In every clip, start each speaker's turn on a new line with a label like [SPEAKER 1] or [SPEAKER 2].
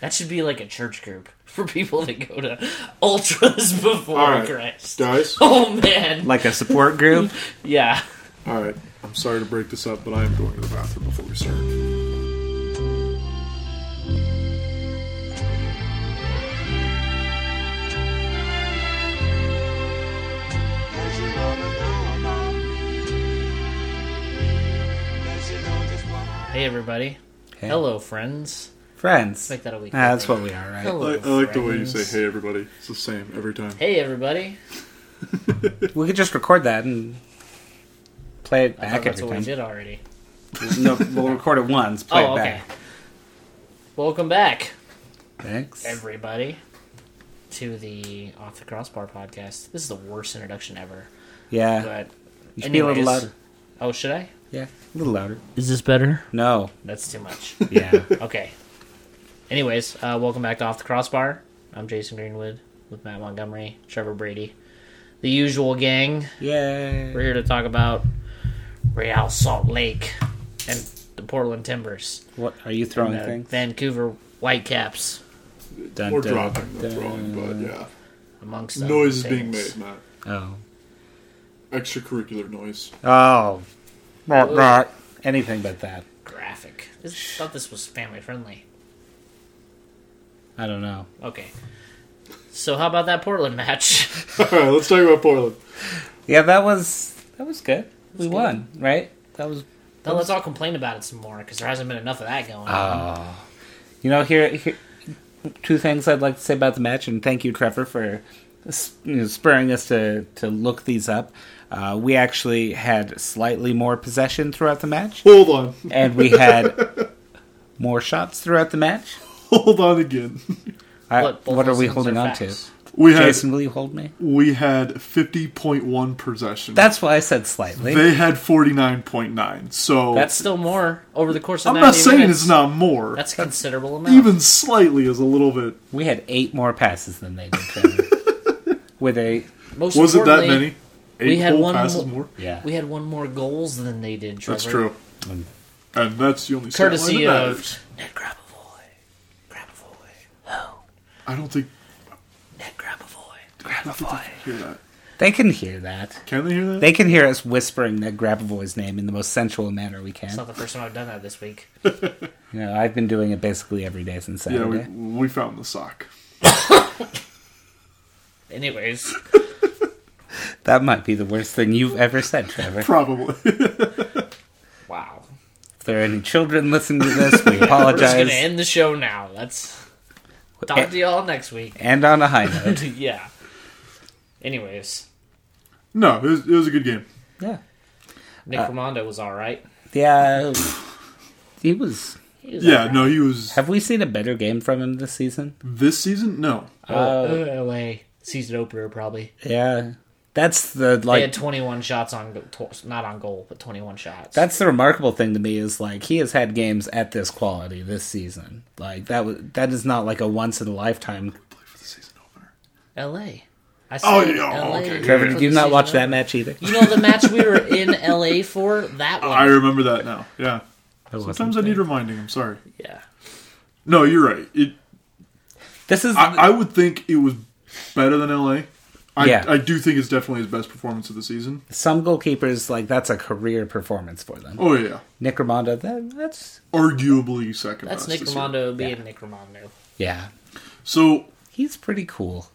[SPEAKER 1] That should be like a church group for people that go to ultras before
[SPEAKER 2] All right,
[SPEAKER 1] Christ.
[SPEAKER 2] guys.
[SPEAKER 1] Oh man,
[SPEAKER 3] Like a support group.
[SPEAKER 1] yeah.
[SPEAKER 2] All right. I'm sorry to break this up, but I am going to the bathroom before we start.
[SPEAKER 4] That you wanna know about me. That you know just what I
[SPEAKER 1] Hey everybody.
[SPEAKER 3] Hey.
[SPEAKER 1] Hello friends.
[SPEAKER 3] Friends.
[SPEAKER 1] Make that a week.
[SPEAKER 3] Ah, that's what we are, right?
[SPEAKER 1] Hello,
[SPEAKER 2] I, I like the way you
[SPEAKER 1] friends.
[SPEAKER 2] say "Hey, everybody." It's the same every time.
[SPEAKER 1] Hey everybody.
[SPEAKER 3] We could just record that and play it
[SPEAKER 1] I
[SPEAKER 3] back
[SPEAKER 1] thought that's
[SPEAKER 3] every
[SPEAKER 1] what we
[SPEAKER 3] time.
[SPEAKER 1] did already.
[SPEAKER 3] No, we'll record it once, play
[SPEAKER 1] oh,
[SPEAKER 3] it
[SPEAKER 1] okay.
[SPEAKER 3] back.
[SPEAKER 1] Welcome back,
[SPEAKER 3] Thanks.
[SPEAKER 1] everybody, to the Off the Crossbar podcast. This is the worst introduction ever.
[SPEAKER 3] yeah.
[SPEAKER 1] But
[SPEAKER 3] You should be a little
[SPEAKER 1] anyways-
[SPEAKER 3] louder.
[SPEAKER 1] oh, should I?
[SPEAKER 3] Yeah. A little louder.
[SPEAKER 1] Is this better?
[SPEAKER 3] No.
[SPEAKER 1] That's too much.
[SPEAKER 3] Yeah.
[SPEAKER 1] okay. Anyways, uh, welcome back to Off the Crossbar. I'm Jason Greenwood with Matt Montgomery, Trevor Brady, the usual gang. We're
[SPEAKER 3] Yay.
[SPEAKER 1] here to talk about Real Salt Lake and the Portland Timbers,
[SPEAKER 3] What are you throwing
[SPEAKER 1] the
[SPEAKER 3] things?
[SPEAKER 1] Vancouver Whitecaps,
[SPEAKER 3] Dun,
[SPEAKER 2] We're
[SPEAKER 3] dun,
[SPEAKER 2] dropping, not throwing,
[SPEAKER 3] dun.
[SPEAKER 2] but yeah,
[SPEAKER 1] amongst other
[SPEAKER 2] noise is being
[SPEAKER 1] things.
[SPEAKER 2] made, Matt.
[SPEAKER 3] Oh.
[SPEAKER 2] Extracurricular noise.
[SPEAKER 3] Oh. Not, not anything but that.
[SPEAKER 1] Graphic. This, thought this was family friendly.
[SPEAKER 3] I don't know.
[SPEAKER 1] Okay. So how about that Portland match?
[SPEAKER 2] All right, let's talk about Portland.
[SPEAKER 3] Yeah, that was that was good. we
[SPEAKER 1] good.
[SPEAKER 3] won, right? That was
[SPEAKER 1] then let's all complain about it some more because there hasn't been enough of that going on.
[SPEAKER 3] Oh. You know, here, here, two things I'd like to say about the match, and thank you, Trevor, for you know, spurring us to, to look these up. Uh, we actually had slightly more possession throughout the match,
[SPEAKER 2] Hold on,
[SPEAKER 3] and we had more shots throughout the match.
[SPEAKER 2] hold on again.
[SPEAKER 3] I,
[SPEAKER 1] Look, both
[SPEAKER 3] what are
[SPEAKER 1] those
[SPEAKER 3] we
[SPEAKER 1] things
[SPEAKER 3] holding on
[SPEAKER 1] facts.
[SPEAKER 2] We
[SPEAKER 3] to?
[SPEAKER 2] had
[SPEAKER 3] Jason, will you hold me?
[SPEAKER 2] we had fifty point one possession.
[SPEAKER 3] That's why I said slightly.
[SPEAKER 2] they had forty nine point nine. So
[SPEAKER 1] That's still more over the course of
[SPEAKER 2] I'm
[SPEAKER 1] 90
[SPEAKER 2] not saying
[SPEAKER 1] minutes.
[SPEAKER 2] it's not more.
[SPEAKER 1] That's a considerable amount.
[SPEAKER 2] even slightly is a little bit.
[SPEAKER 3] we had eight more passes than they did. Trevor. With a
[SPEAKER 1] Most
[SPEAKER 2] Was it that
[SPEAKER 1] importantly,
[SPEAKER 2] many? Eight
[SPEAKER 1] had
[SPEAKER 2] whole
[SPEAKER 1] one
[SPEAKER 2] passes
[SPEAKER 1] mo-
[SPEAKER 2] more.
[SPEAKER 3] yeah,
[SPEAKER 1] We had one more goals than they did. Trevor.
[SPEAKER 2] That's true. And that's the only stat line that
[SPEAKER 1] Courtesy of
[SPEAKER 2] matters.
[SPEAKER 1] Ned Grabavoy. Grabavoy. Oh,
[SPEAKER 2] I don't think
[SPEAKER 1] Ned Grabavoy.
[SPEAKER 2] hear that.
[SPEAKER 3] they can hear that.
[SPEAKER 2] Can they hear that?
[SPEAKER 3] They can hear us whispering that Grabavoy's name in the most sensual manner we
[SPEAKER 1] It's
[SPEAKER 3] can.
[SPEAKER 1] not the first time I've done that this week.
[SPEAKER 3] You know, I've been doing it basically every day since
[SPEAKER 2] yeah,
[SPEAKER 3] Saturday.
[SPEAKER 2] we, we found the sock.
[SPEAKER 1] Anyways,
[SPEAKER 3] That might be the worst thing you've ever said, Trevor. if
[SPEAKER 2] Probably.
[SPEAKER 1] wow.
[SPEAKER 3] there are any children listening to this, we
[SPEAKER 1] We're just gonna
[SPEAKER 3] apologize.
[SPEAKER 1] end the show now. Let's talk to y'all next week.
[SPEAKER 3] And on a high note.
[SPEAKER 1] yeah. Anyways,
[SPEAKER 2] no, it was, it was a good game.
[SPEAKER 3] Yeah.
[SPEAKER 1] Nick
[SPEAKER 3] Uh,
[SPEAKER 1] Romando was all right.
[SPEAKER 3] Yeah. He was.
[SPEAKER 1] He was
[SPEAKER 2] Yeah,
[SPEAKER 1] all right.
[SPEAKER 2] no, he was
[SPEAKER 3] Have we seen a better game from him this season?
[SPEAKER 2] this season. No,
[SPEAKER 1] Oh, LA season opener probably.
[SPEAKER 3] Yeah. That's the,
[SPEAKER 1] They had
[SPEAKER 3] like,
[SPEAKER 1] 21 shots on, go- tw- not on goal, but 21 shots.
[SPEAKER 3] that's the remarkable thing to me is, like, he has had games at this quality this season. Like, that was, that is not like a once in a lifetime.
[SPEAKER 2] play for the season opener.
[SPEAKER 1] L.A. I said
[SPEAKER 2] Oh, yeah, oh, okay.
[SPEAKER 3] Trevor,
[SPEAKER 1] for
[SPEAKER 3] did you
[SPEAKER 1] the
[SPEAKER 3] not watch
[SPEAKER 1] season
[SPEAKER 3] that match either?
[SPEAKER 1] opener. You know the match we were in L.A. for that one.
[SPEAKER 2] I remember that now. Yeah.
[SPEAKER 3] I wasn't
[SPEAKER 2] Sometimes I
[SPEAKER 3] there.
[SPEAKER 2] need reminding. I'm sorry.
[SPEAKER 1] yeah,
[SPEAKER 2] No, you're right. It.
[SPEAKER 3] This is.
[SPEAKER 2] I, I would think it was better than LA. I,
[SPEAKER 3] Yeah.
[SPEAKER 2] I do think it's definitely his best performance of the season.
[SPEAKER 3] some goalkeepers like that's a career performance for them.
[SPEAKER 2] Oh yeah,
[SPEAKER 3] Nick Romano, that, that's
[SPEAKER 2] arguably second.
[SPEAKER 1] that's
[SPEAKER 2] best
[SPEAKER 1] Nick
[SPEAKER 2] this year.
[SPEAKER 1] Romano being Nick Romano.
[SPEAKER 3] yeah,
[SPEAKER 2] So
[SPEAKER 3] he's pretty cool.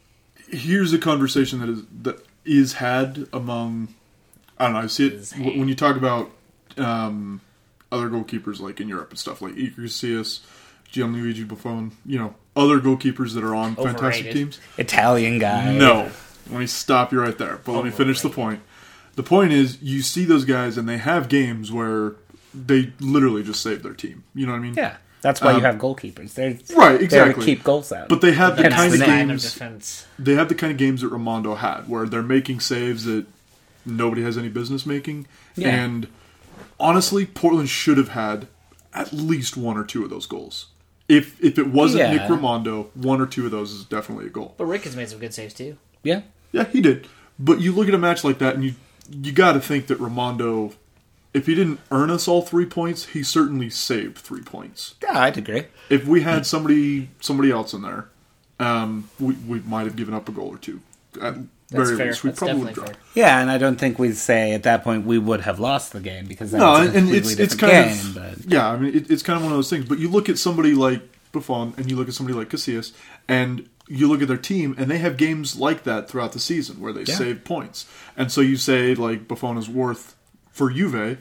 [SPEAKER 2] here's a conversation that is that is had among I don't know. I see it
[SPEAKER 1] Is
[SPEAKER 2] w- when you talk about um, other goalkeepers like in Europe and stuff like Iker Casillas, Gianluigi Buffon. You know, other goalkeepers that are on fantastic
[SPEAKER 1] Overrated.
[SPEAKER 2] teams.
[SPEAKER 3] Italian guy.
[SPEAKER 2] No, let me stop you right there. But let me finish the point. The point is, you see those guys and they have games where they literally just save their team. You know what I mean?
[SPEAKER 3] yeah, that's why you
[SPEAKER 2] Um,
[SPEAKER 3] have goalkeepers. They're
[SPEAKER 2] right,
[SPEAKER 3] There to
[SPEAKER 2] exactly.
[SPEAKER 3] keep goals out.
[SPEAKER 2] But they have the
[SPEAKER 3] Hence
[SPEAKER 2] kind
[SPEAKER 3] the
[SPEAKER 2] of
[SPEAKER 3] name.
[SPEAKER 1] line of
[SPEAKER 2] games.
[SPEAKER 1] defense.
[SPEAKER 2] they have the kind of games that Ramondo had, where they're making saves that nobody has any business making.
[SPEAKER 3] Yeah.
[SPEAKER 2] And honestly, Portland should have had at least one or two of those goals. If if it wasn't
[SPEAKER 3] Yeah.
[SPEAKER 2] Nick Ramondo, one or two of those is definitely a goal.
[SPEAKER 1] But Rick has made some good saves too.
[SPEAKER 3] yeah,
[SPEAKER 2] Yeah, he did. But you look at a match like that, and you you got to think that Ramondo if he didn't earn us all three points, he certainly saved three points.
[SPEAKER 3] Yeah, I'd agree.
[SPEAKER 2] If we had somebody somebody else in there, um, we, we might have given up a goal or two. At
[SPEAKER 1] That's
[SPEAKER 2] very
[SPEAKER 1] fair.
[SPEAKER 2] least, we
[SPEAKER 1] That's
[SPEAKER 2] probably would
[SPEAKER 1] definitely
[SPEAKER 2] draw.
[SPEAKER 1] fair.
[SPEAKER 3] Yeah, and I don't think we'd say at that point we would have lost the game because that
[SPEAKER 2] No,
[SPEAKER 3] was
[SPEAKER 2] and,
[SPEAKER 3] a
[SPEAKER 2] and it's
[SPEAKER 3] completely
[SPEAKER 2] it's kind
[SPEAKER 3] different
[SPEAKER 2] of
[SPEAKER 3] game, but-
[SPEAKER 2] yeah. I mean, it, it's kind of one of those things. But you look at somebody like Buffon, and you look at somebody like Casillas, and you look at their team, and they have games like that throughout the season where they
[SPEAKER 3] Yeah.
[SPEAKER 2] save points. And so you say like Buffon is worth for Juve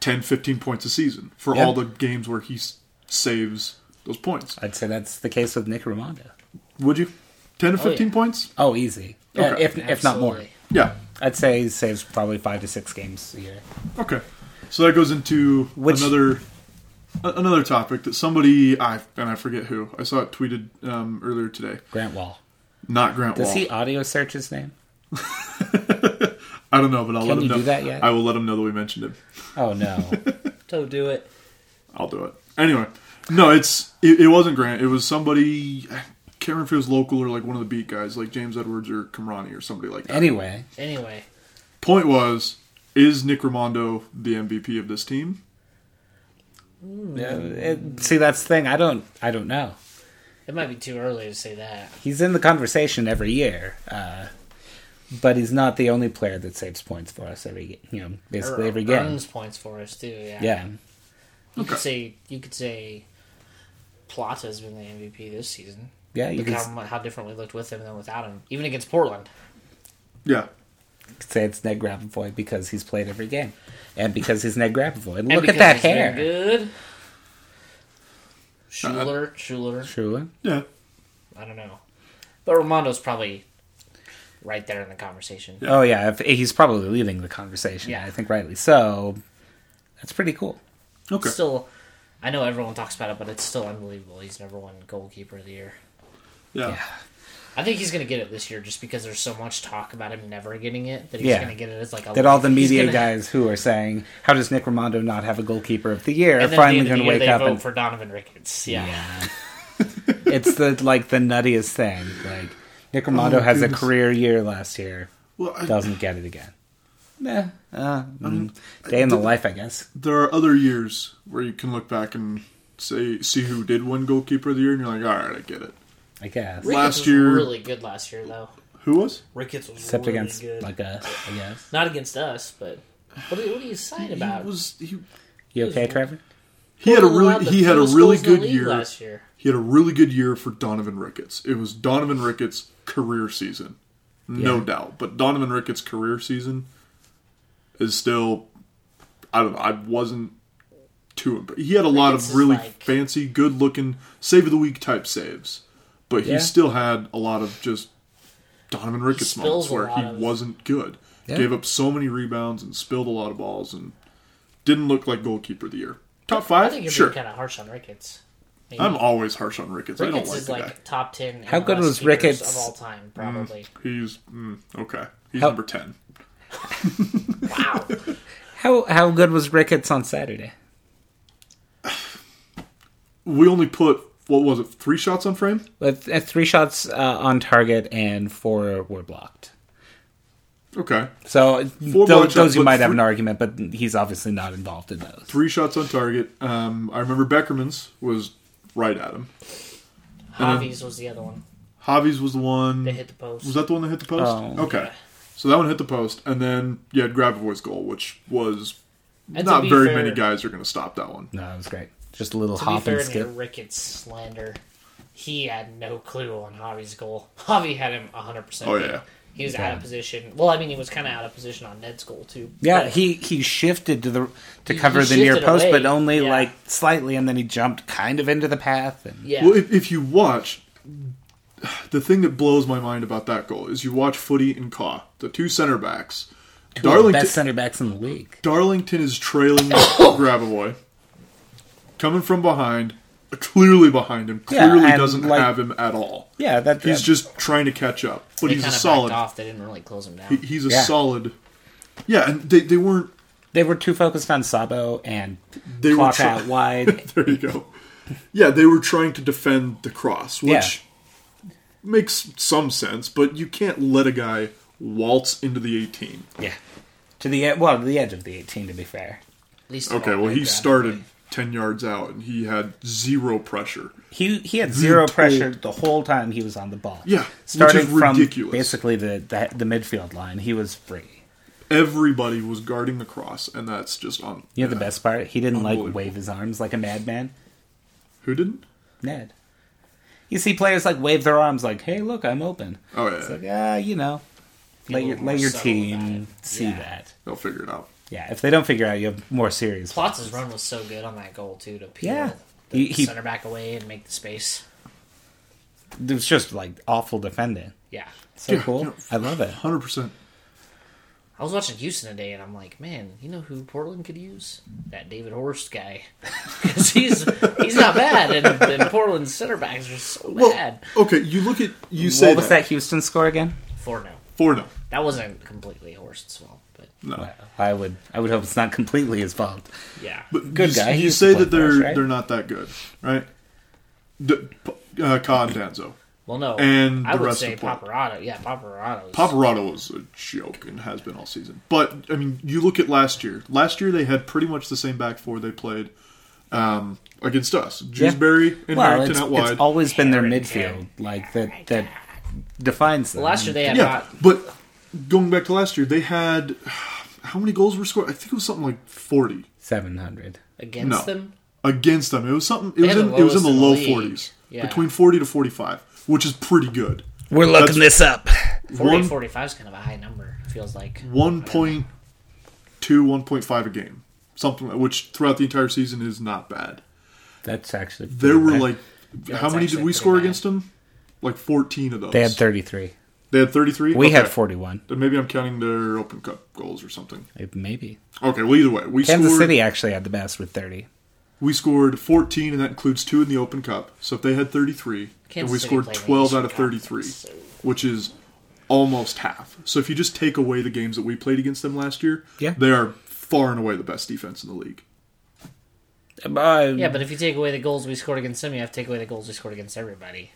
[SPEAKER 2] 10, 15 points a season for
[SPEAKER 3] Yeah.
[SPEAKER 2] all the games where he s- saves those points.
[SPEAKER 3] I'd say that's the case with Nick Raimondo.
[SPEAKER 2] Would you ten to
[SPEAKER 1] Oh, yeah.
[SPEAKER 2] fifteen points?
[SPEAKER 3] Oh, easy.
[SPEAKER 2] Okay.
[SPEAKER 3] Uh, if if not more,
[SPEAKER 1] Absolutely.
[SPEAKER 2] Yeah.
[SPEAKER 3] I'd say he saves probably five to six games a year.
[SPEAKER 2] Okay, so that goes into
[SPEAKER 3] Which-
[SPEAKER 2] another a- another topic that somebody I and I forget who I saw it tweeted um, earlier today.
[SPEAKER 3] Grant Wall.
[SPEAKER 2] Not Grant
[SPEAKER 3] Does
[SPEAKER 2] Wall.
[SPEAKER 3] he audio search his name?
[SPEAKER 2] I don't know, but I'll
[SPEAKER 3] Can
[SPEAKER 2] let him
[SPEAKER 3] you
[SPEAKER 2] know.
[SPEAKER 3] do that yet?
[SPEAKER 2] I will let him know that we mentioned him.
[SPEAKER 3] Oh no.
[SPEAKER 1] Don't do it.
[SPEAKER 2] I'll do it anyway. No, it's it, it wasn't Grant. It was somebody. I can't remember if it was local or like one of the beat guys, like James Edwards or Kamrani or somebody like that.
[SPEAKER 3] anyway,
[SPEAKER 1] Anyway,
[SPEAKER 2] Point was, is Nick Raimondo the MVP of this team?
[SPEAKER 3] uh, it- see that's the thing. I don't. I don't know.
[SPEAKER 1] it might be too early to say that.
[SPEAKER 3] He's in the conversation every year, uh, but he's not the only player that saves points for us every. You know, basically
[SPEAKER 1] Ear-
[SPEAKER 3] every game.
[SPEAKER 1] earns points for us too. Yeah.
[SPEAKER 3] Yeah.
[SPEAKER 1] You could say you could say Plata's been the MVP this season.
[SPEAKER 3] Yeah, you
[SPEAKER 1] Look
[SPEAKER 3] could
[SPEAKER 1] how, mu- how different we looked with him than without him, even against Portland.
[SPEAKER 2] Yeah,
[SPEAKER 3] could say it's Ned Grabavoy because he's played every game, and because he's Ned Grabavoy.
[SPEAKER 1] And
[SPEAKER 3] Look at
[SPEAKER 1] because
[SPEAKER 3] that
[SPEAKER 1] he's been
[SPEAKER 3] hair. Uh-uh.
[SPEAKER 1] Good. Schuler, Schuler.
[SPEAKER 3] Truly.
[SPEAKER 2] yeah.
[SPEAKER 1] I don't know, but Romando's probably right there in the conversation.
[SPEAKER 2] Yeah.
[SPEAKER 3] Oh yeah, if, he's probably leading the conversation.
[SPEAKER 1] Yeah.
[SPEAKER 3] I think rightly so. That's pretty cool.
[SPEAKER 2] Okay.
[SPEAKER 1] Still, I know everyone talks about it, but it's still unbelievable. He's number one goalkeeper of the year. Oh.
[SPEAKER 2] yeah.
[SPEAKER 1] I think he's going to get it this year, just because there's so much talk about him never getting it that he's
[SPEAKER 3] Yeah.
[SPEAKER 1] going to get it as like a
[SPEAKER 3] That all the
[SPEAKER 1] he's
[SPEAKER 3] media
[SPEAKER 1] gonna-
[SPEAKER 3] guys who are saying, "How does Nick Raimondo not have a goalkeeper of the year?"
[SPEAKER 1] and
[SPEAKER 3] are
[SPEAKER 1] then at the
[SPEAKER 3] finally
[SPEAKER 1] end of
[SPEAKER 3] going
[SPEAKER 1] the
[SPEAKER 3] to
[SPEAKER 1] year,
[SPEAKER 3] wake
[SPEAKER 1] they
[SPEAKER 3] up
[SPEAKER 1] vote
[SPEAKER 3] and
[SPEAKER 1] for Donovan Ricketts. Yeah.
[SPEAKER 3] it's the like the nuttiest thing. Like Nick Raimondo has
[SPEAKER 2] Oh, goodness.
[SPEAKER 3] a career year last year,
[SPEAKER 2] Well, I,
[SPEAKER 3] doesn't get it again. Meh. Uh, mm, day in the life, I guess.
[SPEAKER 2] there are other years where you can look back and say see who did win goalkeeper of the year, and you're like, all right, I get it.
[SPEAKER 3] I guess.
[SPEAKER 1] Ricketts
[SPEAKER 2] Last
[SPEAKER 1] was
[SPEAKER 2] year-
[SPEAKER 1] really good last year though.
[SPEAKER 2] Who was?
[SPEAKER 1] Ricketts was
[SPEAKER 3] Except
[SPEAKER 1] really
[SPEAKER 3] against
[SPEAKER 1] good.
[SPEAKER 3] like us, I guess.
[SPEAKER 1] Not against us, but what are, what are you saying about?
[SPEAKER 2] He was he,
[SPEAKER 3] You okay, Trevor?
[SPEAKER 2] he had a
[SPEAKER 1] Portland allowed
[SPEAKER 2] really
[SPEAKER 1] the
[SPEAKER 2] he had a
[SPEAKER 1] fewest
[SPEAKER 2] really
[SPEAKER 1] goals in the
[SPEAKER 2] good
[SPEAKER 1] league
[SPEAKER 2] year.
[SPEAKER 1] last year.
[SPEAKER 2] He had a really good year for Donovan Ricketts. It was Donovan Ricketts' career season, no
[SPEAKER 3] Yeah.
[SPEAKER 2] doubt. But Donovan Ricketts' career season is still I don't know. I wasn't too impressed. He had a lot
[SPEAKER 1] Ricketts
[SPEAKER 2] of
[SPEAKER 1] is
[SPEAKER 2] really
[SPEAKER 1] like-
[SPEAKER 2] fancy, good looking save of the week type saves, but
[SPEAKER 3] Yeah.
[SPEAKER 2] he still had a lot of just Donovan Ricketts
[SPEAKER 1] spills
[SPEAKER 2] moments
[SPEAKER 1] a
[SPEAKER 2] where
[SPEAKER 1] lot
[SPEAKER 2] he
[SPEAKER 1] of-
[SPEAKER 2] wasn't good.
[SPEAKER 3] Yeah.
[SPEAKER 2] Gave up so many rebounds and spilled a lot of balls and didn't look like goalkeeper of the year. Top
[SPEAKER 1] I
[SPEAKER 2] five,
[SPEAKER 1] think you're
[SPEAKER 2] sure.
[SPEAKER 1] being kind of harsh on Ricketts. Maybe.
[SPEAKER 2] I'm always harsh on Ricketts. I don't
[SPEAKER 1] Ricketts
[SPEAKER 2] like
[SPEAKER 1] is
[SPEAKER 2] the
[SPEAKER 1] like
[SPEAKER 2] guy. Mm.
[SPEAKER 1] top ten.
[SPEAKER 3] How good
[SPEAKER 1] MLS
[SPEAKER 3] was
[SPEAKER 1] keepers
[SPEAKER 3] Ricketts?
[SPEAKER 1] of all time? Probably.
[SPEAKER 2] He's mm, okay. He's
[SPEAKER 3] How-
[SPEAKER 2] number ten.
[SPEAKER 1] Wow.
[SPEAKER 3] How how good was Ricketts on Saturday?
[SPEAKER 2] We only put what was it? Three shots on frame.
[SPEAKER 3] With uh, three shots uh, on target and four were blocked.
[SPEAKER 2] Okay,
[SPEAKER 3] So
[SPEAKER 2] Four block
[SPEAKER 3] those,
[SPEAKER 2] shots,
[SPEAKER 3] those you
[SPEAKER 2] but
[SPEAKER 3] might have an
[SPEAKER 2] three-
[SPEAKER 3] argument, but he's obviously not involved in those.
[SPEAKER 2] three shots on target. Um, I remember Beckerman's was right at him.
[SPEAKER 1] Javi's was the other one.
[SPEAKER 2] Javi's was the one.
[SPEAKER 1] They hit the post.
[SPEAKER 2] Uh, Was that the one that hit the post?
[SPEAKER 3] Oh.
[SPEAKER 2] okay. So that one hit the post, and then you had Grabavoy's goal, which was
[SPEAKER 1] And to
[SPEAKER 2] not
[SPEAKER 1] be
[SPEAKER 2] very
[SPEAKER 1] fair-
[SPEAKER 2] many guys are going to stop that one.
[SPEAKER 3] No, it was great. Just a little
[SPEAKER 1] To be
[SPEAKER 3] hop
[SPEAKER 1] fair
[SPEAKER 3] and
[SPEAKER 1] to
[SPEAKER 3] skip.
[SPEAKER 1] Ricketts slander, he had no clue on Javi's goal. Javi had him 100. percent
[SPEAKER 2] Oh, yeah.
[SPEAKER 1] He was out of position. Well, I mean, he was kind of out of position on Ned's goal too.
[SPEAKER 3] Yeah,
[SPEAKER 1] But
[SPEAKER 3] he he shifted to the to
[SPEAKER 1] He-
[SPEAKER 3] cover
[SPEAKER 1] he
[SPEAKER 3] the near
[SPEAKER 1] shifted
[SPEAKER 3] post,
[SPEAKER 1] away,
[SPEAKER 3] but only
[SPEAKER 1] yeah.
[SPEAKER 3] like slightly, and then he jumped kind of into the path. And
[SPEAKER 1] yeah.
[SPEAKER 2] Well, if, if you watch, the thing that blows my mind about that goal is you watch Footy and Caw, the two center backs.
[SPEAKER 3] Darling,
[SPEAKER 2] Darlington,
[SPEAKER 3] best center backs in the league.
[SPEAKER 2] Darlington is trailing Grabavoy, coming from behind, clearly behind him.
[SPEAKER 3] Yeah,
[SPEAKER 2] Clearly
[SPEAKER 3] and,
[SPEAKER 2] doesn't
[SPEAKER 3] like-
[SPEAKER 2] have him at all.
[SPEAKER 3] Yeah, that
[SPEAKER 2] He's
[SPEAKER 3] that-
[SPEAKER 2] just trying to catch up, but
[SPEAKER 1] they
[SPEAKER 2] he's
[SPEAKER 1] kinda
[SPEAKER 2] a
[SPEAKER 1] backed
[SPEAKER 2] solid.
[SPEAKER 1] Off. They didn't really close him down.
[SPEAKER 2] he- He's a
[SPEAKER 3] Yeah.
[SPEAKER 2] solid. Yeah, and they, they weren't.
[SPEAKER 3] they were too focused on Sabo and
[SPEAKER 2] They were
[SPEAKER 3] clock
[SPEAKER 2] try-
[SPEAKER 3] out wide.
[SPEAKER 2] There you go. Yeah, they were trying to defend the cross, which makes some sense, but you can't let a guy waltz into the 18.
[SPEAKER 3] yeah, to the e- well to the edge of the 18 to be fair.
[SPEAKER 1] At least
[SPEAKER 2] Okay, well, he started 10 yards out and he had zero pressure.
[SPEAKER 3] He he had zero
[SPEAKER 2] told-
[SPEAKER 3] pressure the whole time he was on the ball.
[SPEAKER 2] Yeah,
[SPEAKER 3] starting
[SPEAKER 2] which is ridiculous.
[SPEAKER 3] from basically the, the the midfield line, he was free.
[SPEAKER 2] Everybody was guarding the cross, and that's just on.
[SPEAKER 3] You know the best part? He didn't like
[SPEAKER 2] Unbelievable.
[SPEAKER 3] wave his arms like a madman.
[SPEAKER 2] Who didn't?
[SPEAKER 3] Ned. You see players like wave their arms like, "Hey, look, I'm open."
[SPEAKER 2] Oh, yeah.
[SPEAKER 3] It's like, ah, you know,
[SPEAKER 1] People
[SPEAKER 3] let your
[SPEAKER 1] are
[SPEAKER 3] let your
[SPEAKER 1] subtle
[SPEAKER 3] team
[SPEAKER 1] about it.
[SPEAKER 3] see
[SPEAKER 1] Yeah.
[SPEAKER 3] that.
[SPEAKER 2] They'll figure it out.
[SPEAKER 3] Yeah, if they don't figure out, you have more serious.
[SPEAKER 1] Plotz's run was so good on that goal too to peel
[SPEAKER 3] Yeah.
[SPEAKER 1] the
[SPEAKER 3] He- he-
[SPEAKER 1] center back away and make the space.
[SPEAKER 3] It was just like awful defending.
[SPEAKER 1] Yeah.
[SPEAKER 3] So
[SPEAKER 2] Yeah,
[SPEAKER 3] cool.
[SPEAKER 2] yeah.
[SPEAKER 3] I love it.
[SPEAKER 2] 100%.
[SPEAKER 1] I was watching Houston today, and I'm like, man, you know who Portland could use? That David Horst guy, because he's he's not bad, and, and Portland's center backs are so
[SPEAKER 2] Well,
[SPEAKER 1] bad.
[SPEAKER 2] okay, you look at. You
[SPEAKER 3] What
[SPEAKER 2] say
[SPEAKER 3] was that Houston score again?
[SPEAKER 1] For no,
[SPEAKER 2] Four no.
[SPEAKER 1] that wasn't completely Horst's fault, but
[SPEAKER 2] No.
[SPEAKER 3] I would I would hope it's not completely his fault.
[SPEAKER 1] yeah,
[SPEAKER 2] But
[SPEAKER 3] Good
[SPEAKER 2] you,
[SPEAKER 3] guy. He
[SPEAKER 2] You
[SPEAKER 3] used to
[SPEAKER 2] say
[SPEAKER 3] play
[SPEAKER 2] that
[SPEAKER 3] for
[SPEAKER 2] they're
[SPEAKER 3] us, right?
[SPEAKER 2] they're not that good, right? The, uh, Con Danzo.
[SPEAKER 1] well, no,
[SPEAKER 2] And
[SPEAKER 1] I
[SPEAKER 2] the
[SPEAKER 1] would
[SPEAKER 2] rest
[SPEAKER 1] say
[SPEAKER 2] of Portland.
[SPEAKER 1] Paparotto. Yeah, Paparotto.
[SPEAKER 2] Paparotto is a joke and has been all season. But I mean, you look at last year. Last year they had pretty much the same back four they played um, against us. Jewsbury and
[SPEAKER 3] Well,
[SPEAKER 2] Harrington
[SPEAKER 3] it's,
[SPEAKER 2] out
[SPEAKER 3] it's
[SPEAKER 2] wide.
[SPEAKER 3] always been their
[SPEAKER 1] Harrington.
[SPEAKER 3] midfield like that that defines them.
[SPEAKER 1] Last year they had
[SPEAKER 2] yeah,
[SPEAKER 1] not.
[SPEAKER 2] but going back to last year, they had how many goals were scored? I think it was something like forty
[SPEAKER 3] seven hundred.
[SPEAKER 1] against
[SPEAKER 2] No.
[SPEAKER 1] them.
[SPEAKER 2] against them. It was something. It
[SPEAKER 1] They
[SPEAKER 2] was
[SPEAKER 1] had
[SPEAKER 2] in,
[SPEAKER 1] the
[SPEAKER 2] it was
[SPEAKER 1] lowest
[SPEAKER 2] in the
[SPEAKER 1] in the
[SPEAKER 2] low
[SPEAKER 1] league.
[SPEAKER 2] forties,
[SPEAKER 1] Yeah.
[SPEAKER 2] between forty to forty-five, which is pretty good.
[SPEAKER 3] We're looking this up.
[SPEAKER 1] 40,
[SPEAKER 2] One
[SPEAKER 1] 45 is kind of a high number. it Feels like
[SPEAKER 2] one point two, one point five a game, something which throughout the entire season is not bad.
[SPEAKER 3] That's actually
[SPEAKER 2] There
[SPEAKER 3] pretty
[SPEAKER 2] were
[SPEAKER 3] bad.
[SPEAKER 2] like,
[SPEAKER 1] Yeah,
[SPEAKER 2] how
[SPEAKER 1] it's
[SPEAKER 2] many did
[SPEAKER 1] actually
[SPEAKER 2] we
[SPEAKER 1] pretty
[SPEAKER 2] score
[SPEAKER 1] bad.
[SPEAKER 2] against them? Like fourteen of those.
[SPEAKER 3] they had thirty three.
[SPEAKER 2] They had thirty-three.
[SPEAKER 3] We had
[SPEAKER 2] Okay.
[SPEAKER 3] forty one.
[SPEAKER 2] Then maybe I'm counting their Open Cup goals or something.
[SPEAKER 3] Maybe
[SPEAKER 2] Okay, well either way, we
[SPEAKER 3] Kansas
[SPEAKER 2] scored,
[SPEAKER 3] City actually had the best with thirty.
[SPEAKER 2] We scored fourteen, and that includes two in the Open Cup. So if they had thirty-three, and
[SPEAKER 1] Kansas
[SPEAKER 2] we
[SPEAKER 1] City
[SPEAKER 2] scored
[SPEAKER 1] played in the
[SPEAKER 2] twelve
[SPEAKER 1] Eastern
[SPEAKER 2] out of thirty-three,
[SPEAKER 1] Conference, so-
[SPEAKER 2] which is almost half. So if you just take away the games that we played against them last year,
[SPEAKER 3] Yeah.
[SPEAKER 2] they are far and away the best defense in the league.
[SPEAKER 3] Uh,
[SPEAKER 1] yeah. But if you take away the goals we scored against them, you have to take away the goals we scored against everybody.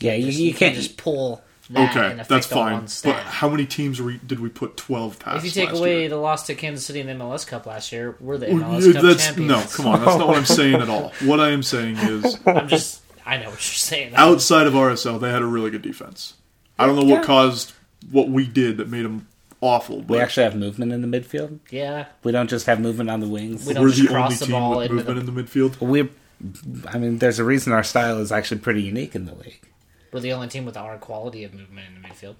[SPEAKER 3] yeah, you,
[SPEAKER 1] Just-
[SPEAKER 3] you can't
[SPEAKER 1] just pull. That
[SPEAKER 2] Okay,
[SPEAKER 1] and affect
[SPEAKER 2] that's
[SPEAKER 1] all
[SPEAKER 2] fine.
[SPEAKER 1] one
[SPEAKER 2] But
[SPEAKER 1] stat.
[SPEAKER 2] how many teams were we, did we put twelve past?
[SPEAKER 1] If you take
[SPEAKER 2] last
[SPEAKER 1] away
[SPEAKER 2] year?
[SPEAKER 1] the loss to Kansas City in the MLS Cup last year, we're the
[SPEAKER 2] Well,
[SPEAKER 1] MLS Cup
[SPEAKER 2] that's
[SPEAKER 1] champions.
[SPEAKER 2] no, come on. That's not what I'm saying at all. What I am saying is,
[SPEAKER 1] I'm just, I know what you're saying.
[SPEAKER 2] outside of RSL, they had a really good defense. I don't know what
[SPEAKER 3] Yeah.
[SPEAKER 2] caused what we did that made them awful, but
[SPEAKER 3] We actually have movement in the midfield.
[SPEAKER 1] yeah,
[SPEAKER 3] We don't just have movement on the wings.
[SPEAKER 1] We don't
[SPEAKER 2] we're
[SPEAKER 1] just
[SPEAKER 2] the only
[SPEAKER 1] cross the
[SPEAKER 2] team
[SPEAKER 1] ball
[SPEAKER 2] with
[SPEAKER 1] into
[SPEAKER 2] movement
[SPEAKER 1] the,
[SPEAKER 2] in the midfield.
[SPEAKER 3] We're, I mean, there's a reason our style is actually pretty unique in the league.
[SPEAKER 1] we're the only team with our quality of movement in the midfield.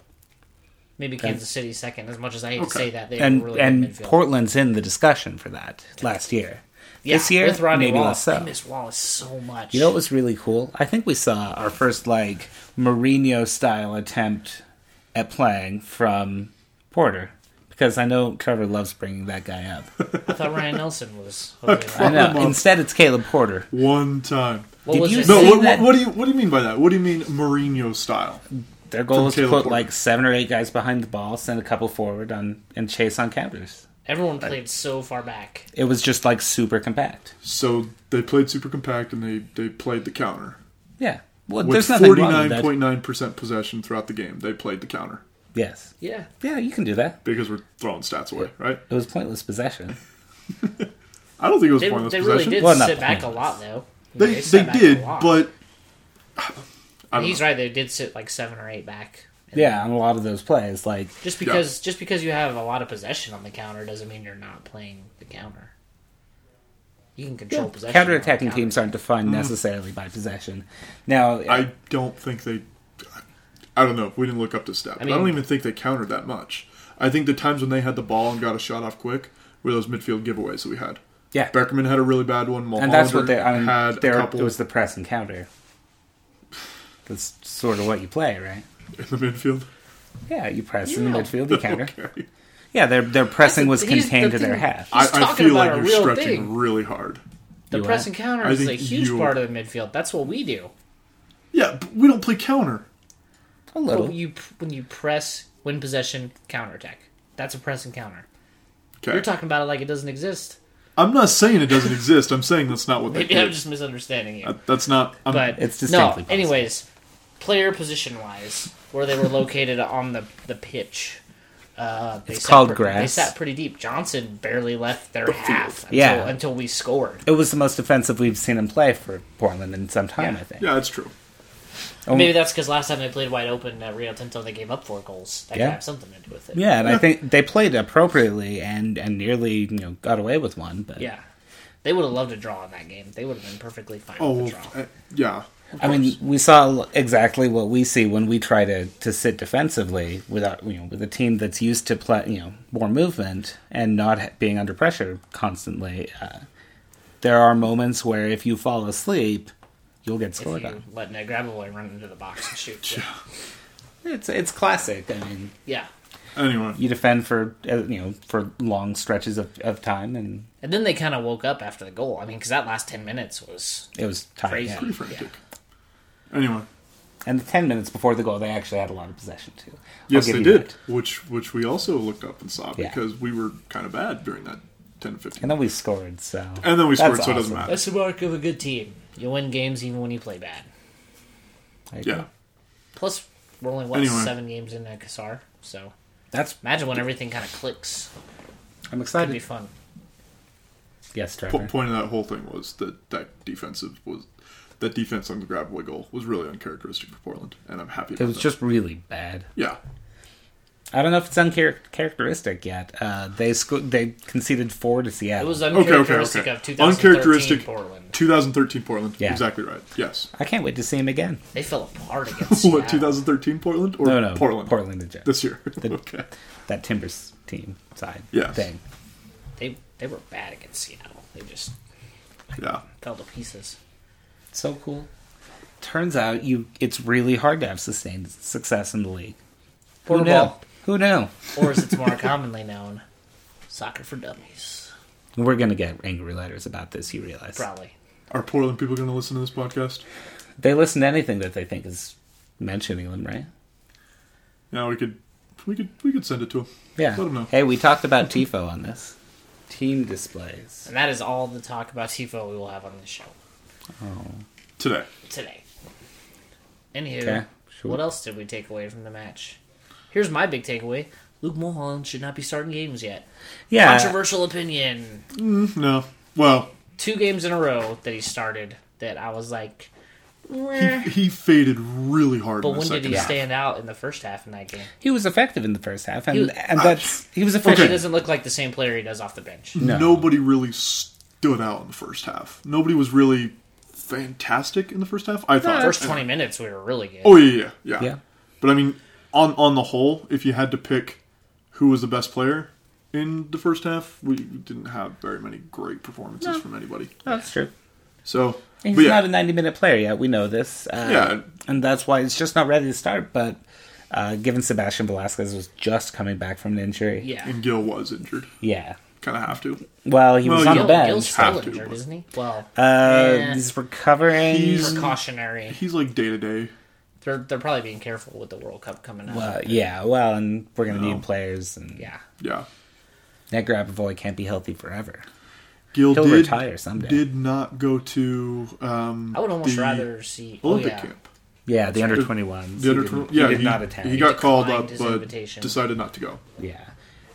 [SPEAKER 1] Maybe Kansas City second. As much as I hate to say that, they
[SPEAKER 3] and
[SPEAKER 1] have a really
[SPEAKER 3] and
[SPEAKER 1] good midfield.
[SPEAKER 3] Portland's in the discussion for that last year.
[SPEAKER 1] yeah,
[SPEAKER 3] this year,
[SPEAKER 1] with Ronnie
[SPEAKER 3] maybe less
[SPEAKER 1] Wallace, I
[SPEAKER 3] so.
[SPEAKER 1] miss Wallace so much.
[SPEAKER 3] You know what was really cool? I think we saw our first like Mourinho style attempt at playing from Porter because I know Trevor loves bringing that guy up.
[SPEAKER 1] I thought Ryan Nelson was. Okay,
[SPEAKER 3] I
[SPEAKER 1] right.
[SPEAKER 3] know. Instead, it's Caleb Porter.
[SPEAKER 2] One time.
[SPEAKER 1] What
[SPEAKER 3] Did
[SPEAKER 1] was
[SPEAKER 3] you
[SPEAKER 1] it?
[SPEAKER 2] No,
[SPEAKER 3] See
[SPEAKER 2] what, what,
[SPEAKER 3] that-
[SPEAKER 2] what do you what do you mean by that? What do you mean Mourinho style?
[SPEAKER 3] Their goal
[SPEAKER 2] From
[SPEAKER 3] was to put
[SPEAKER 2] Caleb Porter.
[SPEAKER 3] like seven or eight guys behind the ball, send a couple forward on and chase on counters.
[SPEAKER 1] Everyone played so far back.
[SPEAKER 3] It was just like super compact.
[SPEAKER 2] So they played super compact and they, they played the counter
[SPEAKER 3] Yeah. Well,
[SPEAKER 2] with
[SPEAKER 3] there's nothing
[SPEAKER 2] forty
[SPEAKER 3] wrong with
[SPEAKER 2] nine
[SPEAKER 3] that.
[SPEAKER 2] point nine percent possession throughout the game. They played the counter
[SPEAKER 3] Yes.
[SPEAKER 1] Yeah,
[SPEAKER 3] Yeah, you can do that.
[SPEAKER 2] because we're throwing stats away, right?
[SPEAKER 3] It was pointless possession.
[SPEAKER 2] I don't think it was
[SPEAKER 1] they,
[SPEAKER 2] pointless
[SPEAKER 1] they really
[SPEAKER 2] possession.
[SPEAKER 1] did
[SPEAKER 3] Well, not
[SPEAKER 1] sit back a
[SPEAKER 3] pointless.
[SPEAKER 1] lot though. I mean,
[SPEAKER 2] They
[SPEAKER 1] sat
[SPEAKER 2] they,
[SPEAKER 1] back a
[SPEAKER 2] did,
[SPEAKER 1] lot.
[SPEAKER 2] but
[SPEAKER 1] And he's right. They did sit like seven or eight back.
[SPEAKER 3] Yeah, on a lot of those plays, like
[SPEAKER 1] Just because just because you have a lot of possession on the counter doesn't mean you're not playing the counter. You can control possession. on the
[SPEAKER 3] counterattacking
[SPEAKER 1] counter.
[SPEAKER 3] teams aren't defined necessarily by possession. Now,
[SPEAKER 2] I don't think they. I don't know. We didn't look up the stat. but I,
[SPEAKER 1] mean-
[SPEAKER 2] don't even think they countered that much. I think the times when they had the ball and got a shot off quick were those midfield giveaways that we had.
[SPEAKER 3] yeah,
[SPEAKER 2] Beckerman had a really bad one. Mulholland
[SPEAKER 3] and that's what they. I mean,
[SPEAKER 2] had
[SPEAKER 3] there
[SPEAKER 2] a couple
[SPEAKER 3] it was the press and counter. That's sort of what you play, right?
[SPEAKER 2] in the midfield.
[SPEAKER 3] Yeah, you press in the
[SPEAKER 1] Yeah.
[SPEAKER 3] midfield, you counter.
[SPEAKER 2] Okay.
[SPEAKER 3] Yeah, their their pressing was
[SPEAKER 1] That's the- he's-
[SPEAKER 3] contained
[SPEAKER 1] the
[SPEAKER 3] to their
[SPEAKER 1] thing-
[SPEAKER 3] half.
[SPEAKER 1] He's
[SPEAKER 2] I, I
[SPEAKER 1] talking
[SPEAKER 2] feel
[SPEAKER 1] about
[SPEAKER 2] like
[SPEAKER 1] a
[SPEAKER 2] you're
[SPEAKER 1] real
[SPEAKER 2] stretching
[SPEAKER 1] thing.
[SPEAKER 2] really hard.
[SPEAKER 1] The
[SPEAKER 3] You
[SPEAKER 1] press
[SPEAKER 3] are.
[SPEAKER 1] and counter
[SPEAKER 2] I
[SPEAKER 1] is a
[SPEAKER 2] think
[SPEAKER 1] huge
[SPEAKER 2] you-
[SPEAKER 1] part of the midfield. That's what we do.
[SPEAKER 2] Yeah, but we don't play counter.
[SPEAKER 3] A
[SPEAKER 1] But
[SPEAKER 3] little.
[SPEAKER 1] when Oh, you when you press, win possession, counterattack. That's a press and counter.
[SPEAKER 2] Okay.
[SPEAKER 1] You're talking about it like it doesn't exist.
[SPEAKER 2] I'm not saying it doesn't exist. I'm saying that's not what they
[SPEAKER 1] Maybe I'm
[SPEAKER 2] do.
[SPEAKER 1] just misunderstanding you.
[SPEAKER 2] That- That's not. I'm,
[SPEAKER 1] But
[SPEAKER 3] It's
[SPEAKER 1] no.
[SPEAKER 3] distinctly possible.
[SPEAKER 1] Anyways, player position wise, where they were located on the the pitch, Uh, they
[SPEAKER 3] It's
[SPEAKER 1] sat
[SPEAKER 3] called
[SPEAKER 1] pre- They
[SPEAKER 3] grass.
[SPEAKER 1] sat pretty deep. Johnson barely left their half until,
[SPEAKER 3] Yeah.
[SPEAKER 1] until we scored.
[SPEAKER 3] It was the most offensive we've seen him play for Portland in some time, I think.
[SPEAKER 2] Yeah, that's true.
[SPEAKER 3] Oh,
[SPEAKER 1] Maybe that's because last time they played wide open at Rio Tinto, they gave up four goals. That
[SPEAKER 3] Yeah.
[SPEAKER 1] could have something to do with it.
[SPEAKER 3] Yeah, and I think they played appropriately and and nearly you know got away with one. But
[SPEAKER 1] Yeah. They would have loved a draw in that game. They would have been perfectly fine
[SPEAKER 2] Oh,
[SPEAKER 1] with a
[SPEAKER 2] well,
[SPEAKER 1] draw.
[SPEAKER 2] uh, yeah. of
[SPEAKER 3] I mean,
[SPEAKER 2] course.
[SPEAKER 3] we saw exactly what we see when we try to, to sit defensively without you know with a team that's used to play you know more movement and not ha- being under pressure constantly. Uh, there are moments where if you fall asleep, you'll get
[SPEAKER 1] If
[SPEAKER 3] scored
[SPEAKER 1] you
[SPEAKER 3] on.
[SPEAKER 1] let Ned Grabavoy run into the box and shoot. Yeah.
[SPEAKER 3] It's it's classic. I mean,
[SPEAKER 1] yeah.
[SPEAKER 2] anyway,
[SPEAKER 3] you defend for uh, you know for long stretches of, of time, and
[SPEAKER 1] And then they kind of woke up after the goal. I mean, because that last 10 minutes was.
[SPEAKER 3] it was tight.
[SPEAKER 1] Crazy.
[SPEAKER 3] yeah.
[SPEAKER 2] pretty frantic. Anyway,
[SPEAKER 3] And the 10 minutes before the goal, they actually had a lot of possession, too. I'll
[SPEAKER 2] yes,
[SPEAKER 3] give
[SPEAKER 2] they
[SPEAKER 3] you
[SPEAKER 2] did,
[SPEAKER 3] that.
[SPEAKER 2] which which we also looked up and saw
[SPEAKER 3] Yeah.
[SPEAKER 2] because we were kind of bad during that 10 15.
[SPEAKER 3] And then we scored, so.
[SPEAKER 2] And then we
[SPEAKER 3] That's
[SPEAKER 2] scored, so it doesn't matter.
[SPEAKER 1] That's the mark of a good team. You win games even when you play bad.
[SPEAKER 3] There you
[SPEAKER 2] yeah.
[SPEAKER 3] go.
[SPEAKER 1] Plus, we're only, what,
[SPEAKER 2] Anyway.
[SPEAKER 1] seven games in at Kassar? So
[SPEAKER 3] That's.
[SPEAKER 1] imagine when everything kind of clicks. It'd
[SPEAKER 3] I'm
[SPEAKER 1] be
[SPEAKER 3] excited.
[SPEAKER 1] fun.
[SPEAKER 3] Yes,
[SPEAKER 2] Po-
[SPEAKER 3] Trevor.
[SPEAKER 2] point of that whole thing was that that defensive was that defense on the grab away goal was really uncharacteristic for Portland, and I'm happy.
[SPEAKER 3] It
[SPEAKER 2] About
[SPEAKER 3] was
[SPEAKER 2] that.
[SPEAKER 3] just really bad.
[SPEAKER 2] yeah,
[SPEAKER 3] I don't know if it's uncharacteristic yet. Uh, they sco- they conceded four to Seattle.
[SPEAKER 1] It was
[SPEAKER 2] okay, okay,
[SPEAKER 1] uncharacteristic
[SPEAKER 2] okay.
[SPEAKER 1] of 2013
[SPEAKER 2] Uncharacteristic.
[SPEAKER 1] Portland.
[SPEAKER 2] 2013 Portland.
[SPEAKER 3] Yeah.
[SPEAKER 2] exactly right. Yes,
[SPEAKER 3] I can't wait to see him again.
[SPEAKER 1] They fell apart against
[SPEAKER 2] what
[SPEAKER 1] Seattle.
[SPEAKER 2] 2013 Portland or
[SPEAKER 3] No, no,
[SPEAKER 2] Portland?
[SPEAKER 3] Portland the Jets.
[SPEAKER 2] this year. okay,
[SPEAKER 3] That Timbers team side
[SPEAKER 2] Yes.
[SPEAKER 3] thing.
[SPEAKER 1] They, they were bad against Seattle. They just
[SPEAKER 2] yeah,
[SPEAKER 1] fell to pieces.
[SPEAKER 3] So cool. Turns out you it's really hard to have sustained success in the league.
[SPEAKER 1] Porter
[SPEAKER 3] Who knew?
[SPEAKER 1] ball.
[SPEAKER 3] Who knew?
[SPEAKER 1] Or as it's more commonly known, soccer for dummies.
[SPEAKER 3] We're going to get angry letters about this, you realize.
[SPEAKER 1] Probably.
[SPEAKER 2] are Portland people going to listen to this podcast?
[SPEAKER 3] They listen to anything that they think is mentioning them, right?
[SPEAKER 2] Yeah, we could, we could, we could send it to them.
[SPEAKER 3] Yeah.
[SPEAKER 2] Let 'em know.
[SPEAKER 3] Hey, we talked about Tifo on this. Team displays.
[SPEAKER 1] And that is all the talk about TIFO we will have on this show
[SPEAKER 2] today.
[SPEAKER 1] today. Anywho,
[SPEAKER 3] Okay, sure.
[SPEAKER 1] what else did we take away from the match? Here's my big takeaway Luke Mulholland should not be starting games yet.
[SPEAKER 3] Yeah.
[SPEAKER 1] Controversial opinion.
[SPEAKER 2] No, well,
[SPEAKER 1] Two games in a row that he started that I was like,
[SPEAKER 2] he,
[SPEAKER 1] "Meh."
[SPEAKER 2] he faded really hard.
[SPEAKER 1] but
[SPEAKER 2] in the
[SPEAKER 1] when did
[SPEAKER 2] second
[SPEAKER 1] he
[SPEAKER 2] half.
[SPEAKER 1] stand out in the first half in that game?
[SPEAKER 3] He was effective in the first half, and,
[SPEAKER 1] He was-
[SPEAKER 3] and that's he was
[SPEAKER 1] He
[SPEAKER 3] effective.
[SPEAKER 1] doesn't look like the same player he does off the bench.
[SPEAKER 3] No.
[SPEAKER 2] nobody really stood out in the first half. Nobody was really fantastic in the first half. I thought
[SPEAKER 1] First 20 minutes, we were really good.
[SPEAKER 2] Oh yeah, yeah, yeah.
[SPEAKER 3] Yeah.
[SPEAKER 2] But I mean, on on the whole, if you had to pick who was the best player in the first half, we didn't have very many great performances from anybody.
[SPEAKER 3] Oh, That's true.
[SPEAKER 2] So,
[SPEAKER 3] He's
[SPEAKER 2] but yeah,
[SPEAKER 3] not a ninety-minute player yet. We know this. Uh,
[SPEAKER 2] Yeah.
[SPEAKER 3] and that's why it's just not ready to start. But uh, given Sebastian Velasquez was just coming back from an injury,
[SPEAKER 1] Yeah.
[SPEAKER 2] and Gil was injured.
[SPEAKER 3] yeah.
[SPEAKER 2] Kind of have to.
[SPEAKER 3] Well, he
[SPEAKER 2] Well,
[SPEAKER 3] was on
[SPEAKER 2] Gil-
[SPEAKER 3] the bench.
[SPEAKER 1] Gil's
[SPEAKER 2] Have
[SPEAKER 1] still
[SPEAKER 2] to,
[SPEAKER 1] injured,
[SPEAKER 2] but-
[SPEAKER 1] isn't he? Well,
[SPEAKER 3] uh,
[SPEAKER 1] eh,
[SPEAKER 3] he's recovering.
[SPEAKER 2] He's-
[SPEAKER 1] precautionary.
[SPEAKER 2] He's like day to day.
[SPEAKER 1] They're they're probably being careful with the World Cup coming up.
[SPEAKER 3] Well, yeah. Well, and we're gonna
[SPEAKER 2] Oh.
[SPEAKER 3] need players, and
[SPEAKER 1] yeah.
[SPEAKER 2] Yeah.
[SPEAKER 3] That Grabavoy can't be healthy forever.
[SPEAKER 2] Gil
[SPEAKER 3] He'll
[SPEAKER 2] did
[SPEAKER 3] retire someday.
[SPEAKER 2] did not go to. Um,
[SPEAKER 1] I would almost
[SPEAKER 2] the
[SPEAKER 1] rather see oh,
[SPEAKER 2] Olympic
[SPEAKER 1] yeah.
[SPEAKER 2] camp.
[SPEAKER 3] Yeah, the under 21s.
[SPEAKER 2] Uh, The under
[SPEAKER 3] he didn't-
[SPEAKER 2] tw- yeah,
[SPEAKER 3] he did not attend.
[SPEAKER 2] He got called
[SPEAKER 1] declined
[SPEAKER 2] up,
[SPEAKER 1] his
[SPEAKER 2] but
[SPEAKER 1] invitation.
[SPEAKER 2] decided not to go.
[SPEAKER 3] yeah,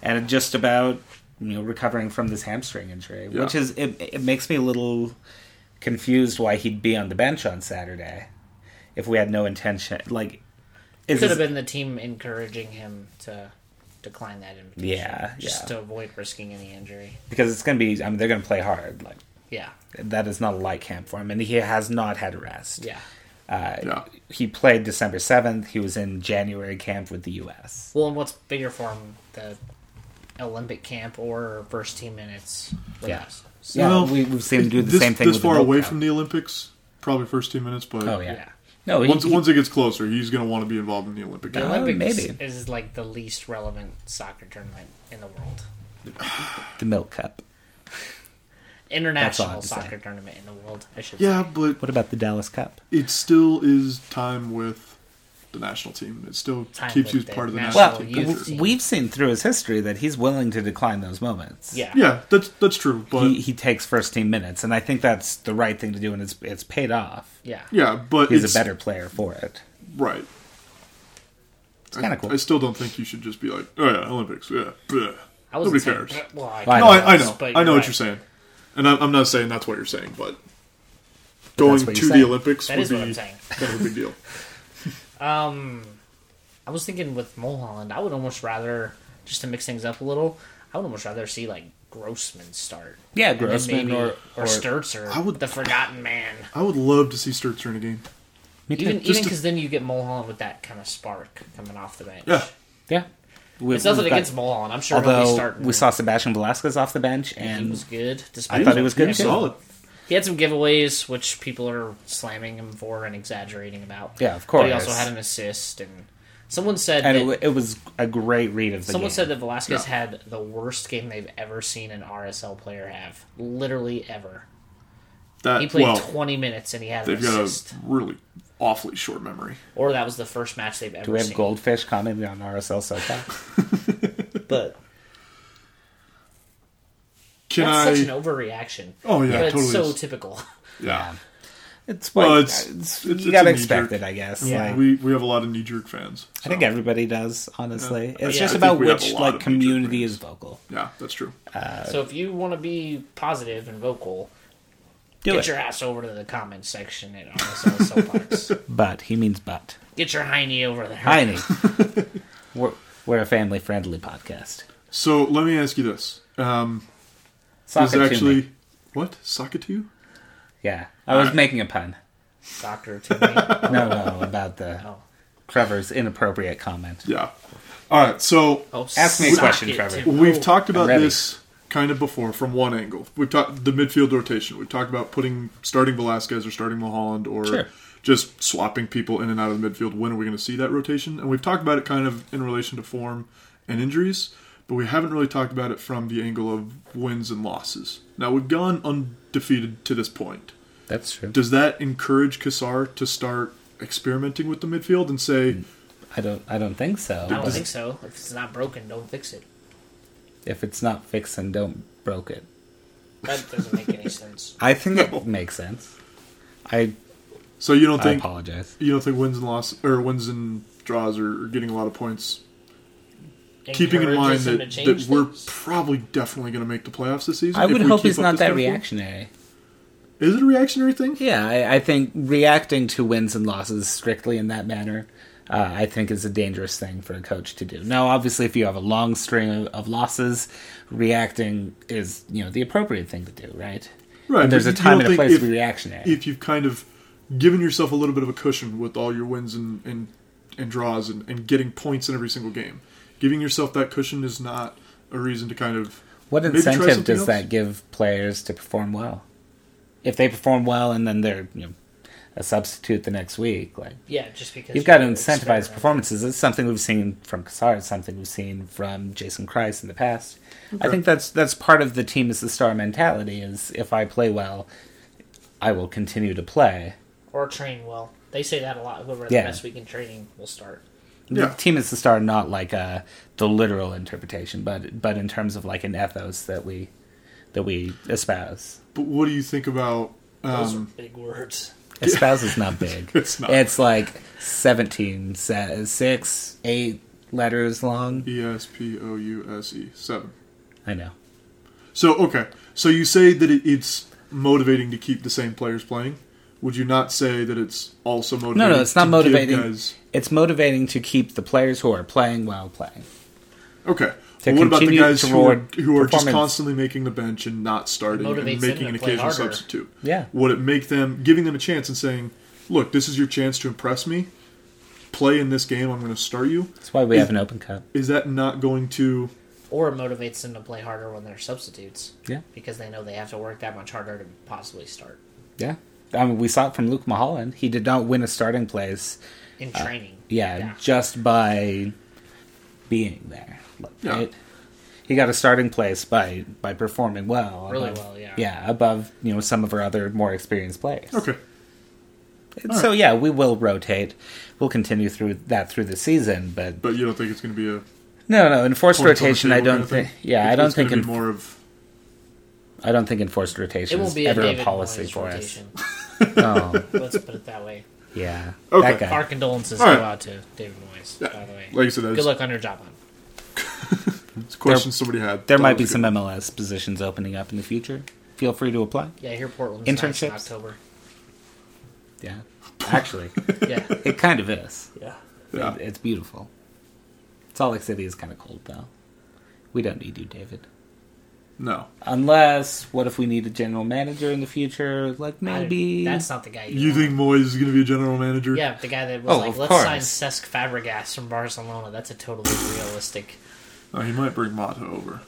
[SPEAKER 3] and just about you know recovering from this hamstring injury, which is it, it makes me a little confused why he'd be on the bench on Saturday if we had no intention. Like,
[SPEAKER 1] Could
[SPEAKER 3] is this-
[SPEAKER 1] have been the team encouraging him to decline that invitation.
[SPEAKER 3] Yeah,
[SPEAKER 1] Just
[SPEAKER 3] yeah.
[SPEAKER 1] to avoid risking any injury.
[SPEAKER 3] because it's going to be. I mean, they're going to play hard. Like
[SPEAKER 1] Yeah.
[SPEAKER 3] that is not a light camp for him, and he has not had rest.
[SPEAKER 1] Yeah.
[SPEAKER 2] Yeah.
[SPEAKER 3] He played December seventh. He was in January camp with the U.S.
[SPEAKER 1] Well, and what's bigger for him, the Olympic camp or first team minutes with
[SPEAKER 3] Yeah.
[SPEAKER 1] us. So,
[SPEAKER 3] Yeah,
[SPEAKER 2] Well,
[SPEAKER 3] we, we've seen him do the
[SPEAKER 2] this,
[SPEAKER 3] same thing.
[SPEAKER 2] This
[SPEAKER 3] with
[SPEAKER 2] far
[SPEAKER 3] the World
[SPEAKER 2] away
[SPEAKER 3] Cup.
[SPEAKER 2] from the Olympics, probably first ten minutes, but
[SPEAKER 3] Oh yeah.
[SPEAKER 1] Yeah.
[SPEAKER 3] No, he,
[SPEAKER 2] once
[SPEAKER 3] he-
[SPEAKER 2] once it gets closer, he's going to want to be involved in the Olympic
[SPEAKER 1] the
[SPEAKER 2] game.
[SPEAKER 3] Uh,
[SPEAKER 1] Olympics
[SPEAKER 3] maybe.
[SPEAKER 1] is like the least relevant soccer tournament in the world.
[SPEAKER 3] the milk cup.
[SPEAKER 1] International
[SPEAKER 3] have to say.
[SPEAKER 1] soccer tournament in the world, I should
[SPEAKER 2] yeah,
[SPEAKER 1] say.
[SPEAKER 2] but
[SPEAKER 3] What about the Dallas Cup?
[SPEAKER 2] it still is time with the national team. It still
[SPEAKER 1] Time
[SPEAKER 2] keeps
[SPEAKER 1] with
[SPEAKER 2] you as
[SPEAKER 1] the
[SPEAKER 2] part of the
[SPEAKER 1] national
[SPEAKER 2] national
[SPEAKER 3] Well,
[SPEAKER 2] team.
[SPEAKER 1] youth
[SPEAKER 3] w-
[SPEAKER 1] team.
[SPEAKER 3] we've seen through his history that he's willing to decline those moments.
[SPEAKER 1] Yeah.
[SPEAKER 2] Yeah, that's that's true, but
[SPEAKER 3] He, he takes first team minutes, and I think that's the right thing to do, and it's it's paid off.
[SPEAKER 1] Yeah.
[SPEAKER 2] yeah, but
[SPEAKER 3] He's
[SPEAKER 2] it's,
[SPEAKER 3] a better player for it.
[SPEAKER 2] right.
[SPEAKER 3] It's kind of cool.
[SPEAKER 2] I still don't think you should just be like, oh yeah, Olympics, yeah. bleh."
[SPEAKER 1] I
[SPEAKER 2] Nobody
[SPEAKER 1] wasn't saying-
[SPEAKER 2] cares.
[SPEAKER 1] Well, I,
[SPEAKER 3] Why
[SPEAKER 2] No,
[SPEAKER 3] not?
[SPEAKER 2] I, I know.
[SPEAKER 1] But
[SPEAKER 2] I know what
[SPEAKER 1] right.
[SPEAKER 2] you're saying, and I'm, I'm not saying that's what you're saying, but going
[SPEAKER 3] that's what
[SPEAKER 2] to
[SPEAKER 3] you're
[SPEAKER 2] the
[SPEAKER 3] saying.
[SPEAKER 2] Olympics
[SPEAKER 1] That
[SPEAKER 2] would
[SPEAKER 1] is
[SPEAKER 2] be
[SPEAKER 1] what I'm saying.
[SPEAKER 2] kind of a big deal.
[SPEAKER 1] I was thinking with Mulholland, I would almost rather just to mix things up a little. I would almost rather see like Grossman start.
[SPEAKER 3] Yeah,
[SPEAKER 1] And then
[SPEAKER 3] Grossman
[SPEAKER 1] maybe-
[SPEAKER 3] or-
[SPEAKER 1] or
[SPEAKER 3] or-
[SPEAKER 1] Sturzer,
[SPEAKER 2] I would-
[SPEAKER 1] the Forgotten Man.
[SPEAKER 2] I would love to see Sturzer in a game.
[SPEAKER 1] Even even
[SPEAKER 2] Just
[SPEAKER 1] 'cause
[SPEAKER 2] to-
[SPEAKER 1] because then you get Mulholland with that kind of spark coming off the bench.
[SPEAKER 2] Yeah,
[SPEAKER 3] Yeah. We,
[SPEAKER 1] It's nothing
[SPEAKER 3] we've got-
[SPEAKER 1] against Mulholland. I'm sure he'll be
[SPEAKER 3] Although
[SPEAKER 1] starting.
[SPEAKER 3] we saw Sebastian Velasquez off the bench,
[SPEAKER 1] he was
[SPEAKER 3] and
[SPEAKER 1] good.
[SPEAKER 3] I
[SPEAKER 1] Despite
[SPEAKER 3] thought he was good
[SPEAKER 1] Yeah.
[SPEAKER 3] too.
[SPEAKER 2] solid.
[SPEAKER 1] He had some giveaways, which people are slamming him for and exaggerating about.
[SPEAKER 3] Yeah, of
[SPEAKER 1] But he
[SPEAKER 3] course.
[SPEAKER 1] also had an assist, and someone said
[SPEAKER 3] and
[SPEAKER 1] that,
[SPEAKER 3] it, wa- it was a great read of the
[SPEAKER 1] someone
[SPEAKER 3] game.
[SPEAKER 1] said that Velasquez
[SPEAKER 2] Yeah.
[SPEAKER 1] had the worst game they've ever seen an RSL player have, literally ever.
[SPEAKER 2] That
[SPEAKER 1] He played
[SPEAKER 2] well,
[SPEAKER 1] 20 minutes and he had an
[SPEAKER 2] they've got
[SPEAKER 1] assist,
[SPEAKER 2] a really awfully short memory.
[SPEAKER 1] or that was the first match they've ever
[SPEAKER 3] Do we have
[SPEAKER 1] seen.
[SPEAKER 3] goldfish commenting on RSL so far?
[SPEAKER 1] But
[SPEAKER 2] Can
[SPEAKER 1] that's
[SPEAKER 2] I?
[SPEAKER 1] such an overreaction.
[SPEAKER 2] Oh, yeah,
[SPEAKER 1] but
[SPEAKER 2] totally
[SPEAKER 1] it's so
[SPEAKER 2] is.
[SPEAKER 1] typical.
[SPEAKER 2] yeah.
[SPEAKER 3] It's what
[SPEAKER 2] Well, it's-
[SPEAKER 3] it's, you
[SPEAKER 2] it's- it's
[SPEAKER 3] gotta
[SPEAKER 2] a
[SPEAKER 3] expect
[SPEAKER 2] knee-jerk.
[SPEAKER 3] it, I guess.
[SPEAKER 1] Yeah.
[SPEAKER 3] Like,
[SPEAKER 2] We we have a lot of knee jerk fans.
[SPEAKER 3] I think
[SPEAKER 2] so-
[SPEAKER 3] everybody does, honestly. It's
[SPEAKER 1] think-
[SPEAKER 3] just
[SPEAKER 1] I
[SPEAKER 3] about
[SPEAKER 2] think we have
[SPEAKER 3] which
[SPEAKER 2] a lot of
[SPEAKER 3] like
[SPEAKER 2] knee-jerk
[SPEAKER 3] community is vocal.
[SPEAKER 2] yeah, that's true.
[SPEAKER 3] Uh,
[SPEAKER 1] so if you want to be positive and vocal,
[SPEAKER 3] Do
[SPEAKER 1] get
[SPEAKER 3] it.
[SPEAKER 1] your ass over to the comments section at RSL Soapbox.
[SPEAKER 3] But he means but.
[SPEAKER 1] Get your hiney over there.
[SPEAKER 3] Tiny. we're we're a family friendly podcast.
[SPEAKER 2] So let me ask you this: um, Is
[SPEAKER 3] Sakatumi.
[SPEAKER 2] actually what Sakatu?
[SPEAKER 3] Yeah. I was
[SPEAKER 2] Alright.
[SPEAKER 3] making a pun.
[SPEAKER 1] Doctor to me.
[SPEAKER 3] No, no, about the
[SPEAKER 1] Oh.
[SPEAKER 3] Trevor's inappropriate comment.
[SPEAKER 2] Yeah. All right. So
[SPEAKER 1] Oh,
[SPEAKER 3] Ask me a
[SPEAKER 1] suck
[SPEAKER 3] question,
[SPEAKER 1] it,
[SPEAKER 3] Trevor.
[SPEAKER 1] Tim.
[SPEAKER 2] We've
[SPEAKER 1] Oh,
[SPEAKER 2] talked about
[SPEAKER 3] ready.
[SPEAKER 2] this kind of before from one angle. We've talked the midfield rotation. We've talked about putting starting Velasquez or starting Mulholland or
[SPEAKER 3] Sure.
[SPEAKER 2] just swapping people in and out of the midfield. When are we going to see that rotation? And we've talked about it kind of in relation to form and injuries, but we haven't really talked about it from the angle of wins and losses. Now we've gone undefeated to this point.
[SPEAKER 3] That's true.
[SPEAKER 2] Does that encourage Kassar to start experimenting with the midfield and say,
[SPEAKER 3] Mm. I don't I don't think so.
[SPEAKER 1] I don't
[SPEAKER 3] But
[SPEAKER 1] think so. If it's not broken, don't fix it.
[SPEAKER 3] If it's not fixed and don't broke it.
[SPEAKER 1] That doesn't make any sense.
[SPEAKER 3] I think
[SPEAKER 2] No.
[SPEAKER 3] it makes sense. I
[SPEAKER 2] so you don't
[SPEAKER 3] I
[SPEAKER 2] think
[SPEAKER 3] apologize.
[SPEAKER 2] you don't think wins and loss or wins and draws or, or getting a lot of points keeping in mind
[SPEAKER 1] Encourages him
[SPEAKER 2] that,
[SPEAKER 1] to change
[SPEAKER 2] that we're
[SPEAKER 1] things?
[SPEAKER 2] probably definitely going to make the playoffs this season.
[SPEAKER 3] I
[SPEAKER 2] if
[SPEAKER 3] would
[SPEAKER 2] we
[SPEAKER 3] hope
[SPEAKER 2] keep
[SPEAKER 3] he's
[SPEAKER 2] up
[SPEAKER 3] not
[SPEAKER 2] this
[SPEAKER 3] that
[SPEAKER 2] tempo.
[SPEAKER 3] reactionary.
[SPEAKER 2] Is it a reactionary thing?
[SPEAKER 3] Yeah, I, I think reacting to wins and losses strictly in that manner, uh, I think, is a dangerous thing for a coach to do. Now, obviously, if you have a long string of, of losses, reacting is you know the appropriate thing to do, right?
[SPEAKER 2] Right,
[SPEAKER 3] And there's
[SPEAKER 2] but you
[SPEAKER 3] a time
[SPEAKER 2] don't
[SPEAKER 3] and a
[SPEAKER 2] think
[SPEAKER 3] place
[SPEAKER 2] if-
[SPEAKER 3] to be reactionary.
[SPEAKER 2] If you've kind of given yourself a little bit of a cushion with all your wins and and, and draws and, and getting points in every single game, giving yourself that cushion is not a reason to kind of
[SPEAKER 3] what
[SPEAKER 2] maybe try
[SPEAKER 3] incentive
[SPEAKER 2] something
[SPEAKER 3] does that
[SPEAKER 2] else.
[SPEAKER 3] give players to perform well? If they perform well and then they're you know a substitute the next week, like
[SPEAKER 1] yeah, just because
[SPEAKER 3] You've got to
[SPEAKER 1] you
[SPEAKER 3] incentivize
[SPEAKER 1] experiment.
[SPEAKER 3] performances. It's something we've seen from Kassar. It's something we've seen from Jason Christ in the past. I think that's that's part of the team is the star mentality. Is if I play well, I will continue to play.
[SPEAKER 1] or train well. They say that a lot. Whoever had
[SPEAKER 3] Yeah.
[SPEAKER 1] the best week in training will start.
[SPEAKER 2] Yeah.
[SPEAKER 3] The team is the star, not like uh, the literal interpretation, but but in terms of like an ethos that we that we espouse.
[SPEAKER 2] But what do you think about?
[SPEAKER 1] Those
[SPEAKER 2] Um,
[SPEAKER 1] are big words.
[SPEAKER 3] Espouse is not big.
[SPEAKER 2] It's not.
[SPEAKER 3] It's like 17, se- six, eight letters long.
[SPEAKER 2] E S P O U S E seven.
[SPEAKER 3] I know.
[SPEAKER 2] So okay, so you say that it, it's motivating to keep the same players playing. Would you not say that it's also motivating?
[SPEAKER 3] No, no, it's not
[SPEAKER 2] to give
[SPEAKER 3] motivating.
[SPEAKER 2] guys-
[SPEAKER 3] It's motivating to keep the players who are playing well playing.
[SPEAKER 2] Okay.
[SPEAKER 3] To
[SPEAKER 2] Well, what about the
[SPEAKER 3] continue
[SPEAKER 2] guys who are,
[SPEAKER 3] toward
[SPEAKER 2] who are just
[SPEAKER 3] performance.
[SPEAKER 2] constantly making the bench and not starting
[SPEAKER 1] Motivates
[SPEAKER 2] and
[SPEAKER 1] them
[SPEAKER 2] making
[SPEAKER 1] to
[SPEAKER 2] an
[SPEAKER 1] play
[SPEAKER 2] occasional
[SPEAKER 1] harder.
[SPEAKER 2] substitute?
[SPEAKER 3] Yeah.
[SPEAKER 2] Would it make them giving them a chance and saying, "Look, this is your chance to impress me. Play in this game. I'm going to start you."
[SPEAKER 3] That's why we
[SPEAKER 2] Is-
[SPEAKER 3] have an open cup.
[SPEAKER 2] Is that not going to?
[SPEAKER 1] Or it motivates them to play harder when they're substitutes.
[SPEAKER 3] Yeah.
[SPEAKER 1] Because they know they have to work that much harder to possibly start
[SPEAKER 3] Yeah. I mean, we saw it from Luke Mulholland. He did not win a starting place.
[SPEAKER 1] in training.
[SPEAKER 3] Uh, Yeah, just by being there. Like,
[SPEAKER 2] Yeah.
[SPEAKER 3] it- he got a starting place by by performing well.
[SPEAKER 1] Really
[SPEAKER 3] above-
[SPEAKER 1] well, yeah.
[SPEAKER 3] Yeah, above you know some of our other more experienced players.
[SPEAKER 2] Okay.
[SPEAKER 3] And So yeah, we will rotate. We'll continue through that through the season, but
[SPEAKER 2] But you don't think it's going to be a
[SPEAKER 3] no, no enforced
[SPEAKER 2] points on the
[SPEAKER 3] rotation.
[SPEAKER 2] table
[SPEAKER 3] I
[SPEAKER 2] kind
[SPEAKER 3] don't
[SPEAKER 2] of thing?
[SPEAKER 3] think. Yeah,
[SPEAKER 2] It's-
[SPEAKER 3] I don't
[SPEAKER 2] it's gonna
[SPEAKER 3] think
[SPEAKER 2] be
[SPEAKER 3] in,
[SPEAKER 2] more of
[SPEAKER 3] I don't think enforced rotation
[SPEAKER 1] It
[SPEAKER 3] is
[SPEAKER 1] won't be
[SPEAKER 3] ever
[SPEAKER 1] a
[SPEAKER 3] a,
[SPEAKER 1] David
[SPEAKER 3] policy
[SPEAKER 1] Moyes
[SPEAKER 3] for us.
[SPEAKER 1] rotation.
[SPEAKER 3] Oh,
[SPEAKER 1] Let's put it that way.
[SPEAKER 3] Yeah.
[SPEAKER 2] Okay.
[SPEAKER 3] That guy.
[SPEAKER 1] Our condolences
[SPEAKER 2] All right.
[SPEAKER 1] go out to David Moyes, by the way.
[SPEAKER 2] Like I said,
[SPEAKER 1] Good
[SPEAKER 2] that's
[SPEAKER 1] luck on your job hunt.
[SPEAKER 2] a question somebody had.
[SPEAKER 3] There
[SPEAKER 2] That
[SPEAKER 3] might be
[SPEAKER 2] was
[SPEAKER 3] some
[SPEAKER 2] good.
[SPEAKER 3] MLS positions opening up in the future. Feel free to apply.
[SPEAKER 1] Yeah, here Portland's nice in
[SPEAKER 3] Internships?
[SPEAKER 1] October.
[SPEAKER 3] Yeah. Actually,
[SPEAKER 1] Yeah.
[SPEAKER 3] it kind of is.
[SPEAKER 1] yeah.
[SPEAKER 2] Yeah.
[SPEAKER 3] It- It's beautiful. Salt Lake City is kind of cold, though. We don't need you, David.
[SPEAKER 2] No.
[SPEAKER 3] Unless, what if we need a general manager in the future? Like,
[SPEAKER 1] I-
[SPEAKER 3] maybe.
[SPEAKER 1] that's not the guy you,
[SPEAKER 2] You
[SPEAKER 1] want.
[SPEAKER 2] think Moyes is going to be a general manager?
[SPEAKER 1] Yeah, the guy that was
[SPEAKER 3] Oh,
[SPEAKER 1] like,
[SPEAKER 3] of
[SPEAKER 1] let's
[SPEAKER 3] course.
[SPEAKER 1] sign Cesc Fabregas from Barcelona. That's a totally realistic.
[SPEAKER 2] No, he might bring Mata over.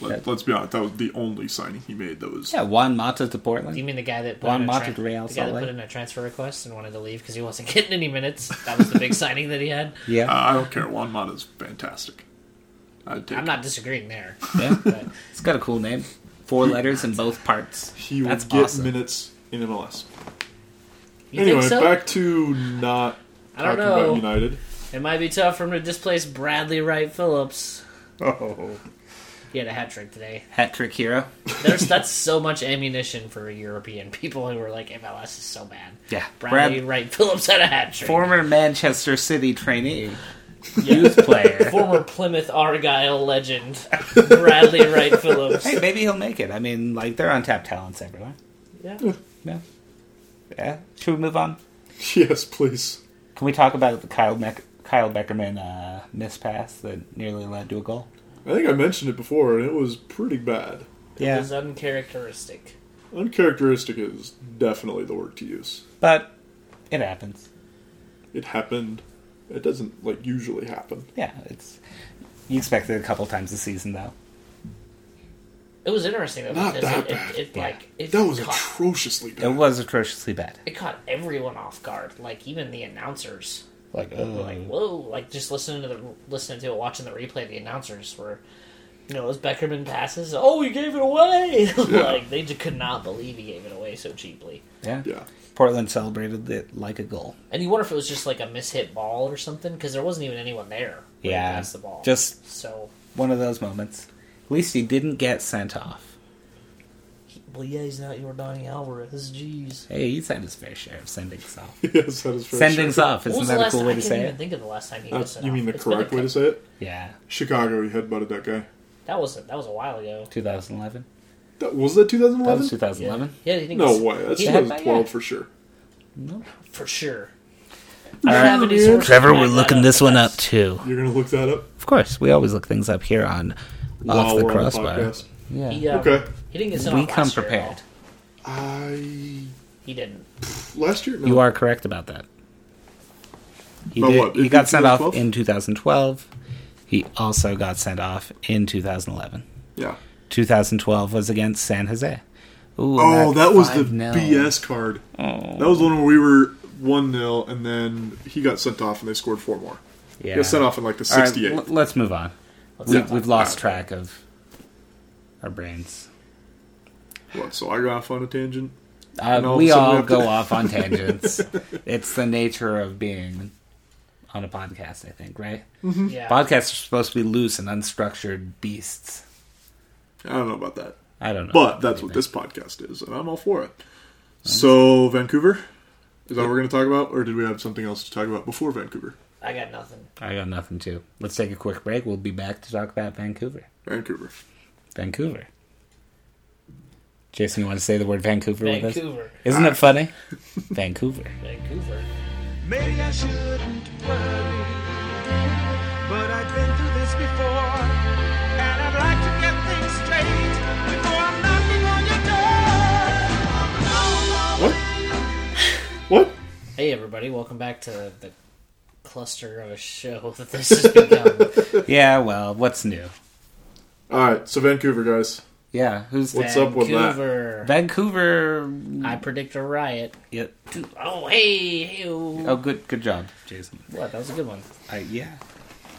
[SPEAKER 2] Let,
[SPEAKER 3] That-
[SPEAKER 2] let's be honest, that was the only signing he made that was.
[SPEAKER 3] Yeah, Juan Mata to
[SPEAKER 1] Do you
[SPEAKER 3] Portland.
[SPEAKER 1] mean the guy that put, in,
[SPEAKER 3] Juan
[SPEAKER 1] a
[SPEAKER 3] Mata
[SPEAKER 1] tran-
[SPEAKER 3] to Real
[SPEAKER 1] the guy that
[SPEAKER 3] Salt
[SPEAKER 1] put
[SPEAKER 3] Lake?
[SPEAKER 1] in a transfer request and wanted to leave because he wasn't getting any minutes? That was the big signing that he had.
[SPEAKER 2] Uh,
[SPEAKER 3] Yeah.
[SPEAKER 2] I don't care. Juan Mata's fantastic. I'd take
[SPEAKER 1] I'm not disagreeing there.
[SPEAKER 3] yeah.
[SPEAKER 1] But
[SPEAKER 3] It's got a cool name. Four letters in both parts.
[SPEAKER 2] He would
[SPEAKER 3] That's
[SPEAKER 2] get
[SPEAKER 3] awesome.
[SPEAKER 2] minutes in MLS.
[SPEAKER 1] you
[SPEAKER 2] anyway,
[SPEAKER 1] think so?
[SPEAKER 2] back to not
[SPEAKER 1] I don't
[SPEAKER 2] talking about
[SPEAKER 1] know.
[SPEAKER 2] United.
[SPEAKER 1] It might be tough for him to displace Bradley Wright Phillips.
[SPEAKER 2] Oh.
[SPEAKER 1] He had a hat trick today.
[SPEAKER 3] Hat trick hero.
[SPEAKER 1] There's that's so much ammunition for European people who are like MLS is so bad.
[SPEAKER 3] Yeah.
[SPEAKER 1] Bradley
[SPEAKER 3] Brad,
[SPEAKER 1] Wright Phillips had a hat trick.
[SPEAKER 3] former Manchester City trainee, youth player.
[SPEAKER 1] Former Plymouth Argyle legend Bradley Wright Phillips.
[SPEAKER 3] hey, maybe he'll make it. I mean, like they're untapped talents everywhere.
[SPEAKER 1] Yeah.
[SPEAKER 3] Yeah. Yeah. Should we move on?
[SPEAKER 2] Yes, please.
[SPEAKER 3] Can we talk about the Kyle Mec- Kyle Beckerman uh, miss pass that nearly led to a goal?
[SPEAKER 2] I think I mentioned it before, and it was pretty bad.
[SPEAKER 1] It
[SPEAKER 3] Yeah.
[SPEAKER 1] was uncharacteristic.
[SPEAKER 2] Uncharacteristic is definitely the word to use.
[SPEAKER 3] But it happens.
[SPEAKER 2] It happened. It doesn't like usually happen.
[SPEAKER 3] Yeah, it's you expect it a couple times a season though.
[SPEAKER 1] It was interesting though
[SPEAKER 2] Not
[SPEAKER 1] because it,
[SPEAKER 2] that
[SPEAKER 1] it-
[SPEAKER 2] bad.
[SPEAKER 1] it, like it
[SPEAKER 2] That was
[SPEAKER 1] caught,
[SPEAKER 2] atrociously bad.
[SPEAKER 3] It was atrociously bad.
[SPEAKER 1] it caught everyone off guard, like even the announcers.
[SPEAKER 3] Like, uh-huh.
[SPEAKER 1] like whoa like just listening to the listening to it watching the replay the announcers were you know those beckerman passes oh he gave it away like they just could not believe he gave it away so cheaply
[SPEAKER 3] yeah.
[SPEAKER 2] yeah.
[SPEAKER 3] Portland celebrated it like a goal.
[SPEAKER 1] and you wonder if it was just like a mishit ball or something because there wasn't even anyone there when he
[SPEAKER 3] Yeah,
[SPEAKER 1] passed the ball
[SPEAKER 3] just-
[SPEAKER 1] so
[SPEAKER 3] One of those moments. At least he didn't get sent off.
[SPEAKER 1] well yeah he's not your donnie alvarez jeez
[SPEAKER 3] Hey, he sent his fair share of sendings off.
[SPEAKER 2] Yes, that is fair.
[SPEAKER 3] Sendings off,
[SPEAKER 1] What
[SPEAKER 3] isn't
[SPEAKER 1] was the
[SPEAKER 3] that a
[SPEAKER 1] last
[SPEAKER 3] cool
[SPEAKER 1] time?
[SPEAKER 3] way
[SPEAKER 1] I
[SPEAKER 3] to
[SPEAKER 1] can't
[SPEAKER 3] say
[SPEAKER 1] even
[SPEAKER 3] it?
[SPEAKER 1] think of the last time he was
[SPEAKER 2] That's,
[SPEAKER 1] sent
[SPEAKER 2] Uh, you
[SPEAKER 1] off.
[SPEAKER 2] mean the
[SPEAKER 1] It's been a
[SPEAKER 2] correct way to
[SPEAKER 1] couple-
[SPEAKER 2] say it?
[SPEAKER 3] Yeah,
[SPEAKER 2] Chicago, he headbutted that guy.
[SPEAKER 1] That was that was a while ago.
[SPEAKER 3] 2011.
[SPEAKER 2] That, was that
[SPEAKER 3] That was
[SPEAKER 2] 2011?
[SPEAKER 3] 2011.
[SPEAKER 1] Yeah, you think
[SPEAKER 2] No
[SPEAKER 1] it's-
[SPEAKER 2] way. That's
[SPEAKER 1] He had-
[SPEAKER 2] 2012
[SPEAKER 3] yeah.
[SPEAKER 2] for sure.
[SPEAKER 1] for sure.
[SPEAKER 3] All
[SPEAKER 1] I have
[SPEAKER 3] right.
[SPEAKER 1] any sources
[SPEAKER 3] Trevor,
[SPEAKER 1] to
[SPEAKER 3] we're
[SPEAKER 1] back
[SPEAKER 3] looking
[SPEAKER 1] that
[SPEAKER 3] this
[SPEAKER 1] up,
[SPEAKER 3] one
[SPEAKER 1] but
[SPEAKER 3] up too.
[SPEAKER 2] You're going to look that up
[SPEAKER 3] Of course, we always look things up here on Off
[SPEAKER 2] while
[SPEAKER 3] the
[SPEAKER 2] we're on the
[SPEAKER 3] Crossbar.
[SPEAKER 2] podcast.
[SPEAKER 1] He,
[SPEAKER 3] Yeah,
[SPEAKER 1] um,
[SPEAKER 2] Okay.
[SPEAKER 1] He didn't get sent
[SPEAKER 3] we
[SPEAKER 1] off
[SPEAKER 3] come
[SPEAKER 1] last year at all.
[SPEAKER 3] prepared.
[SPEAKER 2] I.
[SPEAKER 1] He didn't.
[SPEAKER 2] Last year? No.
[SPEAKER 3] You are correct about that. He,
[SPEAKER 2] About
[SPEAKER 3] did-
[SPEAKER 2] what?
[SPEAKER 3] he
[SPEAKER 2] In
[SPEAKER 3] got sent off
[SPEAKER 2] 2012?
[SPEAKER 3] in 2012. He also got sent off in 2011.
[SPEAKER 2] Yeah.
[SPEAKER 3] 2012 was against San Jose. Ooh,
[SPEAKER 2] Oh,
[SPEAKER 3] and
[SPEAKER 2] that was the
[SPEAKER 3] 5-0.
[SPEAKER 2] BS card.
[SPEAKER 3] Oh.
[SPEAKER 2] That was the one where we were 1 0, and then he got sent off, and they scored four more.
[SPEAKER 3] Yeah.
[SPEAKER 2] He got sent off in like the
[SPEAKER 3] All right,
[SPEAKER 2] 68th.
[SPEAKER 3] l- let's move on.
[SPEAKER 1] Let's
[SPEAKER 3] We,
[SPEAKER 1] not
[SPEAKER 3] we've
[SPEAKER 1] talk
[SPEAKER 3] lost
[SPEAKER 1] about it.
[SPEAKER 3] track of our brains.
[SPEAKER 2] What, so I got off on a tangent? And
[SPEAKER 3] Uh,
[SPEAKER 2] all
[SPEAKER 3] we
[SPEAKER 2] of a sudden we
[SPEAKER 3] all
[SPEAKER 2] have
[SPEAKER 3] go
[SPEAKER 2] to-
[SPEAKER 3] off on tangents. it's the nature of being on a podcast, I think, right?
[SPEAKER 2] Mm-hmm.
[SPEAKER 1] Yeah.
[SPEAKER 3] Podcasts are supposed to be loose and unstructured beasts.
[SPEAKER 2] I don't know about that.
[SPEAKER 3] I don't know.
[SPEAKER 2] But that's what this podcast is, and I'm all for it. So, Vancouver? Is that what we're going to talk about, or did we have something else to talk about before Vancouver?
[SPEAKER 1] I got nothing.
[SPEAKER 3] I got nothing to. Let's take a quick break. We'll be back to talk about Vancouver.
[SPEAKER 2] Vancouver.
[SPEAKER 3] Vancouver. Jason, you want to say the word Vancouver, with us?
[SPEAKER 1] Vancouver.
[SPEAKER 3] Isn't it funny? Vancouver.
[SPEAKER 1] Vancouver.
[SPEAKER 4] Maybe I shouldn't worry, but I've been through this before, and I'd like to get things straight before I'm knocking on your door.
[SPEAKER 2] What? What?
[SPEAKER 1] Hey, everybody. Welcome back to the cluster of a show that this has become.
[SPEAKER 3] Yeah, well, what's new?
[SPEAKER 2] All right, so Vancouver, guys.
[SPEAKER 3] Yeah, who's
[SPEAKER 2] What's up with that?
[SPEAKER 1] Vancouver.
[SPEAKER 3] Vancouver?
[SPEAKER 1] I predict a riot.
[SPEAKER 3] Yeah.
[SPEAKER 1] Oh, hey. hey oh.
[SPEAKER 3] Oh, good, good job, Jason.
[SPEAKER 1] What? That was a good one.
[SPEAKER 3] I, yeah.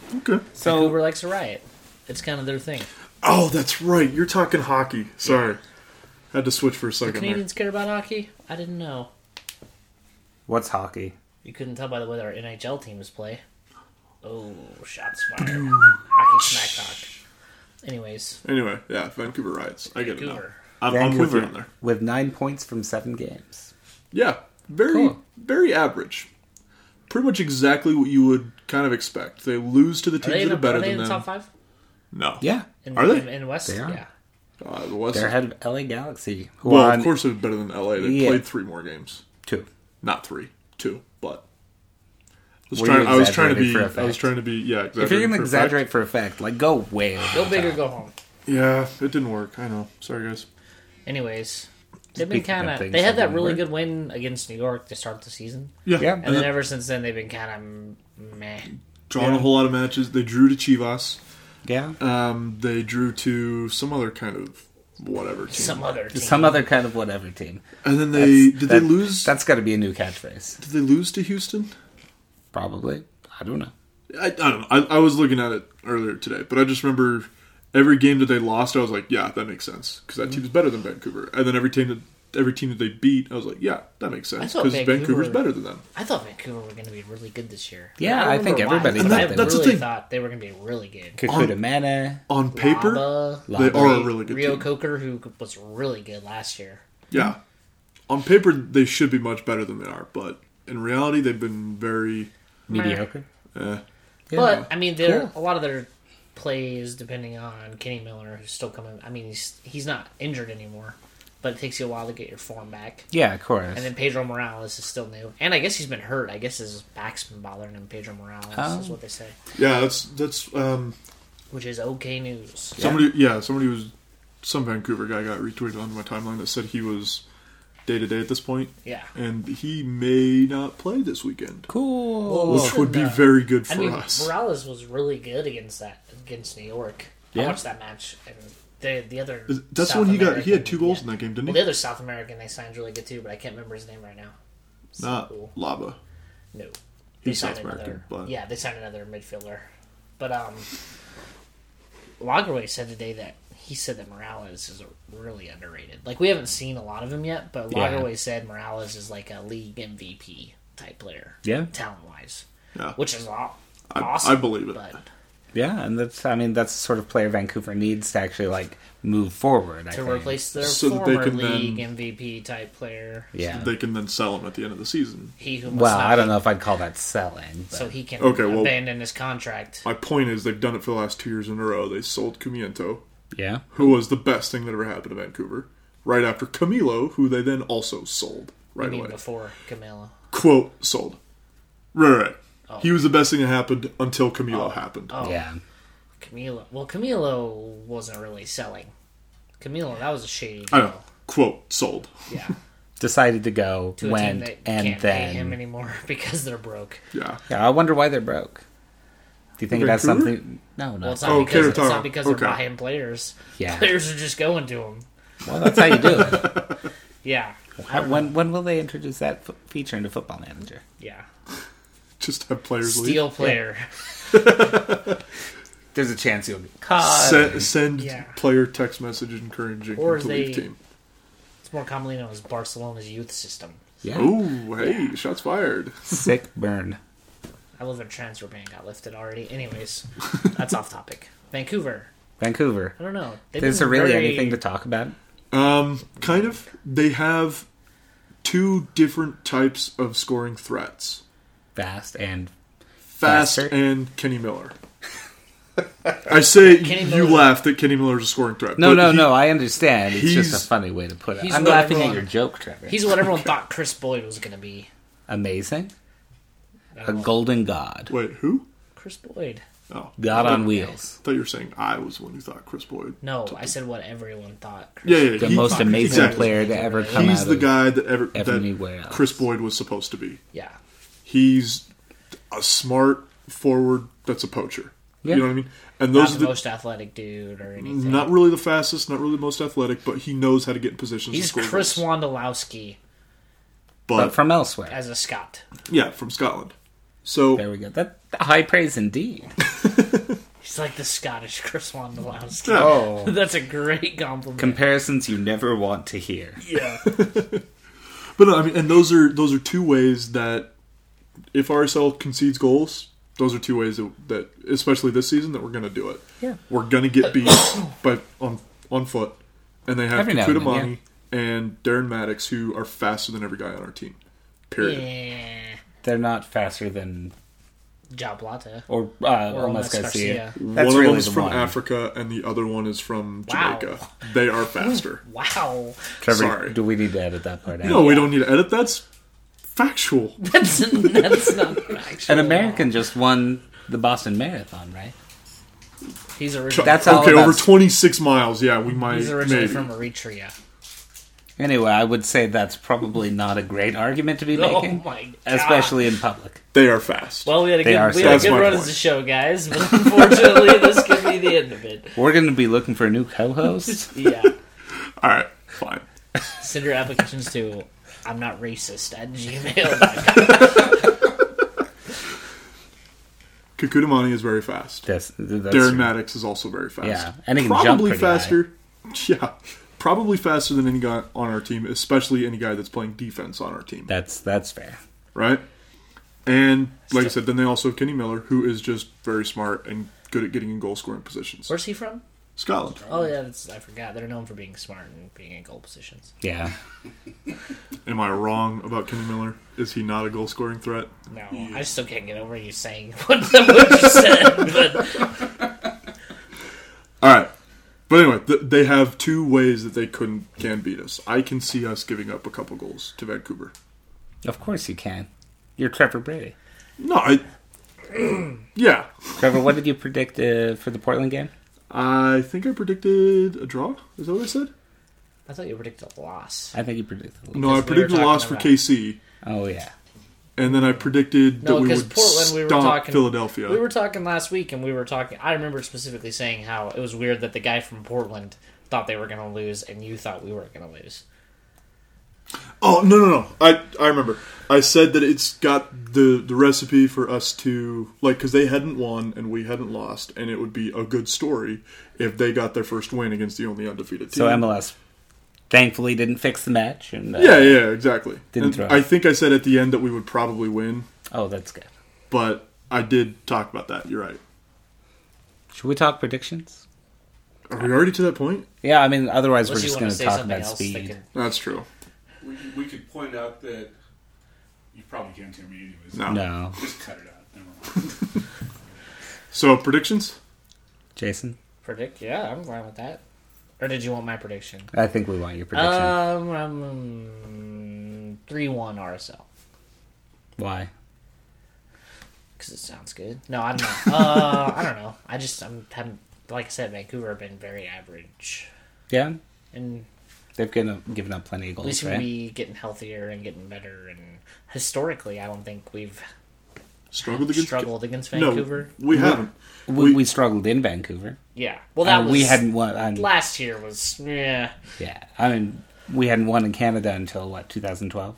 [SPEAKER 2] Okay.
[SPEAKER 1] Vancouver
[SPEAKER 3] So
[SPEAKER 1] likes a riot. It's kind of their thing.
[SPEAKER 2] Oh, that's right. You're talking hockey. Sorry. Had to switch for a second there.
[SPEAKER 1] Canadians care about hockey? I didn't know.
[SPEAKER 3] what's hockey?
[SPEAKER 1] You couldn't tell by the way that our NHL teams play. Oh, shots fired. hockey smack talk. Anyways,
[SPEAKER 2] Anyway, yeah, Vancouver Riots. I get it now.
[SPEAKER 1] Vancouver.
[SPEAKER 2] I'm, I'm with you
[SPEAKER 3] Vancouver
[SPEAKER 2] on there.
[SPEAKER 3] with nine points from seven games.
[SPEAKER 2] Yeah, very
[SPEAKER 1] Cool.
[SPEAKER 2] very average. Pretty much exactly what you would kind of expect. They lose to the
[SPEAKER 1] Are they
[SPEAKER 2] teams
[SPEAKER 1] in,
[SPEAKER 2] that
[SPEAKER 1] the,
[SPEAKER 2] are better
[SPEAKER 1] are they
[SPEAKER 2] than
[SPEAKER 1] in the
[SPEAKER 2] them.
[SPEAKER 1] top five?
[SPEAKER 2] No.
[SPEAKER 3] Yeah,
[SPEAKER 1] In,
[SPEAKER 2] Are they?
[SPEAKER 1] In, in West?
[SPEAKER 3] They are.
[SPEAKER 1] Yeah.
[SPEAKER 2] Uh, the West-
[SPEAKER 3] they're ahead of LA Galaxy. who
[SPEAKER 2] well,
[SPEAKER 3] are
[SPEAKER 2] of
[SPEAKER 3] on
[SPEAKER 2] course, they're better than LA. They
[SPEAKER 3] Yeah.
[SPEAKER 2] played three more games,
[SPEAKER 3] two.
[SPEAKER 2] not three, two. But I was
[SPEAKER 3] Were
[SPEAKER 2] trying.
[SPEAKER 3] you
[SPEAKER 2] I was trying to be.
[SPEAKER 3] exaggerating for
[SPEAKER 2] I was
[SPEAKER 3] effect?
[SPEAKER 2] trying to be. Yeah.
[SPEAKER 3] If you're
[SPEAKER 2] exaggerating
[SPEAKER 3] gonna
[SPEAKER 2] for effect.
[SPEAKER 3] exaggerate for effect, like go way. over
[SPEAKER 1] Go
[SPEAKER 3] the
[SPEAKER 1] big or
[SPEAKER 3] top.
[SPEAKER 1] go home.
[SPEAKER 2] Yeah, it didn't work. I know. Sorry, guys.
[SPEAKER 1] Anyways, they've been
[SPEAKER 3] Speaking of
[SPEAKER 1] kind of.
[SPEAKER 3] things
[SPEAKER 1] They had
[SPEAKER 3] that
[SPEAKER 1] that
[SPEAKER 3] didn't
[SPEAKER 1] really
[SPEAKER 3] work.
[SPEAKER 1] good win against New York to start the season,
[SPEAKER 2] Yeah.
[SPEAKER 3] Yeah.
[SPEAKER 1] and then ever since then they've been kind of meh.
[SPEAKER 2] drawn a whole lot of matches. They drew to Chivas.
[SPEAKER 3] Yeah,
[SPEAKER 2] Um, they drew to some other kind of whatever team.
[SPEAKER 1] Some other team.
[SPEAKER 3] some other kind of whatever team.
[SPEAKER 2] and then they did they
[SPEAKER 3] That-
[SPEAKER 2] lose?
[SPEAKER 3] That's got to be a new catchphrase,
[SPEAKER 2] Did they lose to Houston?
[SPEAKER 3] probably. I don't know.
[SPEAKER 2] I, I don't know. I, I was looking at it earlier today, but I just remember every game that they lost, I was like, yeah, that makes sense because that team's better than Vancouver. And then every team that every team that they beat, I was like, yeah, that makes sense
[SPEAKER 1] thought
[SPEAKER 2] because
[SPEAKER 1] Vancouver-
[SPEAKER 2] Vancouver's better than them.
[SPEAKER 1] I thought Vancouver were going to be really good this year.
[SPEAKER 3] Yeah, I
[SPEAKER 1] don't
[SPEAKER 3] think
[SPEAKER 1] remember
[SPEAKER 3] everybody
[SPEAKER 1] but
[SPEAKER 2] thought
[SPEAKER 1] I
[SPEAKER 2] that. That's the
[SPEAKER 1] really
[SPEAKER 2] thing.
[SPEAKER 1] thought they were going to be really good.
[SPEAKER 3] Kakuta Mana.
[SPEAKER 2] On paper,
[SPEAKER 1] Lava,
[SPEAKER 2] they
[SPEAKER 3] Lava.
[SPEAKER 2] are a really good
[SPEAKER 1] Rio
[SPEAKER 2] team.
[SPEAKER 1] Coker, who was really good last year.
[SPEAKER 2] Yeah, on paper they should be much better than they are, but in reality, they've been very.
[SPEAKER 3] Mediocre.
[SPEAKER 2] Eh.
[SPEAKER 3] Yeah.
[SPEAKER 1] But I mean, there
[SPEAKER 3] Cool.
[SPEAKER 1] a lot of their plays depending on Kenny Miller, who's still coming. I mean, he's he's not injured anymore, but it takes you a while to get your form back.
[SPEAKER 3] yeah, of course.
[SPEAKER 1] And then Pedro Morales is still new, and I guess he's been hurt. I guess his back's been bothering him. Pedro Morales is
[SPEAKER 3] Oh.
[SPEAKER 1] what they say,
[SPEAKER 2] Yeah, that's that's um,
[SPEAKER 1] which is okay news.
[SPEAKER 2] somebody. Yeah, somebody was some Vancouver guy got retweeted onto my timeline that said he was day to day at this point,
[SPEAKER 1] Yeah.
[SPEAKER 2] and he may not play this weekend,
[SPEAKER 3] cool.
[SPEAKER 2] which would be
[SPEAKER 1] uh,
[SPEAKER 2] very good for
[SPEAKER 1] I mean,
[SPEAKER 2] us.
[SPEAKER 1] Morales was really good against that against New York. I
[SPEAKER 3] Yeah.
[SPEAKER 1] watched that match, and the the other
[SPEAKER 2] That's
[SPEAKER 1] South
[SPEAKER 2] when he got. He had
[SPEAKER 1] American-
[SPEAKER 2] two goals
[SPEAKER 1] yeah.
[SPEAKER 2] in that game,
[SPEAKER 1] Well,
[SPEAKER 2] didn't
[SPEAKER 1] the
[SPEAKER 2] he?
[SPEAKER 1] other South American they signed really good too, but I can't remember his name right now. So,
[SPEAKER 2] Not Lava.
[SPEAKER 1] No,
[SPEAKER 2] He's South American,
[SPEAKER 1] another,
[SPEAKER 2] but-
[SPEAKER 1] yeah, they signed another midfielder. But um, Lagerway said today that he said that Morales is really underrated. Like we haven't seen a lot of him yet, but
[SPEAKER 3] Yeah.
[SPEAKER 1] Lagerway said Morales is like a league MVP type player.
[SPEAKER 3] Yeah.
[SPEAKER 1] talent wise,
[SPEAKER 2] Yeah,
[SPEAKER 1] which is aw-
[SPEAKER 2] I,
[SPEAKER 1] awesome.
[SPEAKER 2] I believe it.
[SPEAKER 1] But
[SPEAKER 3] Yeah, and that's I mean that's the sort of player Vancouver needs to actually like move forward. I
[SPEAKER 1] to
[SPEAKER 3] think.
[SPEAKER 1] replace their
[SPEAKER 2] So that they
[SPEAKER 1] former
[SPEAKER 2] can then-
[SPEAKER 1] league MVP type player,
[SPEAKER 3] yeah.
[SPEAKER 2] They can then sell him at the end of the season.
[SPEAKER 1] he who must
[SPEAKER 3] well,
[SPEAKER 1] not
[SPEAKER 3] I don't
[SPEAKER 1] be-
[SPEAKER 3] know if I'd call that selling. But
[SPEAKER 1] So he can
[SPEAKER 2] Okay, well-
[SPEAKER 1] abandon his contract.
[SPEAKER 2] My point is, they've done it for the last two years in a row. They sold Cumiento,
[SPEAKER 3] yeah,
[SPEAKER 2] who was the best thing that ever happened to Vancouver, right after Camilo, who they then also sold
[SPEAKER 1] I
[SPEAKER 2] right
[SPEAKER 1] mean,
[SPEAKER 2] away.
[SPEAKER 1] before Camilo.
[SPEAKER 2] quote sold. Right, right, right. He was the best thing that happened until Camilo happened.
[SPEAKER 1] Oh,
[SPEAKER 3] yeah,
[SPEAKER 1] Camilo. Well, Camilo wasn't really selling. Camilo, that was a shady
[SPEAKER 2] I
[SPEAKER 3] Uh,
[SPEAKER 1] deal.
[SPEAKER 2] know. Quote sold.
[SPEAKER 1] Yeah,
[SPEAKER 3] decided to go,
[SPEAKER 1] to a team
[SPEAKER 3] went,
[SPEAKER 1] that
[SPEAKER 3] and
[SPEAKER 1] can't pay him
[SPEAKER 3] then
[SPEAKER 1] anymore because they're broke.
[SPEAKER 2] Yeah.
[SPEAKER 3] yeah. I wonder why they're broke. Do you think that's
[SPEAKER 2] Vancouver?
[SPEAKER 3] something? No, no.
[SPEAKER 1] Well, it's not
[SPEAKER 2] Oh,
[SPEAKER 1] because it's
[SPEAKER 2] Querétaro.
[SPEAKER 1] not because
[SPEAKER 2] Okay.
[SPEAKER 1] they're buying players.
[SPEAKER 3] Yeah.
[SPEAKER 1] players are just going to him.
[SPEAKER 3] well, that's how you do it.
[SPEAKER 1] Yeah, I
[SPEAKER 3] How,
[SPEAKER 1] don't know.
[SPEAKER 3] when when will they introduce that f- feature into Football Manager?
[SPEAKER 1] yeah,
[SPEAKER 2] Just have players leave.
[SPEAKER 1] steal player.
[SPEAKER 3] There's a chance you'll get caught.
[SPEAKER 2] Se- send
[SPEAKER 1] Yeah.
[SPEAKER 2] player text messages encouraging
[SPEAKER 1] Or
[SPEAKER 2] him to
[SPEAKER 1] they-
[SPEAKER 2] leave team.
[SPEAKER 1] It's more commonly known as Barcelona's youth system.
[SPEAKER 3] yeah,
[SPEAKER 2] Oh, hey, shots fired.
[SPEAKER 3] sick burn.
[SPEAKER 1] I love their transfer ban got lifted already. Anyways, that's off topic. Vancouver.
[SPEAKER 3] Vancouver.
[SPEAKER 1] I don't know. They've
[SPEAKER 3] Is
[SPEAKER 1] been
[SPEAKER 3] there really
[SPEAKER 1] very-
[SPEAKER 3] anything to talk about?
[SPEAKER 2] Um, kind of. They have two different types of scoring threats.
[SPEAKER 3] Fast and
[SPEAKER 2] Fast
[SPEAKER 3] Faster.
[SPEAKER 2] and Kenny Miller. I say
[SPEAKER 1] Kenny
[SPEAKER 2] you
[SPEAKER 1] Miller-
[SPEAKER 2] laugh that Kenny Miller's a scoring threat.
[SPEAKER 3] No,
[SPEAKER 2] but
[SPEAKER 3] no,
[SPEAKER 2] he-
[SPEAKER 3] no. I understand. It's just
[SPEAKER 2] he's-
[SPEAKER 3] a funny way to put it.
[SPEAKER 1] he's
[SPEAKER 3] I'm
[SPEAKER 1] what
[SPEAKER 3] laughing at
[SPEAKER 1] everyone-
[SPEAKER 3] your joke, Trevor.
[SPEAKER 1] He's what everyone thought Chris Boyd was going to be.
[SPEAKER 3] amazing.
[SPEAKER 1] I
[SPEAKER 3] A
[SPEAKER 1] don't know.
[SPEAKER 3] golden god,
[SPEAKER 2] Wait, who?
[SPEAKER 1] Chris Boyd.
[SPEAKER 2] Oh.
[SPEAKER 3] god on wheels.
[SPEAKER 2] I thought you were saying I was the one who thought Chris Boyd.
[SPEAKER 1] No, I said what everyone thought. Chris
[SPEAKER 2] Yeah, yeah,
[SPEAKER 3] The
[SPEAKER 2] he-
[SPEAKER 3] most amazing
[SPEAKER 2] exactly.
[SPEAKER 3] player to ever come
[SPEAKER 2] He's
[SPEAKER 3] out
[SPEAKER 2] the
[SPEAKER 3] of
[SPEAKER 2] guy that ever
[SPEAKER 3] everywhere
[SPEAKER 2] that
[SPEAKER 3] else.
[SPEAKER 2] Chris Boyd was supposed to be.
[SPEAKER 1] Yeah.
[SPEAKER 2] He's a smart forward that's a poacher.
[SPEAKER 3] Yeah.
[SPEAKER 2] You know what I mean? And
[SPEAKER 1] not
[SPEAKER 2] those
[SPEAKER 1] the
[SPEAKER 2] are the Mm-hmm.
[SPEAKER 1] most athletic dude or anything.
[SPEAKER 2] not really the fastest, not really the most athletic, but he knows how to get in positions.
[SPEAKER 1] He's
[SPEAKER 2] to score
[SPEAKER 1] Chris
[SPEAKER 2] goals.
[SPEAKER 1] Wondolowski
[SPEAKER 2] but,
[SPEAKER 3] but from elsewhere.
[SPEAKER 1] as a Scot.
[SPEAKER 2] yeah, from Scotland. So
[SPEAKER 3] There we go. That high praise indeed.
[SPEAKER 1] He's like the Scottish Chris Wondolowski.
[SPEAKER 2] Yeah.
[SPEAKER 3] Oh,
[SPEAKER 1] That's a great compliment.
[SPEAKER 3] comparisons you never want to hear.
[SPEAKER 1] yeah.
[SPEAKER 2] But no, I mean, and those are those are two ways that if RSL concedes goals, those are two ways that, that especially this season that we're going to do it.
[SPEAKER 3] Yeah.
[SPEAKER 2] we're going to get beat by on on foot, and they have
[SPEAKER 3] Every now and then,
[SPEAKER 2] Kakutamani and Darren Maddox who are faster than every guy on our team. Period.
[SPEAKER 1] Yeah.
[SPEAKER 3] They're not faster than
[SPEAKER 1] Job Plata.
[SPEAKER 3] or uh,
[SPEAKER 1] Or
[SPEAKER 3] Olmes
[SPEAKER 1] Olmes
[SPEAKER 3] Garcia.
[SPEAKER 1] Garcia.
[SPEAKER 3] That's
[SPEAKER 2] one
[SPEAKER 3] really
[SPEAKER 2] of them's
[SPEAKER 3] the
[SPEAKER 2] from
[SPEAKER 3] one.
[SPEAKER 2] Africa and the other one is from
[SPEAKER 1] Wow.
[SPEAKER 2] Jamaica. They are faster.
[SPEAKER 1] Wow.
[SPEAKER 3] Trevor,
[SPEAKER 2] Sorry.
[SPEAKER 3] do we need to edit that part out?
[SPEAKER 2] No, we don't need to edit. That's factual.
[SPEAKER 1] That's, that's not actually.
[SPEAKER 3] An American just won the Boston Marathon, right?
[SPEAKER 1] He's originally,
[SPEAKER 3] That's all
[SPEAKER 2] okay.
[SPEAKER 3] about-
[SPEAKER 2] Over twenty six miles. Yeah, we might.
[SPEAKER 1] he's originally
[SPEAKER 2] maybe.
[SPEAKER 1] from Eritrea.
[SPEAKER 3] Anyway, I would say that's probably not a great argument to be
[SPEAKER 1] Oh
[SPEAKER 3] making,
[SPEAKER 1] my God.
[SPEAKER 3] especially in public.
[SPEAKER 2] They are fast.
[SPEAKER 1] Well, we had a
[SPEAKER 3] They are
[SPEAKER 1] good, we had a
[SPEAKER 2] That's
[SPEAKER 1] good
[SPEAKER 2] my
[SPEAKER 1] run
[SPEAKER 2] point.
[SPEAKER 1] as a show, guys, but unfortunately, this could be the end of it.
[SPEAKER 3] We're going to be looking for a new co-host.
[SPEAKER 1] Yeah.
[SPEAKER 2] All right, fine.
[SPEAKER 1] Send your applications to I'm not racist at gmail.com.
[SPEAKER 2] Kakutamani is very fast.
[SPEAKER 3] that's, that's
[SPEAKER 2] Darren Maddox is also very fast.
[SPEAKER 3] Yeah, and he can jump
[SPEAKER 2] probably
[SPEAKER 3] pretty
[SPEAKER 2] faster. Yeah, probably faster than any guy on our team, especially any guy that's playing defense on our team,
[SPEAKER 3] That's that's fair.
[SPEAKER 2] right? And like I said, then they also have Kenny Miller, who is just very smart and good at getting in goal scoring positions.
[SPEAKER 1] Where's he from?
[SPEAKER 2] Scotland.
[SPEAKER 1] Oh, yeah, that's, I forgot. They're known for being smart and being in goal positions.
[SPEAKER 3] Yeah,
[SPEAKER 2] Am I wrong about Kenny Miller? Is he not a goal scoring threat?
[SPEAKER 1] No, I still can't get over you saying what, what you said, but
[SPEAKER 2] All right. But anyway, th- they have two ways that they couldn't can beat us. I can see us giving up a couple goals to Vancouver.
[SPEAKER 3] of course you can. You're Trevor Brady.
[SPEAKER 2] No, I. yeah,
[SPEAKER 3] Trevor, what did you predict uh, for the Portland game?
[SPEAKER 2] I think I predicted a draw. Is that what I said?
[SPEAKER 1] I thought you predicted a loss.
[SPEAKER 3] I think you
[SPEAKER 2] No,
[SPEAKER 3] predicted.
[SPEAKER 2] I
[SPEAKER 1] Because we were
[SPEAKER 2] predicted a
[SPEAKER 1] talking
[SPEAKER 2] loss for
[SPEAKER 1] about-
[SPEAKER 2] KC,
[SPEAKER 3] Oh yeah,
[SPEAKER 2] and then I predicted
[SPEAKER 1] No,
[SPEAKER 2] that we
[SPEAKER 1] because
[SPEAKER 2] would
[SPEAKER 1] Portland, we were
[SPEAKER 2] stomp
[SPEAKER 1] talking
[SPEAKER 2] Philadelphia.
[SPEAKER 1] We were talking last week, and we were talking. I remember specifically saying how it was weird that the guy from Portland thought they were going to lose, and you thought we were going to lose.
[SPEAKER 2] Oh no, no, no! I I remember. I said that it's got the the recipe for us to like because they hadn't won and we hadn't lost, and it would be a good story if they got their first win against the only undefeated team.
[SPEAKER 3] so MLS thankfully didn't fix the match, and uh,
[SPEAKER 2] Yeah, yeah, exactly.
[SPEAKER 3] Didn't
[SPEAKER 2] And
[SPEAKER 3] throw.
[SPEAKER 2] I think I said at the end that we would probably win,
[SPEAKER 3] Oh, that's good.
[SPEAKER 2] but I did talk about that. You're right.
[SPEAKER 3] Should we talk predictions?
[SPEAKER 2] Are we already to that point?
[SPEAKER 3] Yeah, I mean, otherwise
[SPEAKER 1] Unless
[SPEAKER 3] we're
[SPEAKER 1] you want
[SPEAKER 3] just going
[SPEAKER 1] to
[SPEAKER 3] to
[SPEAKER 1] say
[SPEAKER 3] talk
[SPEAKER 1] something
[SPEAKER 3] about
[SPEAKER 1] else,
[SPEAKER 3] speed.
[SPEAKER 1] they can-
[SPEAKER 2] That's true.
[SPEAKER 5] We, could- we could point out that you probably can't hear me anyways.
[SPEAKER 2] No.
[SPEAKER 3] No,
[SPEAKER 5] Just cut it out. Never mind.
[SPEAKER 2] So predictions?
[SPEAKER 3] Jason,
[SPEAKER 1] predict. Yeah, I'm fine with that. Or did you want my prediction?
[SPEAKER 3] I think we want your prediction.
[SPEAKER 1] Um, I'm three one RSL
[SPEAKER 3] Why?
[SPEAKER 1] because it sounds good. No, I don't know. uh, I don't know. I just I'm haven't like I said, Vancouver have been very average,
[SPEAKER 3] Yeah,
[SPEAKER 1] and
[SPEAKER 3] they've given up, given up plenty of
[SPEAKER 1] we
[SPEAKER 3] goals,
[SPEAKER 1] seem
[SPEAKER 3] right?
[SPEAKER 1] to be getting healthier and getting better. And historically, I don't think we've
[SPEAKER 2] Struggled against
[SPEAKER 1] struggled against
[SPEAKER 2] No,
[SPEAKER 1] Vancouver.
[SPEAKER 2] we haven't.
[SPEAKER 3] we, we struggled in Vancouver.
[SPEAKER 1] Yeah. Well, that
[SPEAKER 3] And
[SPEAKER 1] was
[SPEAKER 3] Uh, we hadn't won. i
[SPEAKER 1] last year was yeah.
[SPEAKER 3] yeah, I mean, we hadn't won in Canada until what 2012,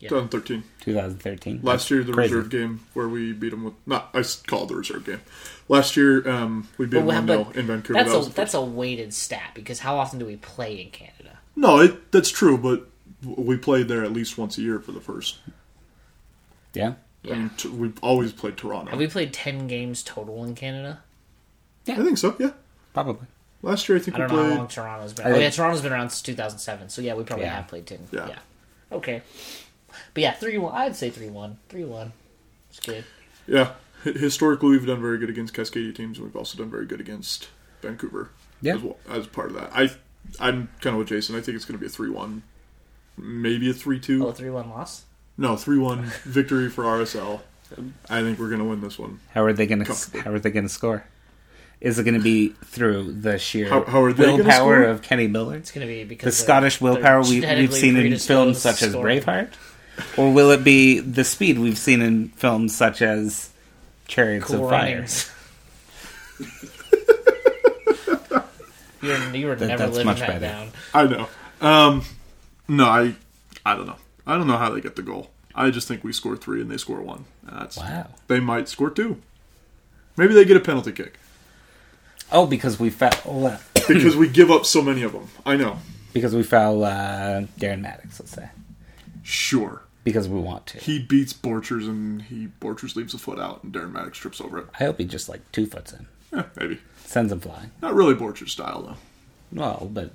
[SPEAKER 2] 2013.
[SPEAKER 3] 2013.
[SPEAKER 2] Last year, the
[SPEAKER 3] Crazy.
[SPEAKER 2] reserve game where we beat them with. Not, I s- called the reserve game. Last year, um, we beat them
[SPEAKER 1] But-
[SPEAKER 2] 1 0
[SPEAKER 1] but
[SPEAKER 2] in Vancouver.
[SPEAKER 1] That's
[SPEAKER 2] That was
[SPEAKER 1] a
[SPEAKER 2] the
[SPEAKER 1] that's
[SPEAKER 2] first-
[SPEAKER 1] a weighted stat because how often do we play in Canada?
[SPEAKER 2] no, it, that's true, but w- we played there at least once a year for the first.
[SPEAKER 3] Yeah,
[SPEAKER 2] I mean, t- we've always played Toronto.
[SPEAKER 1] Have we played ten games total in Canada?
[SPEAKER 2] I think so, yeah.
[SPEAKER 3] probably.
[SPEAKER 2] Last year, I think
[SPEAKER 1] I don't
[SPEAKER 2] we
[SPEAKER 1] know
[SPEAKER 2] played.
[SPEAKER 1] how long Toronto's been.
[SPEAKER 3] I
[SPEAKER 1] Oh
[SPEAKER 3] think-
[SPEAKER 1] yeah, Toronto's been around since 2007. So yeah, we probably
[SPEAKER 3] Yeah.
[SPEAKER 1] have played 10.
[SPEAKER 2] Yeah.
[SPEAKER 1] Yeah. Okay. But yeah, 3-1. I'd say 3-1. 3-1. It's good.
[SPEAKER 2] Yeah, Hi- historically we've done very good against Cascadia teams, and we've also done very good against Vancouver.
[SPEAKER 3] Yeah.
[SPEAKER 2] as, well, as part of that, I I'm kind of with Jason. I think it's going to be a three-one, maybe a three-two.
[SPEAKER 1] Oh, 3-1 loss?
[SPEAKER 2] No, three-one victory for RSL. I think we're going to win this one.
[SPEAKER 3] How are they going to?
[SPEAKER 2] Comfortably.
[SPEAKER 3] How are they going to score? Is it going to be through the sheer
[SPEAKER 2] How- how are they gonna
[SPEAKER 3] willpower
[SPEAKER 2] score?
[SPEAKER 3] of Kenny Miller,
[SPEAKER 1] It's going to be because
[SPEAKER 3] the
[SPEAKER 1] they're-
[SPEAKER 3] Scottish
[SPEAKER 1] they're
[SPEAKER 3] willpower we, we've
[SPEAKER 1] genetically
[SPEAKER 3] seen in films
[SPEAKER 1] predisposed to
[SPEAKER 3] such as
[SPEAKER 1] scoring.
[SPEAKER 3] Braveheart, or will it be the speed we've seen in films such as Chariots
[SPEAKER 1] Cool
[SPEAKER 3] of Fire?
[SPEAKER 1] runnings. You're, you were never
[SPEAKER 3] that's
[SPEAKER 1] living
[SPEAKER 3] much
[SPEAKER 1] that
[SPEAKER 3] better.
[SPEAKER 1] down.
[SPEAKER 2] I know. Um, no, I I don't know. I don't know how they get the goal. I just think we score three and they score one. That's
[SPEAKER 3] Wow.
[SPEAKER 2] They might score two. Maybe they get a penalty kick
[SPEAKER 3] Oh, because we oh, foul well,
[SPEAKER 2] because we give up so many of them. I know.
[SPEAKER 3] because we foul uh, Darren Maddox, let's say,
[SPEAKER 2] Sure.
[SPEAKER 3] because we want to.
[SPEAKER 2] he beats Borchers and he Borchers leaves a foot out and Darren Maddox trips over it.
[SPEAKER 3] I hope he just like two foots in,
[SPEAKER 2] Eh, maybe
[SPEAKER 3] sends him flying.
[SPEAKER 2] not really Borchers style though.
[SPEAKER 3] Well, but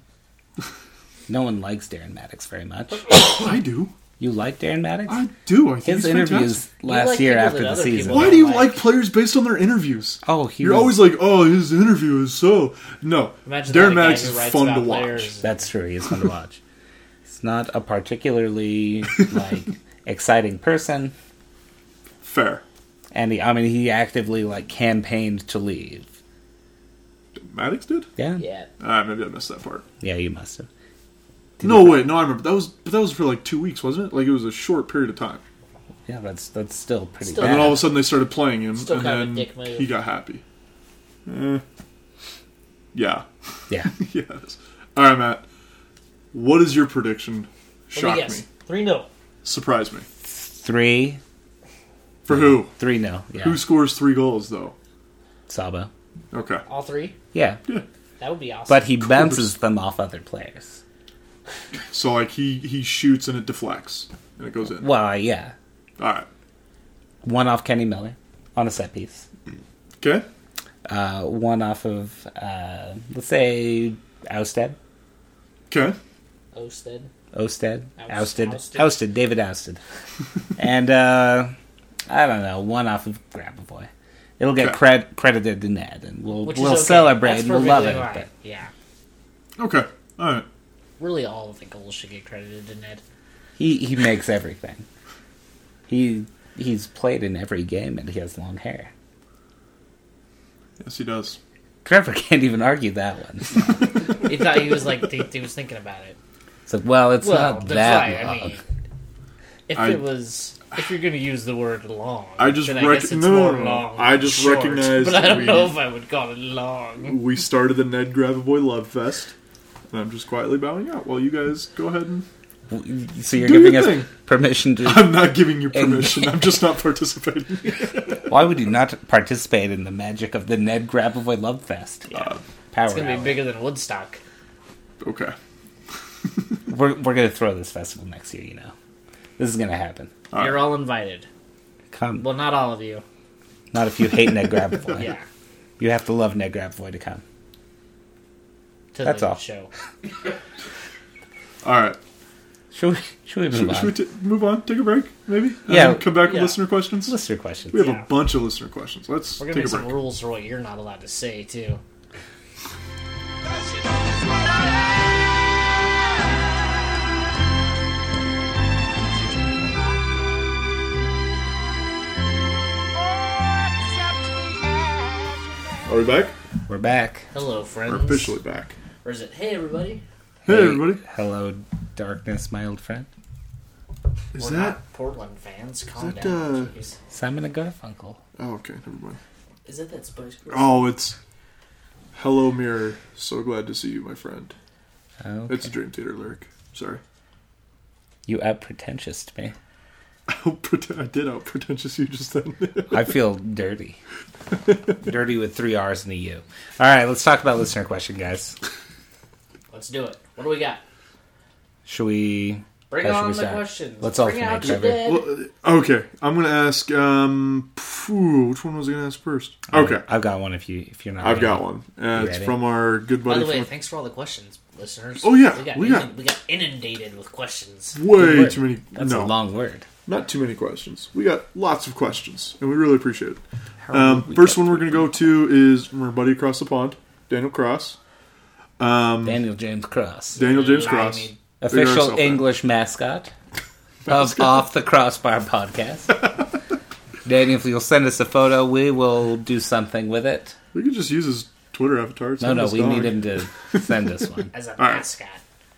[SPEAKER 3] no one likes Darren Maddox very much.
[SPEAKER 2] Oh, I do.
[SPEAKER 3] You like Darren Maddox?
[SPEAKER 2] I do. I think
[SPEAKER 3] His
[SPEAKER 2] he's
[SPEAKER 3] interviews
[SPEAKER 2] fantastic.
[SPEAKER 1] You
[SPEAKER 3] last
[SPEAKER 1] like
[SPEAKER 3] year
[SPEAKER 1] people
[SPEAKER 3] after
[SPEAKER 1] that
[SPEAKER 3] the
[SPEAKER 1] other
[SPEAKER 3] season.
[SPEAKER 1] people
[SPEAKER 2] Why do you
[SPEAKER 1] Like-
[SPEAKER 2] like players based on their interviews?
[SPEAKER 3] Oh, he
[SPEAKER 2] You're
[SPEAKER 3] was-
[SPEAKER 2] always like, oh, his interview is so. No,
[SPEAKER 1] Imagine
[SPEAKER 2] Darren
[SPEAKER 1] that guy
[SPEAKER 2] Maddox
[SPEAKER 1] who
[SPEAKER 2] is
[SPEAKER 1] writes
[SPEAKER 2] fun to
[SPEAKER 1] about
[SPEAKER 2] watch.
[SPEAKER 1] players.
[SPEAKER 3] That's true. He's fun to watch. He's not a particularly like exciting person,
[SPEAKER 2] Fair.
[SPEAKER 3] and he, I mean, he actively like campaigned to leave.
[SPEAKER 2] Maddox did.
[SPEAKER 3] Yeah,
[SPEAKER 1] Yeah.
[SPEAKER 2] Ah, maybe I missed that part.
[SPEAKER 3] Yeah, you must have.
[SPEAKER 2] no, wait, no, I remember. That was, but that was for like two weeks, wasn't it? Like it was a short period of time,
[SPEAKER 3] Yeah, that's that's still pretty.
[SPEAKER 1] Still-
[SPEAKER 2] and
[SPEAKER 3] bad.
[SPEAKER 2] then all of a sudden they started playing him,
[SPEAKER 1] Still
[SPEAKER 2] and
[SPEAKER 1] kind of a
[SPEAKER 2] then
[SPEAKER 1] dick move.
[SPEAKER 2] he got happy. Eh. Yeah.
[SPEAKER 3] yeah,
[SPEAKER 2] yes. All right, Matt. What is your prediction?
[SPEAKER 1] Let me
[SPEAKER 2] Shock me,
[SPEAKER 1] guess. Three 0
[SPEAKER 2] surprise me.
[SPEAKER 3] three,
[SPEAKER 2] For who?
[SPEAKER 3] three. No, yeah,
[SPEAKER 2] Who scores three goals though?
[SPEAKER 3] Saba.
[SPEAKER 2] Okay.
[SPEAKER 1] All three.
[SPEAKER 3] Yeah,
[SPEAKER 2] Yeah.
[SPEAKER 1] That would be awesome.
[SPEAKER 3] but he bounces them off other players.
[SPEAKER 2] So like he he shoots and it deflects and it goes in.
[SPEAKER 3] Well, uh, yeah,
[SPEAKER 2] All right.
[SPEAKER 3] one off Kenny Miller on a set piece.
[SPEAKER 2] Okay.
[SPEAKER 3] Uh, one off of uh, let's say Ousted,
[SPEAKER 2] Okay.
[SPEAKER 1] Osted.
[SPEAKER 3] Ousted,
[SPEAKER 1] Oust-
[SPEAKER 3] Ousted,
[SPEAKER 1] Ousted.
[SPEAKER 3] Ousted, David Ousted, and uh, I don't know, one off of Grabavoy. It'll get
[SPEAKER 2] Okay.
[SPEAKER 3] cred- credited to Ned, and we'll
[SPEAKER 1] Which
[SPEAKER 3] we'll
[SPEAKER 1] is okay.
[SPEAKER 3] celebrate,
[SPEAKER 1] That's
[SPEAKER 3] and we'll love it.
[SPEAKER 1] perfectly right.
[SPEAKER 3] but-
[SPEAKER 1] Yeah.
[SPEAKER 2] Okay. All right.
[SPEAKER 1] Really, all of the goals should get credited to Ned.
[SPEAKER 3] He he makes everything. He he's played in every game and he has long hair.
[SPEAKER 2] Yes, he does.
[SPEAKER 3] Trevor can't even argue that one.
[SPEAKER 1] He thought he was like he, he was thinking about it.
[SPEAKER 3] It's like, well, it's
[SPEAKER 1] Well,
[SPEAKER 3] not
[SPEAKER 1] that's
[SPEAKER 3] that
[SPEAKER 1] right.
[SPEAKER 3] long.
[SPEAKER 1] I mean, if
[SPEAKER 2] I-
[SPEAKER 1] it was, if you're going to use the word long,
[SPEAKER 2] I just
[SPEAKER 1] then I
[SPEAKER 2] rec-
[SPEAKER 1] guess it's
[SPEAKER 2] no, no,
[SPEAKER 1] more
[SPEAKER 2] no, no.
[SPEAKER 1] long.
[SPEAKER 2] I
[SPEAKER 1] than
[SPEAKER 2] just
[SPEAKER 1] short,
[SPEAKER 2] recognize
[SPEAKER 1] but I don't
[SPEAKER 2] we-
[SPEAKER 1] know if I would call it long.
[SPEAKER 2] We started the Ned Grabavoy Love Fest, and I'm just quietly bowing out while you guys go ahead and.
[SPEAKER 3] so you're
[SPEAKER 2] Do your
[SPEAKER 3] giving us
[SPEAKER 2] thing.
[SPEAKER 3] permission to.
[SPEAKER 2] I'm not giving you permission. I'm just not participating.
[SPEAKER 3] Why would you not participate in the magic of the Ned Grabavoy Love Fest?
[SPEAKER 2] Uh,
[SPEAKER 3] Power
[SPEAKER 1] It's going to
[SPEAKER 3] hour.
[SPEAKER 1] be bigger than Woodstock.
[SPEAKER 2] okay.
[SPEAKER 3] We're we're gonna throw this festival next year. You know, this is gonna happen.
[SPEAKER 2] All
[SPEAKER 1] You're all invited.
[SPEAKER 3] Come,
[SPEAKER 1] Well, not all of you.
[SPEAKER 3] not if you hate Ned Grabavoy.
[SPEAKER 1] Yeah.
[SPEAKER 3] You have to love Ned Grabavoy to come.
[SPEAKER 1] To
[SPEAKER 3] That's
[SPEAKER 1] the
[SPEAKER 3] all.
[SPEAKER 1] Show.
[SPEAKER 2] All right.
[SPEAKER 3] Should we? Should we move
[SPEAKER 2] Should,
[SPEAKER 3] on?
[SPEAKER 2] should we t- move on? Take a break, maybe. And
[SPEAKER 3] Yeah.
[SPEAKER 2] then Come back with
[SPEAKER 1] Yeah.
[SPEAKER 2] listener questions.
[SPEAKER 3] Listener questions.
[SPEAKER 2] we have
[SPEAKER 1] Yeah.
[SPEAKER 2] a bunch of listener questions. Let's
[SPEAKER 1] We're going
[SPEAKER 2] take
[SPEAKER 1] to
[SPEAKER 2] a
[SPEAKER 1] make
[SPEAKER 2] break.
[SPEAKER 1] some rules for what you're not allowed to say, too.
[SPEAKER 4] Cause you know it's what I am. Oh, accept me as you are.
[SPEAKER 2] Are we back?
[SPEAKER 3] We're back.
[SPEAKER 1] Hello, friends.
[SPEAKER 2] We're officially back.
[SPEAKER 1] Or is it, hey, everybody?
[SPEAKER 2] Hey, everybody.
[SPEAKER 3] Hello, darkness, my old friend.
[SPEAKER 2] Is
[SPEAKER 1] We're
[SPEAKER 2] that?
[SPEAKER 1] not Portland fans. Calm
[SPEAKER 2] that,
[SPEAKER 1] down.
[SPEAKER 2] uh,
[SPEAKER 1] Jeez.
[SPEAKER 3] Simon and Garfunkel.
[SPEAKER 2] Oh, okay. Never mind.
[SPEAKER 1] Is that that Spice Girl?
[SPEAKER 2] Oh, it's. Hello, mirror. So glad to see you, my friend.
[SPEAKER 3] Oh,
[SPEAKER 2] It's a Dream Theater lyric. Sorry.
[SPEAKER 3] you out pretentious to me.
[SPEAKER 2] Outpret- I did out pretentious you just then.
[SPEAKER 3] I feel dirty. dirty with three R's and a U. All right, let's talk about listener question, guys.
[SPEAKER 1] Let's do it. What do we got?
[SPEAKER 3] Should we?
[SPEAKER 1] Bring
[SPEAKER 3] how should
[SPEAKER 1] on
[SPEAKER 3] we
[SPEAKER 1] the
[SPEAKER 3] start?
[SPEAKER 1] questions.
[SPEAKER 3] Let's
[SPEAKER 1] Bring
[SPEAKER 3] alternate,
[SPEAKER 1] out your
[SPEAKER 3] Trevor.
[SPEAKER 1] dead.
[SPEAKER 2] Well, uh, okay, I'm gonna ask. Um, phew, which one was I gonna ask first? Okay,
[SPEAKER 3] I've got one. If you if you're not,
[SPEAKER 2] I've
[SPEAKER 3] ready.
[SPEAKER 2] got one. Uh, it's
[SPEAKER 3] ready?
[SPEAKER 2] from our good
[SPEAKER 1] By
[SPEAKER 2] buddy.
[SPEAKER 1] the way,
[SPEAKER 2] from
[SPEAKER 1] thanks for all the questions, listeners.
[SPEAKER 2] Oh, yeah,
[SPEAKER 1] we got,
[SPEAKER 2] we got-
[SPEAKER 1] inund- we got inundated with questions.
[SPEAKER 3] Good
[SPEAKER 2] way
[SPEAKER 3] word.
[SPEAKER 2] too many.
[SPEAKER 3] That's
[SPEAKER 2] no,
[SPEAKER 3] a long word.
[SPEAKER 2] not too many questions. We got lots of questions, and we really appreciate it.
[SPEAKER 3] How
[SPEAKER 2] Um,
[SPEAKER 3] would we
[SPEAKER 2] first
[SPEAKER 3] get
[SPEAKER 2] one we're gonna go to is from our buddy across the pond, Daniel Cross,
[SPEAKER 3] Daniel James Cross,
[SPEAKER 2] Um, Daniel
[SPEAKER 1] Blimey.
[SPEAKER 2] James Cross, Figure
[SPEAKER 3] official
[SPEAKER 2] ourselves out.
[SPEAKER 3] English mascot of Off the Crossbar podcast. Daniel, if you'll send us a photo, we will do something with it.
[SPEAKER 2] We could just use his Twitter avatar.
[SPEAKER 3] No,
[SPEAKER 2] send
[SPEAKER 3] no,
[SPEAKER 2] us
[SPEAKER 3] we
[SPEAKER 2] dog.
[SPEAKER 3] need him to send us one.
[SPEAKER 1] As a
[SPEAKER 2] right.
[SPEAKER 1] mascot.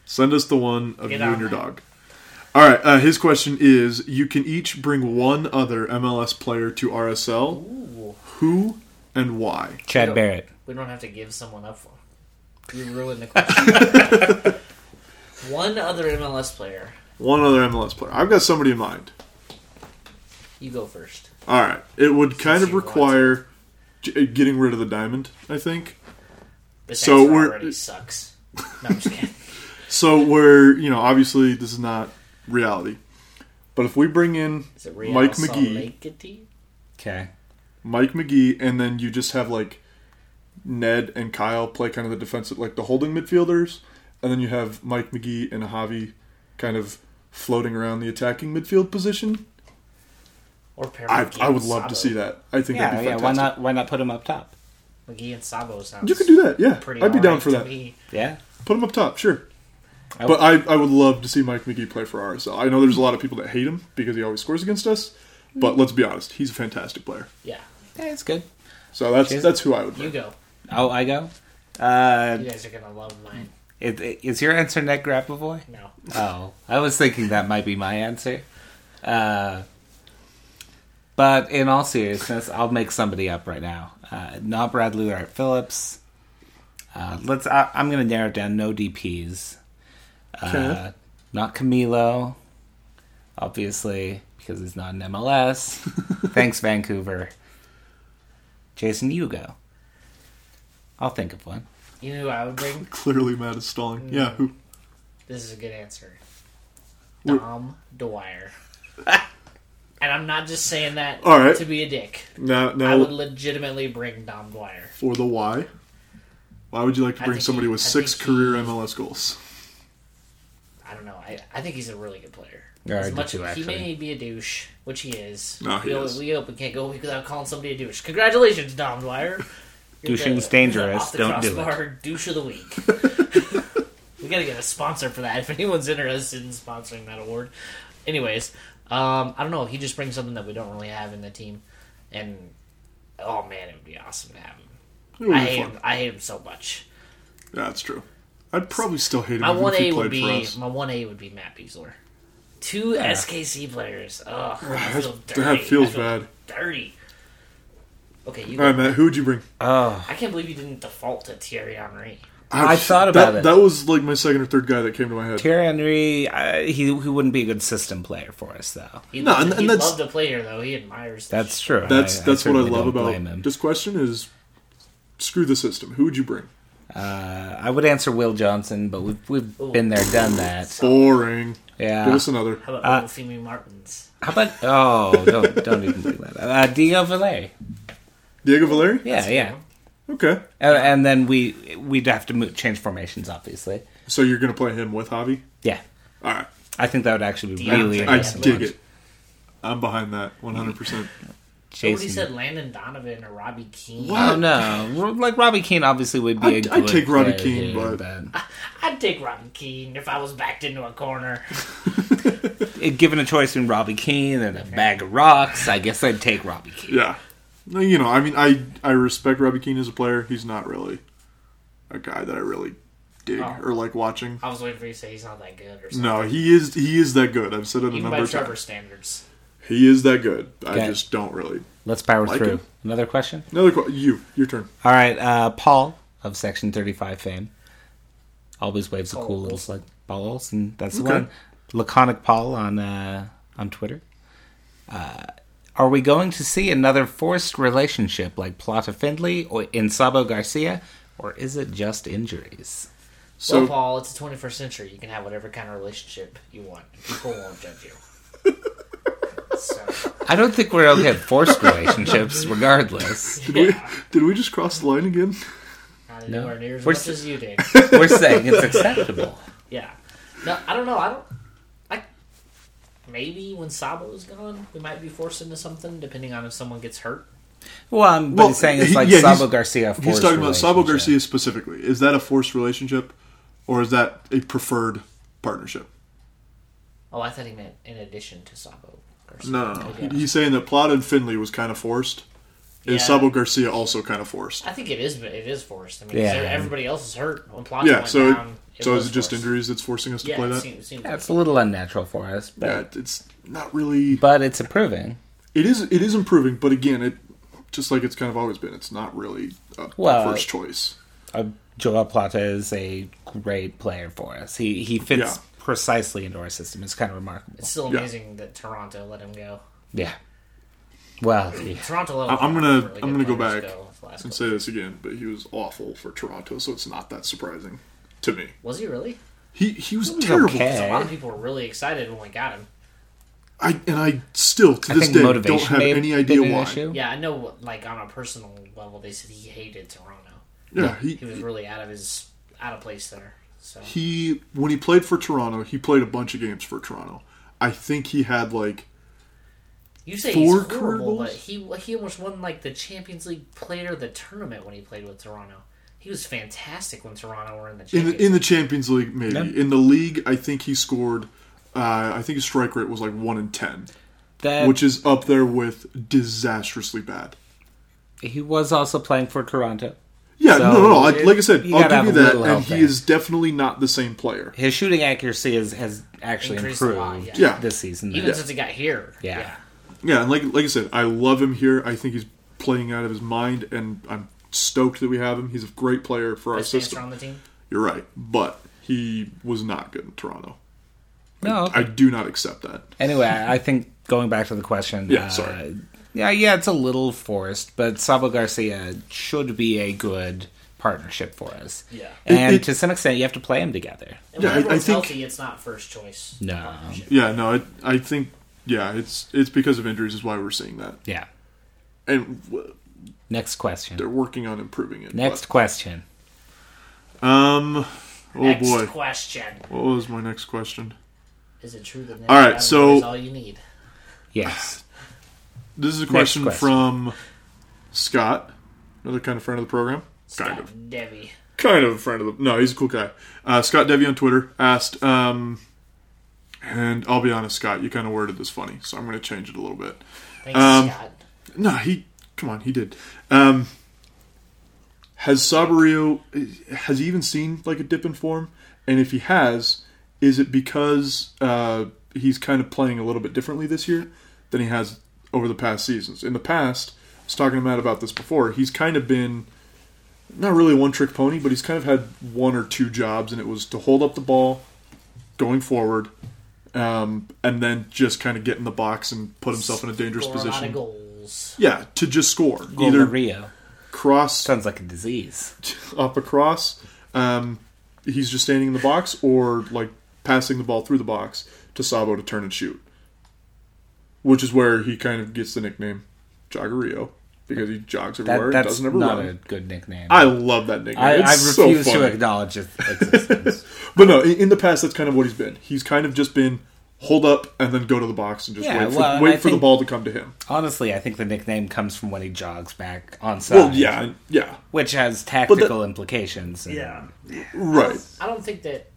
[SPEAKER 2] Send us the one of
[SPEAKER 1] Get
[SPEAKER 2] you and
[SPEAKER 1] on
[SPEAKER 2] your
[SPEAKER 1] that.
[SPEAKER 2] dog. All right. Uh, his question is: You can each bring one other MLS player to RSL.
[SPEAKER 1] Ooh,
[SPEAKER 2] Who and why?
[SPEAKER 3] Chad Barrett.
[SPEAKER 1] we don't have to give someone up for. You ruined the question. One other MLS player.
[SPEAKER 2] One other MLS player. I've got somebody in mind.
[SPEAKER 1] You go first.
[SPEAKER 2] All right. It would kind of
[SPEAKER 1] you want
[SPEAKER 2] require j- getting rid of the diamond, I think.
[SPEAKER 1] This
[SPEAKER 2] So
[SPEAKER 1] answer
[SPEAKER 2] we're-
[SPEAKER 1] already sucks. No, I'm just kidding.
[SPEAKER 2] So we're you know obviously this is not reality, but if we bring in
[SPEAKER 1] Is it Real
[SPEAKER 2] Mike McGee.
[SPEAKER 1] Salakity?
[SPEAKER 3] Okay.
[SPEAKER 2] Mike McGee, and then you just have like Ned and Kyle play kind of the defensive, like the holding midfielders, and then you have Mike McGee and Javi kind of floating around the attacking midfield position.
[SPEAKER 1] Or pair
[SPEAKER 2] I,
[SPEAKER 1] McGee
[SPEAKER 2] I would
[SPEAKER 1] and
[SPEAKER 2] love to
[SPEAKER 1] Sabo.
[SPEAKER 2] see that. I think
[SPEAKER 3] Yeah,
[SPEAKER 2] that'd be
[SPEAKER 3] yeah.
[SPEAKER 2] fantastic.
[SPEAKER 3] Why not? Why not put him up top?
[SPEAKER 1] McGee and Sabo sounds.
[SPEAKER 2] You could do that. Yeah,
[SPEAKER 1] Pretty
[SPEAKER 2] I'd be down
[SPEAKER 1] alright
[SPEAKER 2] for
[SPEAKER 1] to
[SPEAKER 2] that.
[SPEAKER 1] me.
[SPEAKER 3] Yeah.
[SPEAKER 2] Put him up top, sure.
[SPEAKER 3] I
[SPEAKER 2] but I, I would love to see Mike McGee play for RSL. I know there's a lot of people that hate him because he always scores against us, but let's be honest, he's a fantastic player.
[SPEAKER 1] Yeah,
[SPEAKER 3] Yeah, it's good.
[SPEAKER 2] So that's
[SPEAKER 3] Cheers.
[SPEAKER 2] that's who I would.
[SPEAKER 1] you
[SPEAKER 2] Pick.
[SPEAKER 1] go.
[SPEAKER 3] Oh, I go. Uh,
[SPEAKER 1] You guys are gonna love mine.
[SPEAKER 3] it, it, is your answer Nick Grapavoy?
[SPEAKER 1] No,
[SPEAKER 3] Oh, I was thinking that might be my answer. Uh, but in all seriousness, I'll make somebody up right now. Uh, not Bradley or Phillips. Uh, let's. I, I'm going to narrow it down. No DPS. Uh, not Camilo, obviously, because he's not an MLS. Thanks, Vancouver. Jason, you go. I'll think of one.
[SPEAKER 1] you know who I would bring.
[SPEAKER 2] Clearly, Matt is stalling. Yeah, who?
[SPEAKER 1] This is a good answer.
[SPEAKER 2] Wh-
[SPEAKER 1] Dom Dwyer. and I'm not just saying that
[SPEAKER 2] All right.
[SPEAKER 1] to be a dick.
[SPEAKER 2] Now,
[SPEAKER 1] I would
[SPEAKER 2] now
[SPEAKER 1] legitimately bring Dom Dwyer.
[SPEAKER 2] for the why. Why would you like to
[SPEAKER 1] I
[SPEAKER 2] bring
[SPEAKER 1] think
[SPEAKER 2] somebody
[SPEAKER 1] he-
[SPEAKER 2] with
[SPEAKER 1] I
[SPEAKER 2] six
[SPEAKER 1] think he-
[SPEAKER 2] career MLS goals?
[SPEAKER 1] I don't know. I, I think he's a really good player.
[SPEAKER 3] Yeah, I
[SPEAKER 1] as
[SPEAKER 3] do
[SPEAKER 1] much
[SPEAKER 3] too,
[SPEAKER 1] he
[SPEAKER 3] actually.
[SPEAKER 1] may be a douche, which he is.
[SPEAKER 2] No, he
[SPEAKER 1] we,
[SPEAKER 2] is.
[SPEAKER 1] we hope we can't go without calling somebody a douche. Congratulations, Dom Dwyer. You're
[SPEAKER 3] Douching's
[SPEAKER 1] the-
[SPEAKER 3] dangerous.
[SPEAKER 1] off the
[SPEAKER 3] Don't do it.
[SPEAKER 1] crossbar Douche of the week. we gotta get a sponsor for that. If anyone's interested in sponsoring that award, anyways, um, I don't know. He just brings something that we don't really have in the team, and oh man, it would be awesome to have him.
[SPEAKER 2] It would
[SPEAKER 1] I
[SPEAKER 2] be
[SPEAKER 1] hate
[SPEAKER 2] fun.
[SPEAKER 1] him. I hate him so much.
[SPEAKER 2] Yeah, that's true. I'd probably still hate him
[SPEAKER 1] My
[SPEAKER 2] even
[SPEAKER 1] one
[SPEAKER 2] if he
[SPEAKER 1] A
[SPEAKER 2] played
[SPEAKER 1] would
[SPEAKER 2] for
[SPEAKER 1] be
[SPEAKER 2] us.
[SPEAKER 1] my one A would be Matt Beasler. Two SKC players. Ugh, I
[SPEAKER 2] That's-
[SPEAKER 1] feel dirty.
[SPEAKER 2] that feels
[SPEAKER 1] I feel
[SPEAKER 2] bad.
[SPEAKER 1] Dirty. Okay, you.
[SPEAKER 2] All right, Matt, who would you bring? Uh,
[SPEAKER 1] I can't believe you didn't default to Thierry Henry.
[SPEAKER 2] Ouch.
[SPEAKER 3] thought about
[SPEAKER 2] that,
[SPEAKER 3] it.
[SPEAKER 2] That was like my second or third guy that came to my head.
[SPEAKER 3] Thierry Henry, uh, he, he wouldn't be a good system player for us, though.
[SPEAKER 1] He
[SPEAKER 2] No,
[SPEAKER 1] no,
[SPEAKER 2] and-
[SPEAKER 1] loved,
[SPEAKER 2] and
[SPEAKER 1] he
[SPEAKER 2] that's-
[SPEAKER 1] loved to play here though. He admires. the
[SPEAKER 3] That's
[SPEAKER 1] shit.
[SPEAKER 3] true.
[SPEAKER 2] That's that's what I
[SPEAKER 3] certainly
[SPEAKER 2] love
[SPEAKER 3] don't blame him.
[SPEAKER 2] about this question is screw the system. Who would you bring?
[SPEAKER 3] Uh, I would answer Will Johnson, but we've we've
[SPEAKER 1] Ooh.
[SPEAKER 3] been there, done that.
[SPEAKER 2] Boring. Give
[SPEAKER 3] Yeah.
[SPEAKER 2] us another.
[SPEAKER 1] How about uh, Femi Martins?
[SPEAKER 3] How about? Oh, don't don't even do that. Uh, Diego Valle.
[SPEAKER 2] Diego Valeri?
[SPEAKER 3] Yeah, yeah.
[SPEAKER 2] Okay.
[SPEAKER 3] And, and then we we'd have to move, change formations, obviously.
[SPEAKER 2] So you're going to play him with Javi?
[SPEAKER 3] Yeah,
[SPEAKER 2] All right.
[SPEAKER 3] I think that would actually be
[SPEAKER 1] Yeah.
[SPEAKER 3] really
[SPEAKER 1] Yeah.
[SPEAKER 2] I
[SPEAKER 3] interesting.
[SPEAKER 2] dig it. I'm behind that 100%.
[SPEAKER 1] Nobody
[SPEAKER 3] Jason.
[SPEAKER 1] said Landon Donovan or Robbie Keane.
[SPEAKER 2] What?
[SPEAKER 3] Oh no! Ro- Like Robbie Keane, obviously would be. a
[SPEAKER 2] I'd- I'd
[SPEAKER 3] good
[SPEAKER 2] take Robbie
[SPEAKER 3] player
[SPEAKER 2] Keane,
[SPEAKER 3] here,
[SPEAKER 2] but-
[SPEAKER 1] I'd take Robbie Keane if I was backed into a corner.
[SPEAKER 3] It- given a choice between Robbie Keane and a bag of rocks, I guess I'd take Robbie Keane.
[SPEAKER 2] Yeah. No, you know, I mean, I I respect Robbie Keane as a player. He's not really a guy that I really dig
[SPEAKER 1] Oh.
[SPEAKER 2] or like watching.
[SPEAKER 1] I was waiting for you to say he's not that good or something.
[SPEAKER 2] No, he is he is that good. I've said it a
[SPEAKER 1] Even
[SPEAKER 2] number
[SPEAKER 1] by
[SPEAKER 2] of
[SPEAKER 1] Trevor
[SPEAKER 2] times.
[SPEAKER 1] standards.
[SPEAKER 2] He is that good. I
[SPEAKER 3] Okay.
[SPEAKER 2] just don't really.
[SPEAKER 3] Let's power
[SPEAKER 2] Like
[SPEAKER 3] through.
[SPEAKER 2] it.
[SPEAKER 3] Another question.
[SPEAKER 2] Another qu- you your turn.
[SPEAKER 3] All right, uh, Paul of Section 35 fame. Always waves a
[SPEAKER 1] Paul
[SPEAKER 3] cool little
[SPEAKER 1] Olsen.
[SPEAKER 3] slug. Paul Olsen, that's
[SPEAKER 2] Okay.
[SPEAKER 3] the one. Laconic Paul on uh, on Twitter. Uh, are we going to see another forced relationship like Plata Findley or in Sabo Garcia, or is it just injuries?
[SPEAKER 2] So
[SPEAKER 1] well, Paul, it's the 21st century. You can have whatever kind of relationship you want. People won't judge you. so,
[SPEAKER 3] I don't think we're okay at forced relationships, regardless.
[SPEAKER 2] did we did we just cross the line again?
[SPEAKER 1] not
[SPEAKER 3] No.
[SPEAKER 1] anywhere near as
[SPEAKER 3] We're
[SPEAKER 1] much
[SPEAKER 3] s-
[SPEAKER 1] as you did.
[SPEAKER 3] We're saying it's acceptable.
[SPEAKER 1] Yeah. No, I don't know. I don't. I maybe when Sabo is gone, we might be forced into something, depending on if someone gets hurt.
[SPEAKER 3] Well, I'm but
[SPEAKER 2] Well,
[SPEAKER 3] he's saying it's
[SPEAKER 2] he-
[SPEAKER 3] like
[SPEAKER 2] yeah,
[SPEAKER 3] Sabo
[SPEAKER 2] he's-
[SPEAKER 3] Garcia.
[SPEAKER 2] He's
[SPEAKER 3] forced
[SPEAKER 2] talking about Sabo
[SPEAKER 3] relationship.
[SPEAKER 2] Garcia specifically. Is that a forced relationship, or is that a preferred partnership?
[SPEAKER 1] Oh, I thought he meant in addition to Sabo. Garcia.
[SPEAKER 2] No, no, no. He- He's saying that Plata and Finley was kind of forced.
[SPEAKER 1] Yeah.
[SPEAKER 2] Is Sabo Garcia also kind of forced?
[SPEAKER 1] I think it is, but it is forced. I mean,
[SPEAKER 3] Yeah.
[SPEAKER 1] everybody else is hurt. When Plata
[SPEAKER 2] Yeah.
[SPEAKER 1] went
[SPEAKER 2] So,
[SPEAKER 1] down,
[SPEAKER 2] so
[SPEAKER 1] was
[SPEAKER 2] is it just
[SPEAKER 1] forced.
[SPEAKER 2] injuries that's forcing us to
[SPEAKER 1] Yeah,
[SPEAKER 2] play
[SPEAKER 1] it
[SPEAKER 2] that?
[SPEAKER 1] seems, seems
[SPEAKER 3] Yeah,
[SPEAKER 1] like
[SPEAKER 3] it's a little unnatural for us, but
[SPEAKER 2] yeah, it's not really.
[SPEAKER 3] but it's improving.
[SPEAKER 2] It is. It is improving, but again, it just like it's kind of always been. It's not really a
[SPEAKER 3] Well,
[SPEAKER 2] first choice.
[SPEAKER 3] Uh, Joel Plata is a great player for us. He he fits
[SPEAKER 2] Yeah.
[SPEAKER 3] precisely into our system. It's kind of remarkable.
[SPEAKER 1] it's still
[SPEAKER 2] Yeah.
[SPEAKER 1] amazing that Toronto let him go.
[SPEAKER 3] Yeah. Well, yeah.
[SPEAKER 1] Toronto let. a
[SPEAKER 2] I- I'm
[SPEAKER 1] lot
[SPEAKER 2] gonna-
[SPEAKER 1] of really
[SPEAKER 2] I'm
[SPEAKER 1] good
[SPEAKER 2] gonna go
[SPEAKER 1] players
[SPEAKER 2] back
[SPEAKER 1] go last
[SPEAKER 2] And
[SPEAKER 1] couple-
[SPEAKER 2] say this again, but he was awful for Toronto, so it's not that surprising to me.
[SPEAKER 1] Was he really?
[SPEAKER 2] He he was, terrible.
[SPEAKER 3] okay.
[SPEAKER 1] A lot of people were really excited when we got him.
[SPEAKER 2] I and I still to
[SPEAKER 3] I
[SPEAKER 2] this
[SPEAKER 3] think
[SPEAKER 2] day
[SPEAKER 3] motivation
[SPEAKER 2] don't have
[SPEAKER 3] may have
[SPEAKER 2] any
[SPEAKER 3] been
[SPEAKER 2] idea
[SPEAKER 3] an
[SPEAKER 2] why.
[SPEAKER 3] issue.
[SPEAKER 1] Yeah, I know. Like on a personal level, they said he hated Toronto.
[SPEAKER 2] Yeah, he,
[SPEAKER 1] He was really out of his out of place there. So
[SPEAKER 2] he when he played for Toronto, he played a bunch of games for Toronto. I think he had like
[SPEAKER 1] You say
[SPEAKER 2] Four
[SPEAKER 1] he's horrible, but
[SPEAKER 2] curveballs?
[SPEAKER 1] he he almost won like the Champions League player of the tournament when he played with Toronto. He was fantastic when Toronto were in the
[SPEAKER 2] in
[SPEAKER 1] Champions.
[SPEAKER 2] the, in the Champions League maybe
[SPEAKER 3] Yeah.
[SPEAKER 2] in the league. I think he scored. Uh, I think his strike rate was like one in ten,
[SPEAKER 3] That
[SPEAKER 2] which is up there with disastrously bad.
[SPEAKER 3] he was also playing for Toronto.
[SPEAKER 2] Yeah,
[SPEAKER 3] So,
[SPEAKER 2] no, no. no. I,
[SPEAKER 3] it-
[SPEAKER 2] like I said,
[SPEAKER 3] you
[SPEAKER 2] I'll
[SPEAKER 3] gotta
[SPEAKER 2] give you
[SPEAKER 3] have a
[SPEAKER 2] that.
[SPEAKER 3] little
[SPEAKER 2] And
[SPEAKER 3] help
[SPEAKER 2] he
[SPEAKER 3] there.
[SPEAKER 2] is definitely not the same player.
[SPEAKER 3] His shooting accuracy is, has actually
[SPEAKER 1] Increased a
[SPEAKER 3] improved
[SPEAKER 1] lot, yeah.
[SPEAKER 2] Yeah.
[SPEAKER 3] this season.
[SPEAKER 1] Even since he got here.
[SPEAKER 3] Yeah.
[SPEAKER 2] Yeah, and like like I said, I love him here. I think he's playing out of his mind, and I'm stoked that we have him. He's a great player for our
[SPEAKER 1] Best dancer
[SPEAKER 2] system.
[SPEAKER 1] on the team.
[SPEAKER 2] You're right, but he was not good in Toronto.
[SPEAKER 3] no,
[SPEAKER 2] I do not accept that.
[SPEAKER 3] Anyway, I I think going back to the question.
[SPEAKER 2] Yeah,
[SPEAKER 3] uh,
[SPEAKER 2] sorry.
[SPEAKER 3] Yeah, yeah, it's a little forced, but Sabo Garcia should be a good partnership for us.
[SPEAKER 1] Yeah.
[SPEAKER 3] And
[SPEAKER 2] It- it-
[SPEAKER 3] to some extent, you have to play him together.
[SPEAKER 1] And when
[SPEAKER 2] Yeah, I- I
[SPEAKER 1] everyone's
[SPEAKER 2] think-
[SPEAKER 1] healthy, it's not first choice.
[SPEAKER 3] No.
[SPEAKER 1] partnership.
[SPEAKER 2] Yeah, no, I, I think yeah, it's it's because of injuries is why we're seeing that,
[SPEAKER 3] Yeah.
[SPEAKER 2] and w-
[SPEAKER 3] Next question.
[SPEAKER 2] they're working on improving it.
[SPEAKER 3] Next question.
[SPEAKER 2] but- um, oh
[SPEAKER 1] Next
[SPEAKER 2] boy,
[SPEAKER 1] question.
[SPEAKER 2] what was my next question?
[SPEAKER 1] Is it true that
[SPEAKER 2] All right,
[SPEAKER 1] Nick Adams
[SPEAKER 2] so-
[SPEAKER 1] is all you need?
[SPEAKER 3] Yes.
[SPEAKER 2] This is a question,
[SPEAKER 3] question.
[SPEAKER 2] from Scott, another kind of friend of the program. Kind
[SPEAKER 1] Scott
[SPEAKER 2] of.
[SPEAKER 1] Debbie.
[SPEAKER 2] kind of a friend of the. No, he's a cool guy. Uh, Scott Devi on Twitter asked, um, and I'll be honest, Scott, you kind of worded this funny, so I'm going to change it a little bit.
[SPEAKER 1] Thanks,
[SPEAKER 2] Um,
[SPEAKER 1] Scott.
[SPEAKER 2] No, he. Come on, he did. Um, has Sabario has he even seen like a dip in form? And if he has, is it because uh, he's kind of playing a little bit differently this year than he has over the past seasons? In the past, I was talking to Matt about this before. He's kind of been not really a one trick pony, but he's kind of had one or two jobs, and it was to hold up the ball going forward. Um, and then just kind of get in the box and put himself in a dangerous
[SPEAKER 1] Score a lot
[SPEAKER 2] position.
[SPEAKER 1] of goals.
[SPEAKER 2] Yeah, to just score.
[SPEAKER 3] Either
[SPEAKER 2] Either
[SPEAKER 3] Rio.
[SPEAKER 2] cross
[SPEAKER 3] Sounds like a disease.
[SPEAKER 2] up across, um, he's just standing in the box, or like passing the ball through the box to Sabo to turn and shoot. Which is where he kind of gets the nickname Jogario because he jogs everywhere
[SPEAKER 3] That,
[SPEAKER 2] and
[SPEAKER 3] that's
[SPEAKER 2] doesn't ever
[SPEAKER 3] not
[SPEAKER 2] run.
[SPEAKER 3] a good nickname.
[SPEAKER 2] I love that nickname.
[SPEAKER 3] I, I
[SPEAKER 2] it's so
[SPEAKER 3] refuse to
[SPEAKER 2] funny.
[SPEAKER 3] acknowledge its existence.
[SPEAKER 2] But no, in, in the past, that's kind of what he's been. He's kind of just been hold up and then go to the box and just
[SPEAKER 3] Yeah,
[SPEAKER 2] wait for,
[SPEAKER 3] well, and I
[SPEAKER 2] wait for the
[SPEAKER 3] think-
[SPEAKER 2] ball to come to him.
[SPEAKER 3] Honestly, I think the nickname comes from when he jogs back on side.
[SPEAKER 2] Well, yeah, yeah,
[SPEAKER 3] Which has tactical implications. and-
[SPEAKER 2] right.
[SPEAKER 1] I don't think that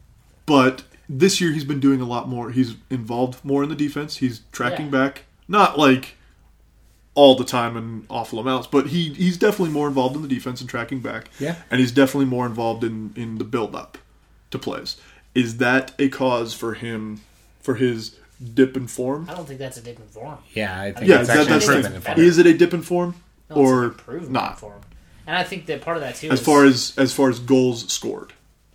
[SPEAKER 2] but this year he's been doing a lot more. He's involved more in the defense. He's tracking
[SPEAKER 1] Yeah.
[SPEAKER 2] back, not like all the time and awful amounts, but he he's definitely more involved in the defense and tracking back.
[SPEAKER 3] Yeah.
[SPEAKER 2] and he's definitely more involved in in the build up to plays. Is that a cause for him for his dip in form?
[SPEAKER 1] I don't think that's a different form.
[SPEAKER 3] Yeah, I think
[SPEAKER 2] Yeah,
[SPEAKER 3] it's
[SPEAKER 2] that,
[SPEAKER 3] actually
[SPEAKER 1] an
[SPEAKER 2] that's the
[SPEAKER 3] proven
[SPEAKER 2] thing.
[SPEAKER 3] in
[SPEAKER 1] improvement
[SPEAKER 3] fact.
[SPEAKER 1] in form.
[SPEAKER 2] Is it a dip in form
[SPEAKER 1] No, it's an
[SPEAKER 2] or
[SPEAKER 1] improvement
[SPEAKER 2] not?
[SPEAKER 1] form. And I think that part of that too
[SPEAKER 2] As
[SPEAKER 1] is
[SPEAKER 2] far as as far as goals scored,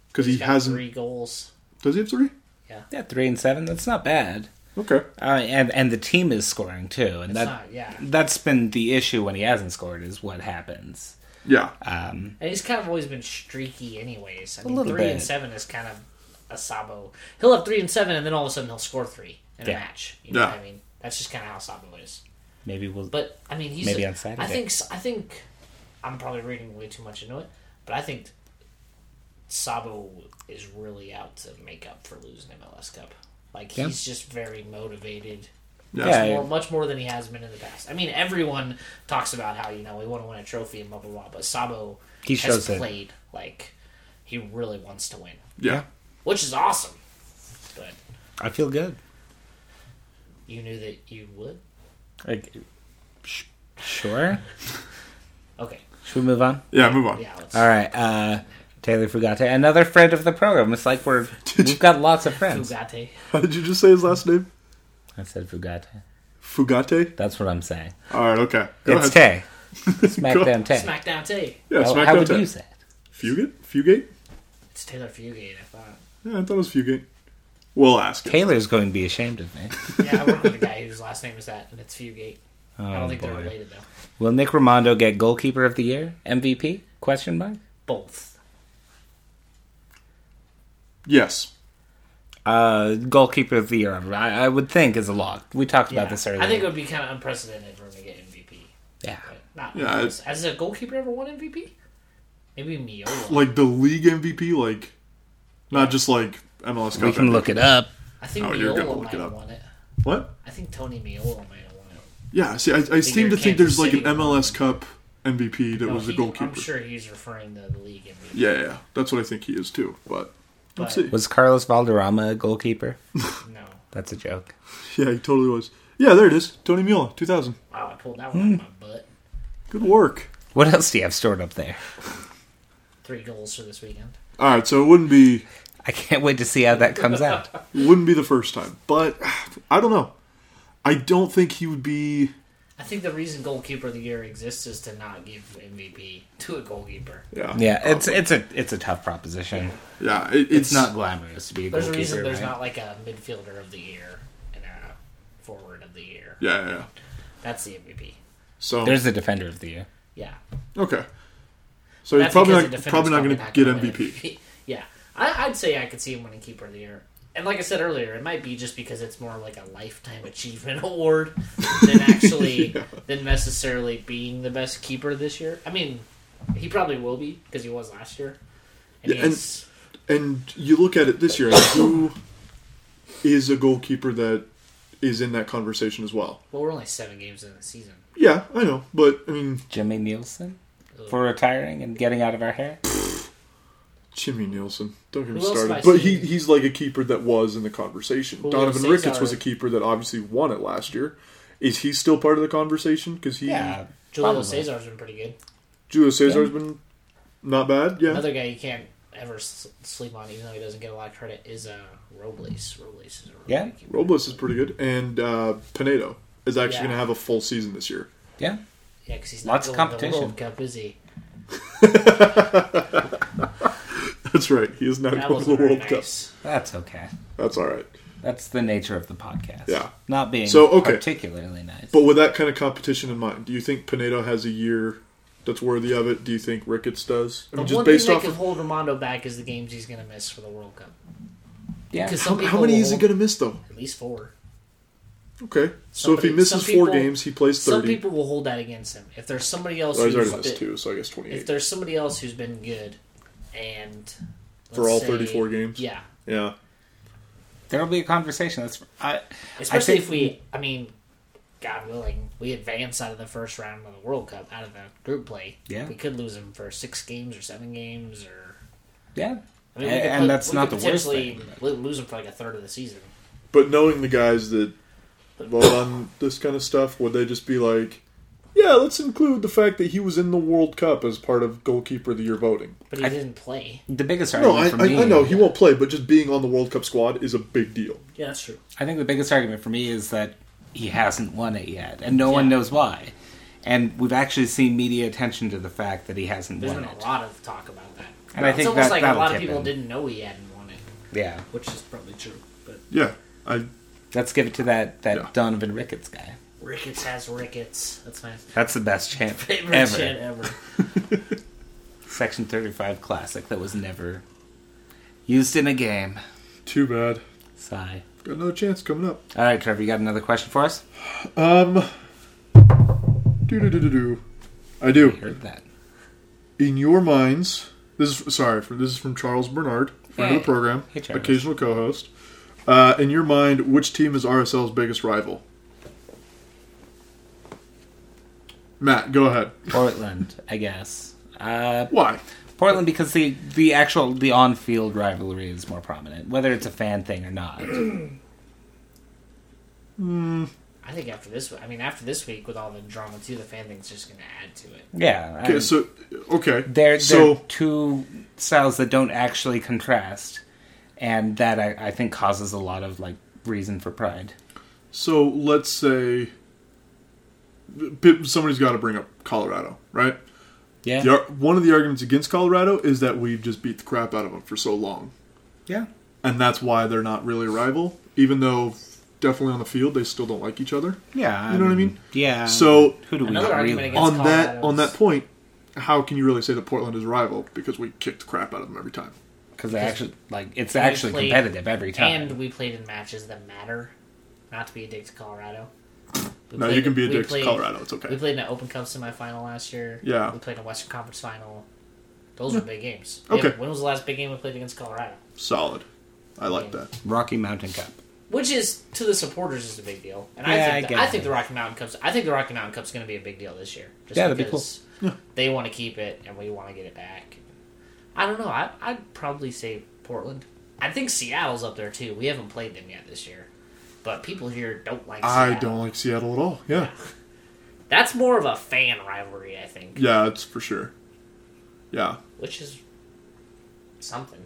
[SPEAKER 2] because he
[SPEAKER 1] he's got
[SPEAKER 2] hasn't.
[SPEAKER 1] three goals.
[SPEAKER 2] Does he have three?
[SPEAKER 3] Yeah, three and seven. That's not bad.
[SPEAKER 2] Okay.
[SPEAKER 3] Uh, and and the team is scoring too, and that
[SPEAKER 1] not, yeah.
[SPEAKER 3] that's been the issue when he hasn't scored is what happens.
[SPEAKER 2] Yeah.
[SPEAKER 3] Um,
[SPEAKER 1] And he's kind of always been streaky, anyways. I mean,
[SPEAKER 3] little
[SPEAKER 1] three and
[SPEAKER 3] bit.
[SPEAKER 1] seven is kind of a sabo. He'll have three and seven, and then all of a sudden he'll score three in
[SPEAKER 3] Yeah.
[SPEAKER 1] a match. You know
[SPEAKER 2] Yeah.
[SPEAKER 1] what I mean? That's just kind of how sabo is.
[SPEAKER 3] maybe we'll.
[SPEAKER 1] But I mean, he's
[SPEAKER 3] Maybe on
[SPEAKER 1] I
[SPEAKER 3] Saturday.
[SPEAKER 1] think I think I'm probably reading way too much into it, but I think Sabo is really out to make up for losing MLS Cup. Like
[SPEAKER 3] Yeah.
[SPEAKER 1] he's just very motivated.
[SPEAKER 3] yeah,
[SPEAKER 1] More, much more than he has been in the past. I mean, everyone talks about how you know we want to win a trophy and blah blah blah, but Sabo
[SPEAKER 3] He
[SPEAKER 1] has
[SPEAKER 3] shows it.
[SPEAKER 1] played like he really wants to win,
[SPEAKER 2] Yeah.
[SPEAKER 1] which is awesome. But
[SPEAKER 3] I feel good.
[SPEAKER 1] you knew that you would.
[SPEAKER 3] Like, sh- sure.
[SPEAKER 1] Okay,
[SPEAKER 3] Should we move on?
[SPEAKER 2] Yeah. Move on.
[SPEAKER 1] yeah, let's
[SPEAKER 3] All right. Uh, Taylor Fugate, another friend of the program. It's like we're we've got lots of friends.
[SPEAKER 1] Fugate.
[SPEAKER 2] How did you just say his last name?
[SPEAKER 3] I said Fugate.
[SPEAKER 2] Fugate?
[SPEAKER 3] That's what I'm saying.
[SPEAKER 2] All right, okay. Go
[SPEAKER 3] it's
[SPEAKER 2] ahead.
[SPEAKER 3] Tay. Smackdown Tay.
[SPEAKER 1] Smackdown Tay.
[SPEAKER 2] Yeah,
[SPEAKER 3] How-
[SPEAKER 2] SmackDown
[SPEAKER 3] how would
[SPEAKER 2] Tay.
[SPEAKER 3] you say? it?
[SPEAKER 2] Fugate? Fugate?
[SPEAKER 1] It's Taylor Fugate. I thought.
[SPEAKER 2] Yeah, I thought it was Fugate. We'll ask. him.
[SPEAKER 3] Taylor's going to be ashamed of me.
[SPEAKER 1] Yeah, I work with a guy whose last name is that, and it's Fugate. I
[SPEAKER 3] Oh,
[SPEAKER 1] don't think they're
[SPEAKER 3] boy.
[SPEAKER 1] related though.
[SPEAKER 3] Will Nick Romando get goalkeeper of the year? MVP? Question mark.
[SPEAKER 1] Both.
[SPEAKER 2] Yes.
[SPEAKER 3] Uh, goalkeeper of the year, I, I would think, is a lock. We talked
[SPEAKER 1] Yeah.
[SPEAKER 3] about this earlier.
[SPEAKER 1] I think it would be kind of unprecedented for him to get MVP.
[SPEAKER 3] yeah.
[SPEAKER 1] But not
[SPEAKER 2] Yeah,
[SPEAKER 1] has has a goalkeeper ever won MVP? Maybe Miola.
[SPEAKER 2] Like the league MVP, like not just like MLS Cup.
[SPEAKER 3] We can
[SPEAKER 2] MVP.
[SPEAKER 3] look it up.
[SPEAKER 1] I think
[SPEAKER 2] Oh, you're
[SPEAKER 1] Miola
[SPEAKER 2] gonna look
[SPEAKER 1] might
[SPEAKER 2] it
[SPEAKER 1] have
[SPEAKER 2] up.
[SPEAKER 1] won it.
[SPEAKER 2] What?
[SPEAKER 1] I think Tony Miola might have won it.
[SPEAKER 2] Yeah, see, I, I seem to
[SPEAKER 1] you're
[SPEAKER 2] think
[SPEAKER 1] Kansas
[SPEAKER 2] there's like an
[SPEAKER 1] City.
[SPEAKER 2] MLS Cup MVP that
[SPEAKER 1] No,
[SPEAKER 2] was the
[SPEAKER 1] he-
[SPEAKER 2] goalkeeper.
[SPEAKER 1] I'm sure he's referring to the league. MVP,
[SPEAKER 2] Yeah, yeah, that's what I think he is too. But
[SPEAKER 1] but
[SPEAKER 2] see.
[SPEAKER 3] Was Carlos Valderrama a goalkeeper?
[SPEAKER 1] no.
[SPEAKER 3] That's a joke.
[SPEAKER 2] yeah, he totally was. Yeah, there it is. Tony Mueller, 2000.
[SPEAKER 1] Wow, I pulled that one out of my butt.
[SPEAKER 2] Good work.
[SPEAKER 3] What else do you have stored up there?
[SPEAKER 1] Three goals for this weekend.
[SPEAKER 2] All right, so it wouldn't be
[SPEAKER 3] I can't wait to see how that comes out.
[SPEAKER 2] wouldn't be the first time, but I don't know. I don't think he would be.
[SPEAKER 1] I think the reason goalkeeper of the year exists is to not give MVP to a goalkeeper.
[SPEAKER 2] Yeah,
[SPEAKER 3] Yeah, it's it's a it's a tough proposition.
[SPEAKER 2] yeah. It,
[SPEAKER 3] It's not glamorous to be a
[SPEAKER 1] There's a
[SPEAKER 3] goalkeeper.
[SPEAKER 1] reason there's
[SPEAKER 3] right?
[SPEAKER 1] not like a midfielder of the year and a forward of the year.
[SPEAKER 2] Yeah, yeah. yeah.
[SPEAKER 1] That's the MVP.
[SPEAKER 2] So
[SPEAKER 3] There's a defender of the year.
[SPEAKER 1] Yeah.
[SPEAKER 2] okay. So he's
[SPEAKER 1] That's
[SPEAKER 2] probably
[SPEAKER 1] because the
[SPEAKER 2] not
[SPEAKER 1] defender's
[SPEAKER 2] probably not going to get
[SPEAKER 1] gonna win
[SPEAKER 2] MVP.
[SPEAKER 1] Yeah, I, I'd say I could see him winning keeper of the year. And like I said earlier, it might be just because it's more like a lifetime achievement award than actually than necessarily being the best keeper this year. I mean, he probably will be because he was last year. And
[SPEAKER 2] Yeah,
[SPEAKER 1] yeah,
[SPEAKER 2] and- And you look at it this year, like, who is a goalkeeper that is in that conversation as well?
[SPEAKER 1] well, we're only seven games in the season.
[SPEAKER 2] Yeah, I know, but I mean,
[SPEAKER 3] Jimmy Nielsen
[SPEAKER 1] Ugh.
[SPEAKER 3] for retiring and getting out of our hair.
[SPEAKER 1] Mm-hmm.
[SPEAKER 2] Jimmy Nielsen. Don't get me
[SPEAKER 1] Who else have I
[SPEAKER 2] started. But he,
[SPEAKER 1] seen?
[SPEAKER 2] he's like a keeper that was in the conversation.
[SPEAKER 1] Julio
[SPEAKER 2] Donovan Ricketts
[SPEAKER 1] Cesar.
[SPEAKER 2] was a keeper that obviously won it last year. Is he still part of the conversation? Because he
[SPEAKER 3] Yeah,
[SPEAKER 1] Julio
[SPEAKER 3] probably.
[SPEAKER 1] Cesar's been pretty good.
[SPEAKER 2] Julio Cesar's been not bad. Yeah,
[SPEAKER 1] Another guy you can't ever s- sleep on, even though he doesn't get a lot of credit, is uh, Robles. Robles is a really
[SPEAKER 3] Yeah.
[SPEAKER 1] good keeper.
[SPEAKER 2] Robles is pretty good, and uh, Pinedo is actually
[SPEAKER 1] Yeah.
[SPEAKER 2] going to have a full season this year.
[SPEAKER 3] Yeah,
[SPEAKER 1] Yeah, because he's
[SPEAKER 3] Lots
[SPEAKER 1] not
[SPEAKER 3] of
[SPEAKER 1] going to the
[SPEAKER 3] competition.
[SPEAKER 1] World Cup, is he?
[SPEAKER 2] That's right. He is not
[SPEAKER 1] That
[SPEAKER 2] going
[SPEAKER 1] was
[SPEAKER 2] to the
[SPEAKER 1] very
[SPEAKER 2] World Cup.
[SPEAKER 1] nice.
[SPEAKER 3] that's okay.
[SPEAKER 2] That's all right.
[SPEAKER 3] That's the nature of the podcast.
[SPEAKER 2] Yeah.
[SPEAKER 3] not being
[SPEAKER 2] So, okay.
[SPEAKER 3] particularly nice.
[SPEAKER 2] But with that kind of competition in mind, do you think Pinedo has a year that's worthy of it? Do you think Ricketts does?
[SPEAKER 1] The
[SPEAKER 2] I mean,
[SPEAKER 1] one
[SPEAKER 2] just based
[SPEAKER 1] thing that
[SPEAKER 2] off
[SPEAKER 1] could
[SPEAKER 2] of
[SPEAKER 1] hold Ramondo back is the games he's going to miss for the World Cup.
[SPEAKER 3] yeah,
[SPEAKER 1] Because some
[SPEAKER 2] how,
[SPEAKER 1] people
[SPEAKER 2] how many
[SPEAKER 1] will
[SPEAKER 2] is he
[SPEAKER 1] hold-
[SPEAKER 2] going to miss though?
[SPEAKER 1] At least four.
[SPEAKER 2] Okay. So if
[SPEAKER 1] Somebody-
[SPEAKER 2] he misses
[SPEAKER 1] some
[SPEAKER 2] four
[SPEAKER 1] people-
[SPEAKER 2] games, he plays
[SPEAKER 1] Some
[SPEAKER 2] thirty.
[SPEAKER 1] people will hold that against him. If there's somebody else,
[SPEAKER 2] Oh, he's
[SPEAKER 1] who's
[SPEAKER 2] already missed
[SPEAKER 1] been-
[SPEAKER 2] two, so I guess
[SPEAKER 1] if
[SPEAKER 2] twenty-eight.
[SPEAKER 1] there's somebody else who's been good, and
[SPEAKER 2] For
[SPEAKER 1] let's
[SPEAKER 2] all
[SPEAKER 1] say-
[SPEAKER 2] 34 games?
[SPEAKER 1] yeah.
[SPEAKER 2] Yeah,
[SPEAKER 3] there will be a conversation. That's I,
[SPEAKER 1] Especially
[SPEAKER 3] I think-
[SPEAKER 1] if we, I mean, God willing, we advance out of the first round of the World Cup, out of the group play.
[SPEAKER 3] Yeah.
[SPEAKER 1] we could lose him for six games or seven games, or
[SPEAKER 3] yeah,
[SPEAKER 1] I mean,
[SPEAKER 3] A-
[SPEAKER 1] we could
[SPEAKER 3] and
[SPEAKER 1] put-
[SPEAKER 3] that's
[SPEAKER 1] we
[SPEAKER 3] not the
[SPEAKER 1] could
[SPEAKER 3] worst
[SPEAKER 1] potentially
[SPEAKER 3] thing.
[SPEAKER 1] lo- Lose him for like a third of the season.
[SPEAKER 2] but knowing the guys that vote on this kind of stuff, would they just be like, "Yeah, let's include the fact that he was in the World Cup as part of goalkeeper of the year voting"?
[SPEAKER 1] But he didn't play.
[SPEAKER 3] The biggest
[SPEAKER 2] No,
[SPEAKER 3] argument
[SPEAKER 2] I,
[SPEAKER 3] for
[SPEAKER 2] I,
[SPEAKER 3] me,
[SPEAKER 2] I know he won't play, but just being on the World Cup squad is a big deal.
[SPEAKER 1] Yeah, that's true.
[SPEAKER 3] I think the biggest argument for me is that he hasn't won it yet, and no one
[SPEAKER 1] Yeah.
[SPEAKER 3] knows why. And we've actually seen media attention to the fact that he hasn't
[SPEAKER 1] There's
[SPEAKER 3] won
[SPEAKER 1] been
[SPEAKER 3] it.
[SPEAKER 1] a lot of talk about that.
[SPEAKER 3] And I
[SPEAKER 1] it's
[SPEAKER 3] think
[SPEAKER 1] almost
[SPEAKER 3] that-
[SPEAKER 1] like a
[SPEAKER 3] that'll
[SPEAKER 1] lot of
[SPEAKER 3] tip
[SPEAKER 1] people
[SPEAKER 3] in.
[SPEAKER 1] didn't know he hadn't won it,
[SPEAKER 3] Yeah,
[SPEAKER 1] which is probably true. But
[SPEAKER 2] Yeah, I
[SPEAKER 3] let's give it to that that
[SPEAKER 2] Yeah.
[SPEAKER 3] Donovan Ricketts guy.
[SPEAKER 1] Ricketts has Ricketts. That's my
[SPEAKER 3] That's the best chant
[SPEAKER 1] favorite
[SPEAKER 3] ever.
[SPEAKER 1] shit ever.
[SPEAKER 3] Section thirty-five classic that was never used in a game.
[SPEAKER 2] too bad.
[SPEAKER 3] Sigh.
[SPEAKER 2] Got another chance coming up.
[SPEAKER 3] All right, Trevor, you got another question for us?
[SPEAKER 2] Um, do do do do do. I do.
[SPEAKER 3] We heard that.
[SPEAKER 2] in your minds this is sorry for this is from charles bernard friend of the
[SPEAKER 3] Hey.
[SPEAKER 2] program
[SPEAKER 3] Hey, Charles.
[SPEAKER 2] occasional co-host uh, in your mind which team is rsl's biggest rival matt go ahead
[SPEAKER 3] Portland, I guess. Uh,
[SPEAKER 2] why
[SPEAKER 3] Portland because the the actual the on field rivalry is more prominent, whether it's a fan thing or not.
[SPEAKER 1] I think after this, I mean, after this week with all the drama too, the fan thing's just going to add to it.
[SPEAKER 3] Yeah. I-
[SPEAKER 2] okay so okay
[SPEAKER 3] Um, they're, they're
[SPEAKER 2] so
[SPEAKER 3] two styles that don't actually contrast, and that I, I think causes a lot of like reason for pride.
[SPEAKER 2] so let's say p- somebody's got to bring up colorado right
[SPEAKER 3] Yeah.
[SPEAKER 2] the, ar- one of the arguments against colorado is that we've just beat the crap out of them for so long
[SPEAKER 3] Yeah.
[SPEAKER 2] and that's why they're not really a rival, even though definitely on the field they still don't like each other.
[SPEAKER 3] Yeah.
[SPEAKER 2] You know what I mean?
[SPEAKER 3] Yeah.
[SPEAKER 2] So-
[SPEAKER 3] who do we
[SPEAKER 1] Another
[SPEAKER 3] not
[SPEAKER 1] argument
[SPEAKER 3] really?
[SPEAKER 1] against-
[SPEAKER 2] On that
[SPEAKER 1] Colorado's-
[SPEAKER 2] on that point, how can you really say that Portland is a rival because we kick the crap out of them every time?
[SPEAKER 3] Because they actually like it's
[SPEAKER 1] We
[SPEAKER 3] actually
[SPEAKER 1] played-
[SPEAKER 3] competitive every time.
[SPEAKER 1] And we played in matches that matter. Not to be a dick to Colorado. We
[SPEAKER 2] No,
[SPEAKER 1] played-
[SPEAKER 2] you can be a
[SPEAKER 1] we
[SPEAKER 2] dick to
[SPEAKER 1] played-
[SPEAKER 2] Colorado. It's okay.
[SPEAKER 1] We played in an Open Cup semifinal last year.
[SPEAKER 2] Yeah.
[SPEAKER 1] We played in a Western Conference final. Those were big games.
[SPEAKER 2] Okay.
[SPEAKER 1] Yeah, When was the last big game we played against Colorado?
[SPEAKER 2] Solid. I like that.
[SPEAKER 3] Rocky Mountain Cup.
[SPEAKER 1] which is to the supporters is a big deal. And
[SPEAKER 3] Yeah,
[SPEAKER 1] I
[SPEAKER 3] I
[SPEAKER 1] think
[SPEAKER 3] get
[SPEAKER 1] I
[SPEAKER 3] it.
[SPEAKER 1] think the Rocky Mountain Cup's I think the Rocky Mountain Cup's going to be a big deal this year. Just
[SPEAKER 3] Yeah, that'd be
[SPEAKER 1] because They want to keep it, and we want to get it back. I don't know. I, I'd probably say Portland. I think Seattle's up there too. We haven't played them yet this year, but people here don't like. Seattle.
[SPEAKER 2] I don't like Seattle at all. Yeah.
[SPEAKER 1] That's more of a fan rivalry, I think,
[SPEAKER 2] Yeah, it's for sure. Yeah.
[SPEAKER 1] which is something.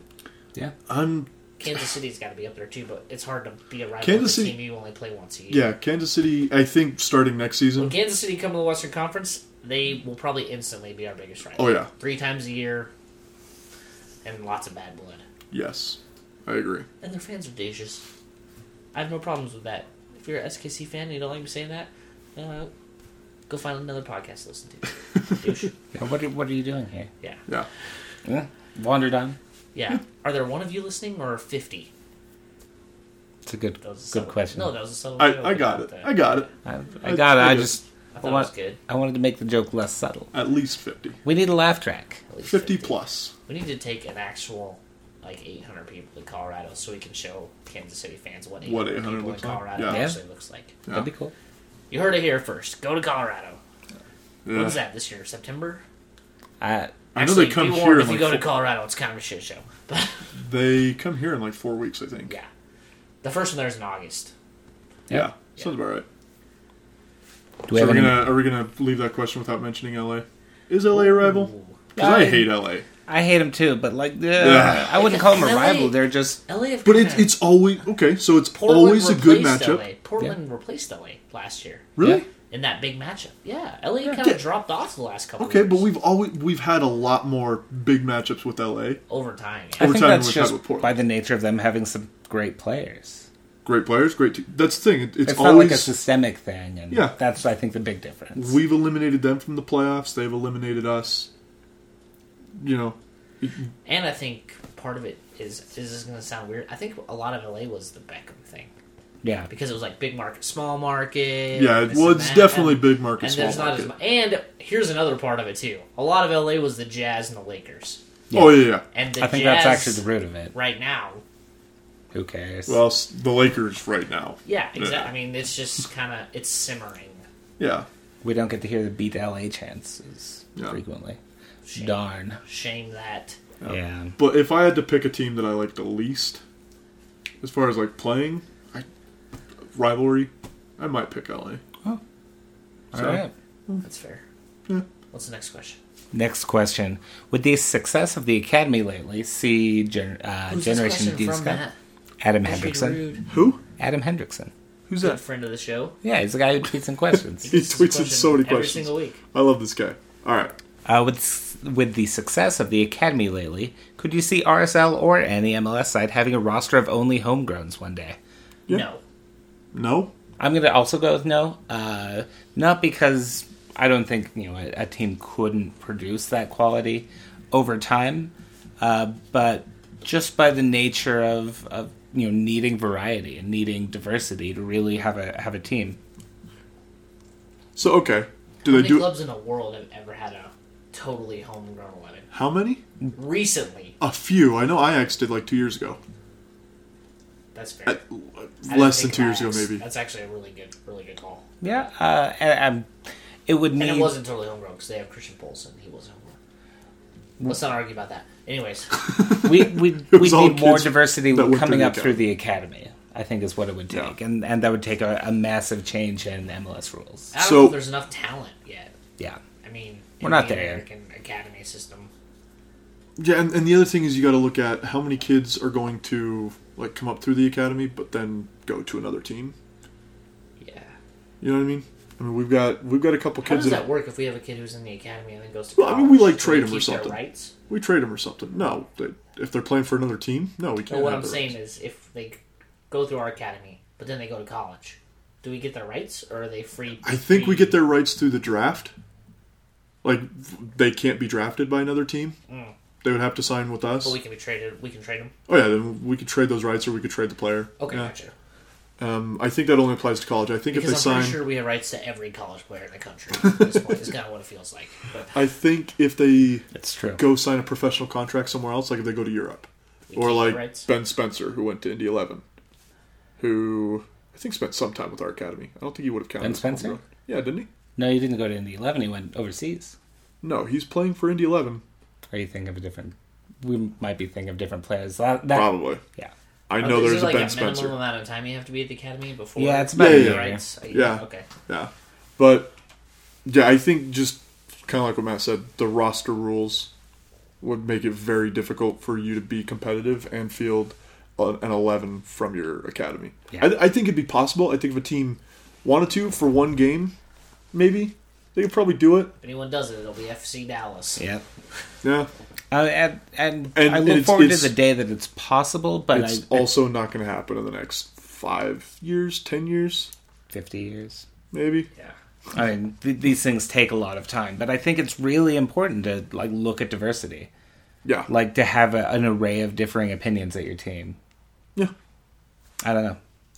[SPEAKER 3] Yeah.
[SPEAKER 2] I'm
[SPEAKER 1] Kansas City's got to be up there too, but it's hard to be a rival
[SPEAKER 2] Kansas
[SPEAKER 1] with a
[SPEAKER 2] City-
[SPEAKER 1] team you only play once a year.
[SPEAKER 2] yeah, Kansas City, I think starting next
[SPEAKER 1] When
[SPEAKER 2] season.
[SPEAKER 1] Kansas City come to the Western Conference, they will probably instantly be our biggest rival.
[SPEAKER 2] Oh yeah.
[SPEAKER 1] Three times a year and lots of bad blood.
[SPEAKER 2] Yes. I agree.
[SPEAKER 1] And their fans are audacious. I have no problems with that. If you're an SKC fan and you don't like me saying that, uh, go find another podcast to listen to. Douche.
[SPEAKER 3] What are, what are you doing here?
[SPEAKER 1] Yeah.
[SPEAKER 2] Yeah.
[SPEAKER 3] Yeah. Wander down.
[SPEAKER 1] Yeah. Are there one of you listening or 50?
[SPEAKER 3] It's a good
[SPEAKER 1] That was a
[SPEAKER 3] good
[SPEAKER 1] subtle-
[SPEAKER 3] question.
[SPEAKER 1] No, that was a subtle joke.
[SPEAKER 2] I, I got
[SPEAKER 1] thought
[SPEAKER 2] it.
[SPEAKER 1] that-
[SPEAKER 2] I got it.
[SPEAKER 3] I, I got it.
[SPEAKER 2] I
[SPEAKER 3] I
[SPEAKER 2] did.
[SPEAKER 3] just
[SPEAKER 1] I thought
[SPEAKER 3] I
[SPEAKER 1] it
[SPEAKER 3] want-
[SPEAKER 1] was good.
[SPEAKER 3] I wanted to make the joke less subtle.
[SPEAKER 2] At least 50.
[SPEAKER 3] We need a laugh track.
[SPEAKER 1] At least
[SPEAKER 2] 50 plus.
[SPEAKER 1] We need to take an actual, like, 800 people to Colorado so we can show Kansas City fans what 800,
[SPEAKER 2] What 800
[SPEAKER 1] people
[SPEAKER 2] looks
[SPEAKER 1] in
[SPEAKER 2] like.
[SPEAKER 1] Colorado
[SPEAKER 2] Yeah.
[SPEAKER 1] actually looks like.
[SPEAKER 2] Yeah.
[SPEAKER 3] That'd be cool.
[SPEAKER 1] You heard it here first. Go to Colorado.
[SPEAKER 2] Yeah.
[SPEAKER 1] When's that this year? September?
[SPEAKER 3] I
[SPEAKER 2] I know they
[SPEAKER 1] Actually,
[SPEAKER 2] come
[SPEAKER 1] be
[SPEAKER 2] here
[SPEAKER 1] warned
[SPEAKER 2] in
[SPEAKER 1] if you
[SPEAKER 2] like
[SPEAKER 1] go to
[SPEAKER 2] four-
[SPEAKER 1] Colorado, it's kind of a shit show. But
[SPEAKER 2] they come here in like 4 weeks, I think.
[SPEAKER 1] yeah, the first one there is in August.
[SPEAKER 2] Yeah. Sounds about right.
[SPEAKER 3] do we
[SPEAKER 2] so
[SPEAKER 3] have
[SPEAKER 2] we're
[SPEAKER 3] any,
[SPEAKER 2] gonna are we gonna leave that question without mentioning LA? Is LA a rival? Because I
[SPEAKER 3] I-
[SPEAKER 2] hate LA,
[SPEAKER 3] I hate him too, but like, uh,
[SPEAKER 2] Yeah.
[SPEAKER 3] I wouldn't call him a
[SPEAKER 1] Really?
[SPEAKER 3] rival. They're just
[SPEAKER 1] LA, have
[SPEAKER 2] but
[SPEAKER 1] kinda-
[SPEAKER 2] it's it's always okay. So it's
[SPEAKER 1] Portland
[SPEAKER 2] always a good
[SPEAKER 1] replaced
[SPEAKER 2] matchup.
[SPEAKER 1] LA. Portland replaced LA last year
[SPEAKER 2] Really?
[SPEAKER 1] in that big matchup. Yeah, LA kind
[SPEAKER 2] Yeah.
[SPEAKER 1] of dropped off the last couple.
[SPEAKER 2] Okay,
[SPEAKER 1] years.
[SPEAKER 2] but we've always we've had a lot more big matchups with LA.
[SPEAKER 1] over time.
[SPEAKER 3] I
[SPEAKER 1] Yeah.
[SPEAKER 3] think
[SPEAKER 2] time
[SPEAKER 3] that's
[SPEAKER 2] we've had
[SPEAKER 3] just
[SPEAKER 2] with Portland.
[SPEAKER 3] by the nature of them having some great players.
[SPEAKER 2] Great players, great. Te- that's the thing. It, it's,
[SPEAKER 3] It's not like a
[SPEAKER 2] always
[SPEAKER 3] systemic thing, and
[SPEAKER 2] Yeah.
[SPEAKER 3] that's I think the big difference.
[SPEAKER 2] we've eliminated them from the playoffs. They've eliminated us. You know,
[SPEAKER 1] And I think part of it is this is going to sound weird. I think a lot of LA was the Beckham thing
[SPEAKER 3] yeah,
[SPEAKER 1] because it was like big market, small market.
[SPEAKER 2] yeah.
[SPEAKER 1] this
[SPEAKER 2] well,
[SPEAKER 1] and
[SPEAKER 2] it's
[SPEAKER 1] that.
[SPEAKER 2] definitely
[SPEAKER 1] And-
[SPEAKER 2] big market,
[SPEAKER 1] And
[SPEAKER 2] small
[SPEAKER 1] there's not
[SPEAKER 2] market.
[SPEAKER 1] as much. And here's another part of it too. A lot of LA was the Jazz and the Lakers,
[SPEAKER 2] Oh yeah, yeah.
[SPEAKER 1] and the
[SPEAKER 3] I think
[SPEAKER 1] Jazz
[SPEAKER 3] that's actually the root of it.
[SPEAKER 1] right now.
[SPEAKER 3] Who cares?
[SPEAKER 2] Well, s- the Lakers right now.
[SPEAKER 1] Yeah, exactly.
[SPEAKER 2] Yeah.
[SPEAKER 1] I mean, it's just kind of it's simmering.
[SPEAKER 2] Yeah,
[SPEAKER 3] we don't get to hear the beat LA chances
[SPEAKER 2] Yeah.
[SPEAKER 3] frequently.
[SPEAKER 1] Shame.
[SPEAKER 3] Darn.
[SPEAKER 1] Shame that.
[SPEAKER 3] Yeah.
[SPEAKER 2] But if I had to pick a team that I like the least, as far as like playing, I, rivalry, I might pick LA.
[SPEAKER 3] All
[SPEAKER 2] So-
[SPEAKER 3] right.
[SPEAKER 1] That's fair.
[SPEAKER 2] Yeah.
[SPEAKER 1] What's the next question?
[SPEAKER 3] Next question: Would the success of the Academy lately see gen- uh,
[SPEAKER 1] Who's this
[SPEAKER 3] Generation
[SPEAKER 1] question
[SPEAKER 3] D
[SPEAKER 1] from
[SPEAKER 3] Scott?
[SPEAKER 1] Matt?
[SPEAKER 3] Adam
[SPEAKER 1] Don't be
[SPEAKER 3] Hendrickson.
[SPEAKER 1] rude.
[SPEAKER 2] Who?
[SPEAKER 3] Adam Hendrickson.
[SPEAKER 2] Who's
[SPEAKER 1] Good
[SPEAKER 2] that?
[SPEAKER 1] friend of the show.
[SPEAKER 3] Yeah, he's the guy who tweets in questions.
[SPEAKER 2] He
[SPEAKER 1] This is a
[SPEAKER 2] tweets in so many
[SPEAKER 1] every
[SPEAKER 2] questions.
[SPEAKER 1] single week.
[SPEAKER 2] I love this guy. All right.
[SPEAKER 3] Uh, with s- with the success of the academy lately, could you see RSL or any MLS side having a roster of only homegrowns one day?
[SPEAKER 2] Yeah.
[SPEAKER 1] No.
[SPEAKER 2] No.
[SPEAKER 3] I'm gonna also go with no, uh, not because I don't think you know a, a team couldn't produce that quality over time, uh, but just by the nature of, of you know needing variety and needing diversity to really have a have a team.
[SPEAKER 2] So okay. Do
[SPEAKER 1] How
[SPEAKER 2] they
[SPEAKER 1] many
[SPEAKER 2] do
[SPEAKER 1] clubs in the world have ever had a totally homegrown eleven?
[SPEAKER 2] how many?
[SPEAKER 1] Recently,
[SPEAKER 2] A few. I know Ajax did like two years ago.
[SPEAKER 1] that's
[SPEAKER 2] Uh,
[SPEAKER 1] fair. I didn't
[SPEAKER 2] Less than
[SPEAKER 1] think
[SPEAKER 2] two years
[SPEAKER 1] about
[SPEAKER 2] ago,
[SPEAKER 1] Ajax.
[SPEAKER 2] maybe.
[SPEAKER 1] That's actually a really good, really good call.
[SPEAKER 3] Yeah, uh, and, um, it would
[SPEAKER 1] And
[SPEAKER 3] need
[SPEAKER 1] it wasn't totally homegrown because they have Christian Polson. He wasn't homegrown. Let's not argue about that. Anyways,
[SPEAKER 3] we we
[SPEAKER 2] It
[SPEAKER 3] we
[SPEAKER 2] was all
[SPEAKER 3] need more
[SPEAKER 2] kids
[SPEAKER 3] diversity
[SPEAKER 2] that went
[SPEAKER 3] coming
[SPEAKER 2] through the
[SPEAKER 3] up through the academy. I think is what it would take, and and that would take a, a massive change in MLS rules.
[SPEAKER 1] I don't
[SPEAKER 2] So-
[SPEAKER 1] know if there's enough talent yet.
[SPEAKER 3] Yeah,
[SPEAKER 1] I mean,
[SPEAKER 3] We're
[SPEAKER 1] in
[SPEAKER 3] not
[SPEAKER 1] the
[SPEAKER 3] there yet.
[SPEAKER 1] American academy system.
[SPEAKER 2] Yeah, and, and the other thing is you got to look at how many kids are going to like come up through the academy, but then go to another team.
[SPEAKER 1] Yeah.
[SPEAKER 2] You know what I mean? I mean we've got we've got a couple
[SPEAKER 1] How
[SPEAKER 2] kids
[SPEAKER 1] does
[SPEAKER 2] that,
[SPEAKER 1] that work if we have a kid who's in the academy and then goes to
[SPEAKER 2] Well,
[SPEAKER 1] college?
[SPEAKER 2] I mean, we, like,
[SPEAKER 1] Do
[SPEAKER 2] trade
[SPEAKER 1] they
[SPEAKER 2] 'em or
[SPEAKER 1] keep their
[SPEAKER 2] something.
[SPEAKER 1] rights?
[SPEAKER 2] we trade them or something. No, they, if they're playing for another team, no, we can't.
[SPEAKER 1] No, what I'm
[SPEAKER 2] have their
[SPEAKER 1] saying
[SPEAKER 2] rights.
[SPEAKER 1] is if they go through our academy, but then they go to college, do we get their rights or are they free?
[SPEAKER 2] I think we
[SPEAKER 1] free-
[SPEAKER 2] get their rights through the draft. Like they can't be drafted by another team. They would have to sign with us.
[SPEAKER 1] Mm. But Oh, we can be traded. We can trade them.
[SPEAKER 2] oh yeah, then we could trade those rights, or we could trade the player.
[SPEAKER 1] Okay,
[SPEAKER 2] Yeah.
[SPEAKER 1] gotcha.
[SPEAKER 2] Um, I think that only applies to college. I think
[SPEAKER 1] Because I'm
[SPEAKER 2] if they
[SPEAKER 1] pretty
[SPEAKER 2] sign,
[SPEAKER 1] sure we have rights to every college player in the country at this point. is kind of what it feels like. But
[SPEAKER 2] I think if they
[SPEAKER 3] that's true.
[SPEAKER 2] go sign a professional contract somewhere else, like if they go to Europe, or
[SPEAKER 1] keep the
[SPEAKER 2] like
[SPEAKER 1] rights.
[SPEAKER 2] Ben Spencer who went to Indy Eleven, who I think spent some time with our academy. I don't think he would have counted.
[SPEAKER 3] Ben
[SPEAKER 2] as a home
[SPEAKER 3] Spencer?
[SPEAKER 2] grown. Yeah, didn't he?
[SPEAKER 3] No, he didn't go to Indy 11. He went overseas.
[SPEAKER 2] No, he's playing for Indy 11.
[SPEAKER 3] Are you thinking of a different? We might be thinking of different players. That, that-
[SPEAKER 2] Probably.
[SPEAKER 3] Yeah.
[SPEAKER 2] I know
[SPEAKER 1] Oh, is there
[SPEAKER 2] there's a
[SPEAKER 1] like
[SPEAKER 2] Ben
[SPEAKER 1] a minimum
[SPEAKER 2] Spencer.
[SPEAKER 1] amount of time you have to be at the academy before?
[SPEAKER 3] Yeah, it's
[SPEAKER 2] about
[SPEAKER 1] about
[SPEAKER 2] a year.
[SPEAKER 1] Rights?
[SPEAKER 2] Yeah.
[SPEAKER 1] Okay.
[SPEAKER 2] Yeah, but yeah, I think just kind of like what Matt said, the roster rules would make it very difficult for you to be competitive and field a- an eleven from your academy.
[SPEAKER 3] Yeah.
[SPEAKER 2] I, I think it'd be possible. I think if a team wanted to for one game, maybe they could probably do it.
[SPEAKER 1] If anyone does it, it'll be FC Dallas.
[SPEAKER 3] Yeah.
[SPEAKER 2] Yeah,
[SPEAKER 3] Uh, and, and,
[SPEAKER 2] And
[SPEAKER 3] I look
[SPEAKER 2] it's-
[SPEAKER 3] forward
[SPEAKER 2] it's-
[SPEAKER 3] to the day that it's possible, but I,
[SPEAKER 2] it's also not going to happen in the next five years, ten years,
[SPEAKER 3] 50 years.
[SPEAKER 2] maybe.
[SPEAKER 1] Yeah.
[SPEAKER 3] I mean, th- these things take a lot of time, but I think it's really important to like look at diversity,
[SPEAKER 2] Yeah,
[SPEAKER 3] like to have a, an array of differing opinions at your team.
[SPEAKER 2] yeah,
[SPEAKER 3] I don't know.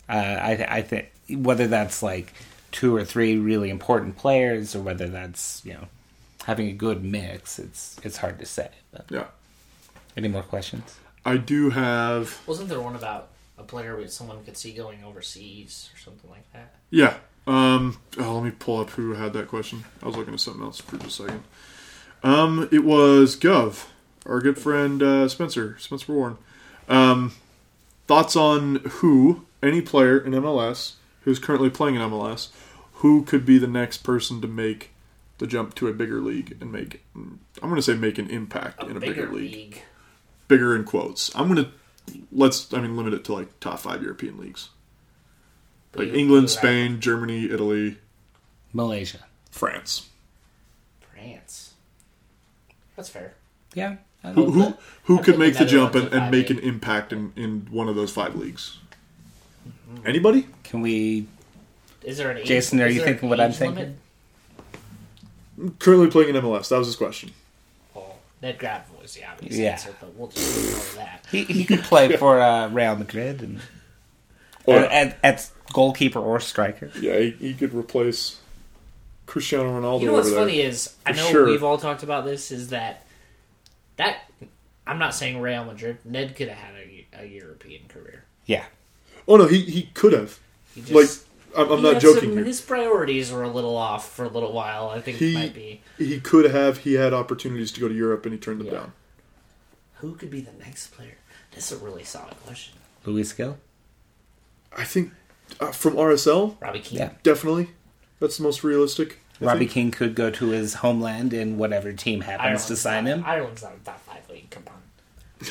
[SPEAKER 3] Uh, I th- I think whether that's like two or three really important players, or whether that's you know having a good mix, it's it's hard to say. But
[SPEAKER 2] yeah.
[SPEAKER 3] any more questions?
[SPEAKER 2] I do have
[SPEAKER 1] Wasn't there one about a player that someone could see going overseas or something like that?
[SPEAKER 2] Yeah. Um, oh, let me pull up who had that question. I was looking at something else for just a second. Um, it was Gov, our good friend uh, Spencer, Spencer Warren. Um, thoughts on who, any player in MLS who's currently playing in MLS, who could be the next person to make the jump to a bigger league and make, I'm going to say make an impact
[SPEAKER 1] A
[SPEAKER 2] in a
[SPEAKER 1] bigger,
[SPEAKER 2] bigger,
[SPEAKER 1] league.
[SPEAKER 2] league. Bigger in quotes. I'm going to, let's, I mean, limit it to like top five European leagues.
[SPEAKER 1] But
[SPEAKER 2] Like
[SPEAKER 1] you-
[SPEAKER 2] England,
[SPEAKER 1] you have
[SPEAKER 2] Spain, Germany, Italy,
[SPEAKER 3] Malaysia.
[SPEAKER 2] France.
[SPEAKER 1] France. That's fair.
[SPEAKER 3] Yeah. I
[SPEAKER 2] Who
[SPEAKER 3] don't-
[SPEAKER 2] who, who
[SPEAKER 1] I
[SPEAKER 2] could
[SPEAKER 1] think
[SPEAKER 2] make the
[SPEAKER 1] Netherlands
[SPEAKER 2] jump and,
[SPEAKER 1] is
[SPEAKER 2] and
[SPEAKER 1] five
[SPEAKER 2] make an
[SPEAKER 1] eight.
[SPEAKER 2] impact in, in one of those five leagues? Anybody?
[SPEAKER 3] Can we?
[SPEAKER 1] Is there an age?
[SPEAKER 3] Jason, are
[SPEAKER 1] is
[SPEAKER 3] you
[SPEAKER 1] there an
[SPEAKER 3] thinking what I'm
[SPEAKER 1] age
[SPEAKER 3] thinking?
[SPEAKER 1] limit?
[SPEAKER 2] Currently playing in MLS. That was his question.
[SPEAKER 1] Well, Ned Grab was the obvious
[SPEAKER 3] Yeah.
[SPEAKER 1] answer, but we'll just ignore that.
[SPEAKER 3] He, he could play for uh, Real Madrid and
[SPEAKER 2] Or,
[SPEAKER 3] or at, at goalkeeper or striker.
[SPEAKER 2] yeah, he, he could replace Cristiano Ronaldo
[SPEAKER 1] You know what's
[SPEAKER 2] over there.
[SPEAKER 1] funny is I
[SPEAKER 2] For
[SPEAKER 1] know
[SPEAKER 2] sure.
[SPEAKER 1] we've all talked about this is that that I'm not saying Real Madrid. Ned could have had a, a European career.
[SPEAKER 3] Yeah.
[SPEAKER 2] Oh no, he, he could have.
[SPEAKER 1] He
[SPEAKER 2] Like
[SPEAKER 1] just
[SPEAKER 2] I'm, I'm
[SPEAKER 1] he
[SPEAKER 2] not
[SPEAKER 1] had some-
[SPEAKER 2] joking here.
[SPEAKER 1] His priorities were a little off for a little while. I think it might
[SPEAKER 2] He
[SPEAKER 1] be
[SPEAKER 2] he could have. He had opportunities to go to Europe and he turned them
[SPEAKER 1] Yeah.
[SPEAKER 2] down.
[SPEAKER 1] who could be the next player. That's a really solid question.
[SPEAKER 3] Luis Gill.
[SPEAKER 2] I think uh, from RSL
[SPEAKER 1] Robbie Keane.
[SPEAKER 3] Yeah.
[SPEAKER 2] definitely. That's the most realistic. I
[SPEAKER 3] Robbie
[SPEAKER 2] think.
[SPEAKER 3] King could go to his homeland in whatever team happens to sign
[SPEAKER 1] not,
[SPEAKER 3] him.
[SPEAKER 1] Ireland's not a top five league. Come on.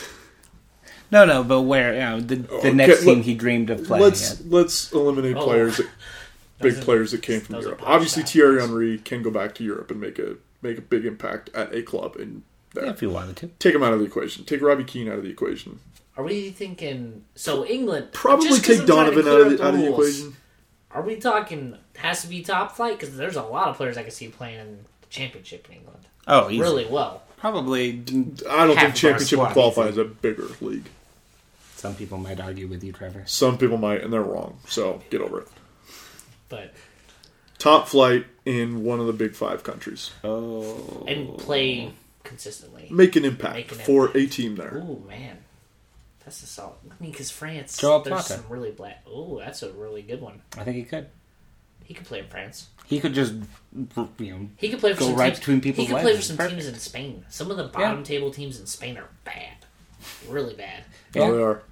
[SPEAKER 3] No, no, but where you know, the, the
[SPEAKER 2] Okay,
[SPEAKER 3] next team
[SPEAKER 2] let-
[SPEAKER 3] he dreamed of playing
[SPEAKER 2] Let's
[SPEAKER 3] at.
[SPEAKER 2] let's eliminate
[SPEAKER 1] Oh.
[SPEAKER 2] players that big
[SPEAKER 1] Those are-
[SPEAKER 2] players that came from
[SPEAKER 1] those are
[SPEAKER 2] Europe.
[SPEAKER 1] pop
[SPEAKER 2] Obviously,
[SPEAKER 1] stars.
[SPEAKER 2] Thierry Henry can go back to Europe and make a make a big impact at a club and there.
[SPEAKER 3] if you wanted to.
[SPEAKER 2] Take him out of the equation. Take Robbie Keane out of the equation.
[SPEAKER 1] Are we thinking so England?
[SPEAKER 2] Probably
[SPEAKER 1] just 'cause
[SPEAKER 2] take
[SPEAKER 1] I'm trying to
[SPEAKER 2] Donovan out
[SPEAKER 1] clear
[SPEAKER 2] of
[SPEAKER 1] up
[SPEAKER 2] the, out of the
[SPEAKER 1] rules,
[SPEAKER 2] equation.
[SPEAKER 1] Are we talking has to be top flight? Because there's a lot of players I could see playing in the championship in England
[SPEAKER 3] Oh, he's
[SPEAKER 1] really well.
[SPEAKER 3] probably.
[SPEAKER 2] I don't
[SPEAKER 3] Half of
[SPEAKER 2] think
[SPEAKER 3] our
[SPEAKER 2] championship would
[SPEAKER 3] squad,
[SPEAKER 2] qualify
[SPEAKER 3] easy.
[SPEAKER 2] as a bigger league.
[SPEAKER 3] Some people might argue with you, Trevor.
[SPEAKER 2] Some people might, and they're wrong. So get over it.
[SPEAKER 1] But
[SPEAKER 2] Top flight in one of the big five countries.
[SPEAKER 3] Oh,
[SPEAKER 1] and play consistently.
[SPEAKER 2] Make an impact
[SPEAKER 1] Make an
[SPEAKER 2] for a team there.
[SPEAKER 1] Ooh man, that's a solid. I mean, because France,
[SPEAKER 3] Joel
[SPEAKER 1] there's
[SPEAKER 3] Plata.
[SPEAKER 1] some really black. Ooh, that's a really good one.
[SPEAKER 3] I think he could.
[SPEAKER 1] He could play in France.
[SPEAKER 3] He could just, you know,
[SPEAKER 1] He could play for
[SPEAKER 3] Go
[SPEAKER 1] some
[SPEAKER 3] right
[SPEAKER 1] teams.
[SPEAKER 3] between
[SPEAKER 1] he
[SPEAKER 3] people's
[SPEAKER 1] could
[SPEAKER 3] legs.
[SPEAKER 1] play for
[SPEAKER 3] It's
[SPEAKER 1] some teams in Spain. Some of the
[SPEAKER 3] Yeah.
[SPEAKER 1] bottom table teams in Spain are bad, really bad.
[SPEAKER 2] Oh, Yeah.
[SPEAKER 3] yeah.
[SPEAKER 2] they are.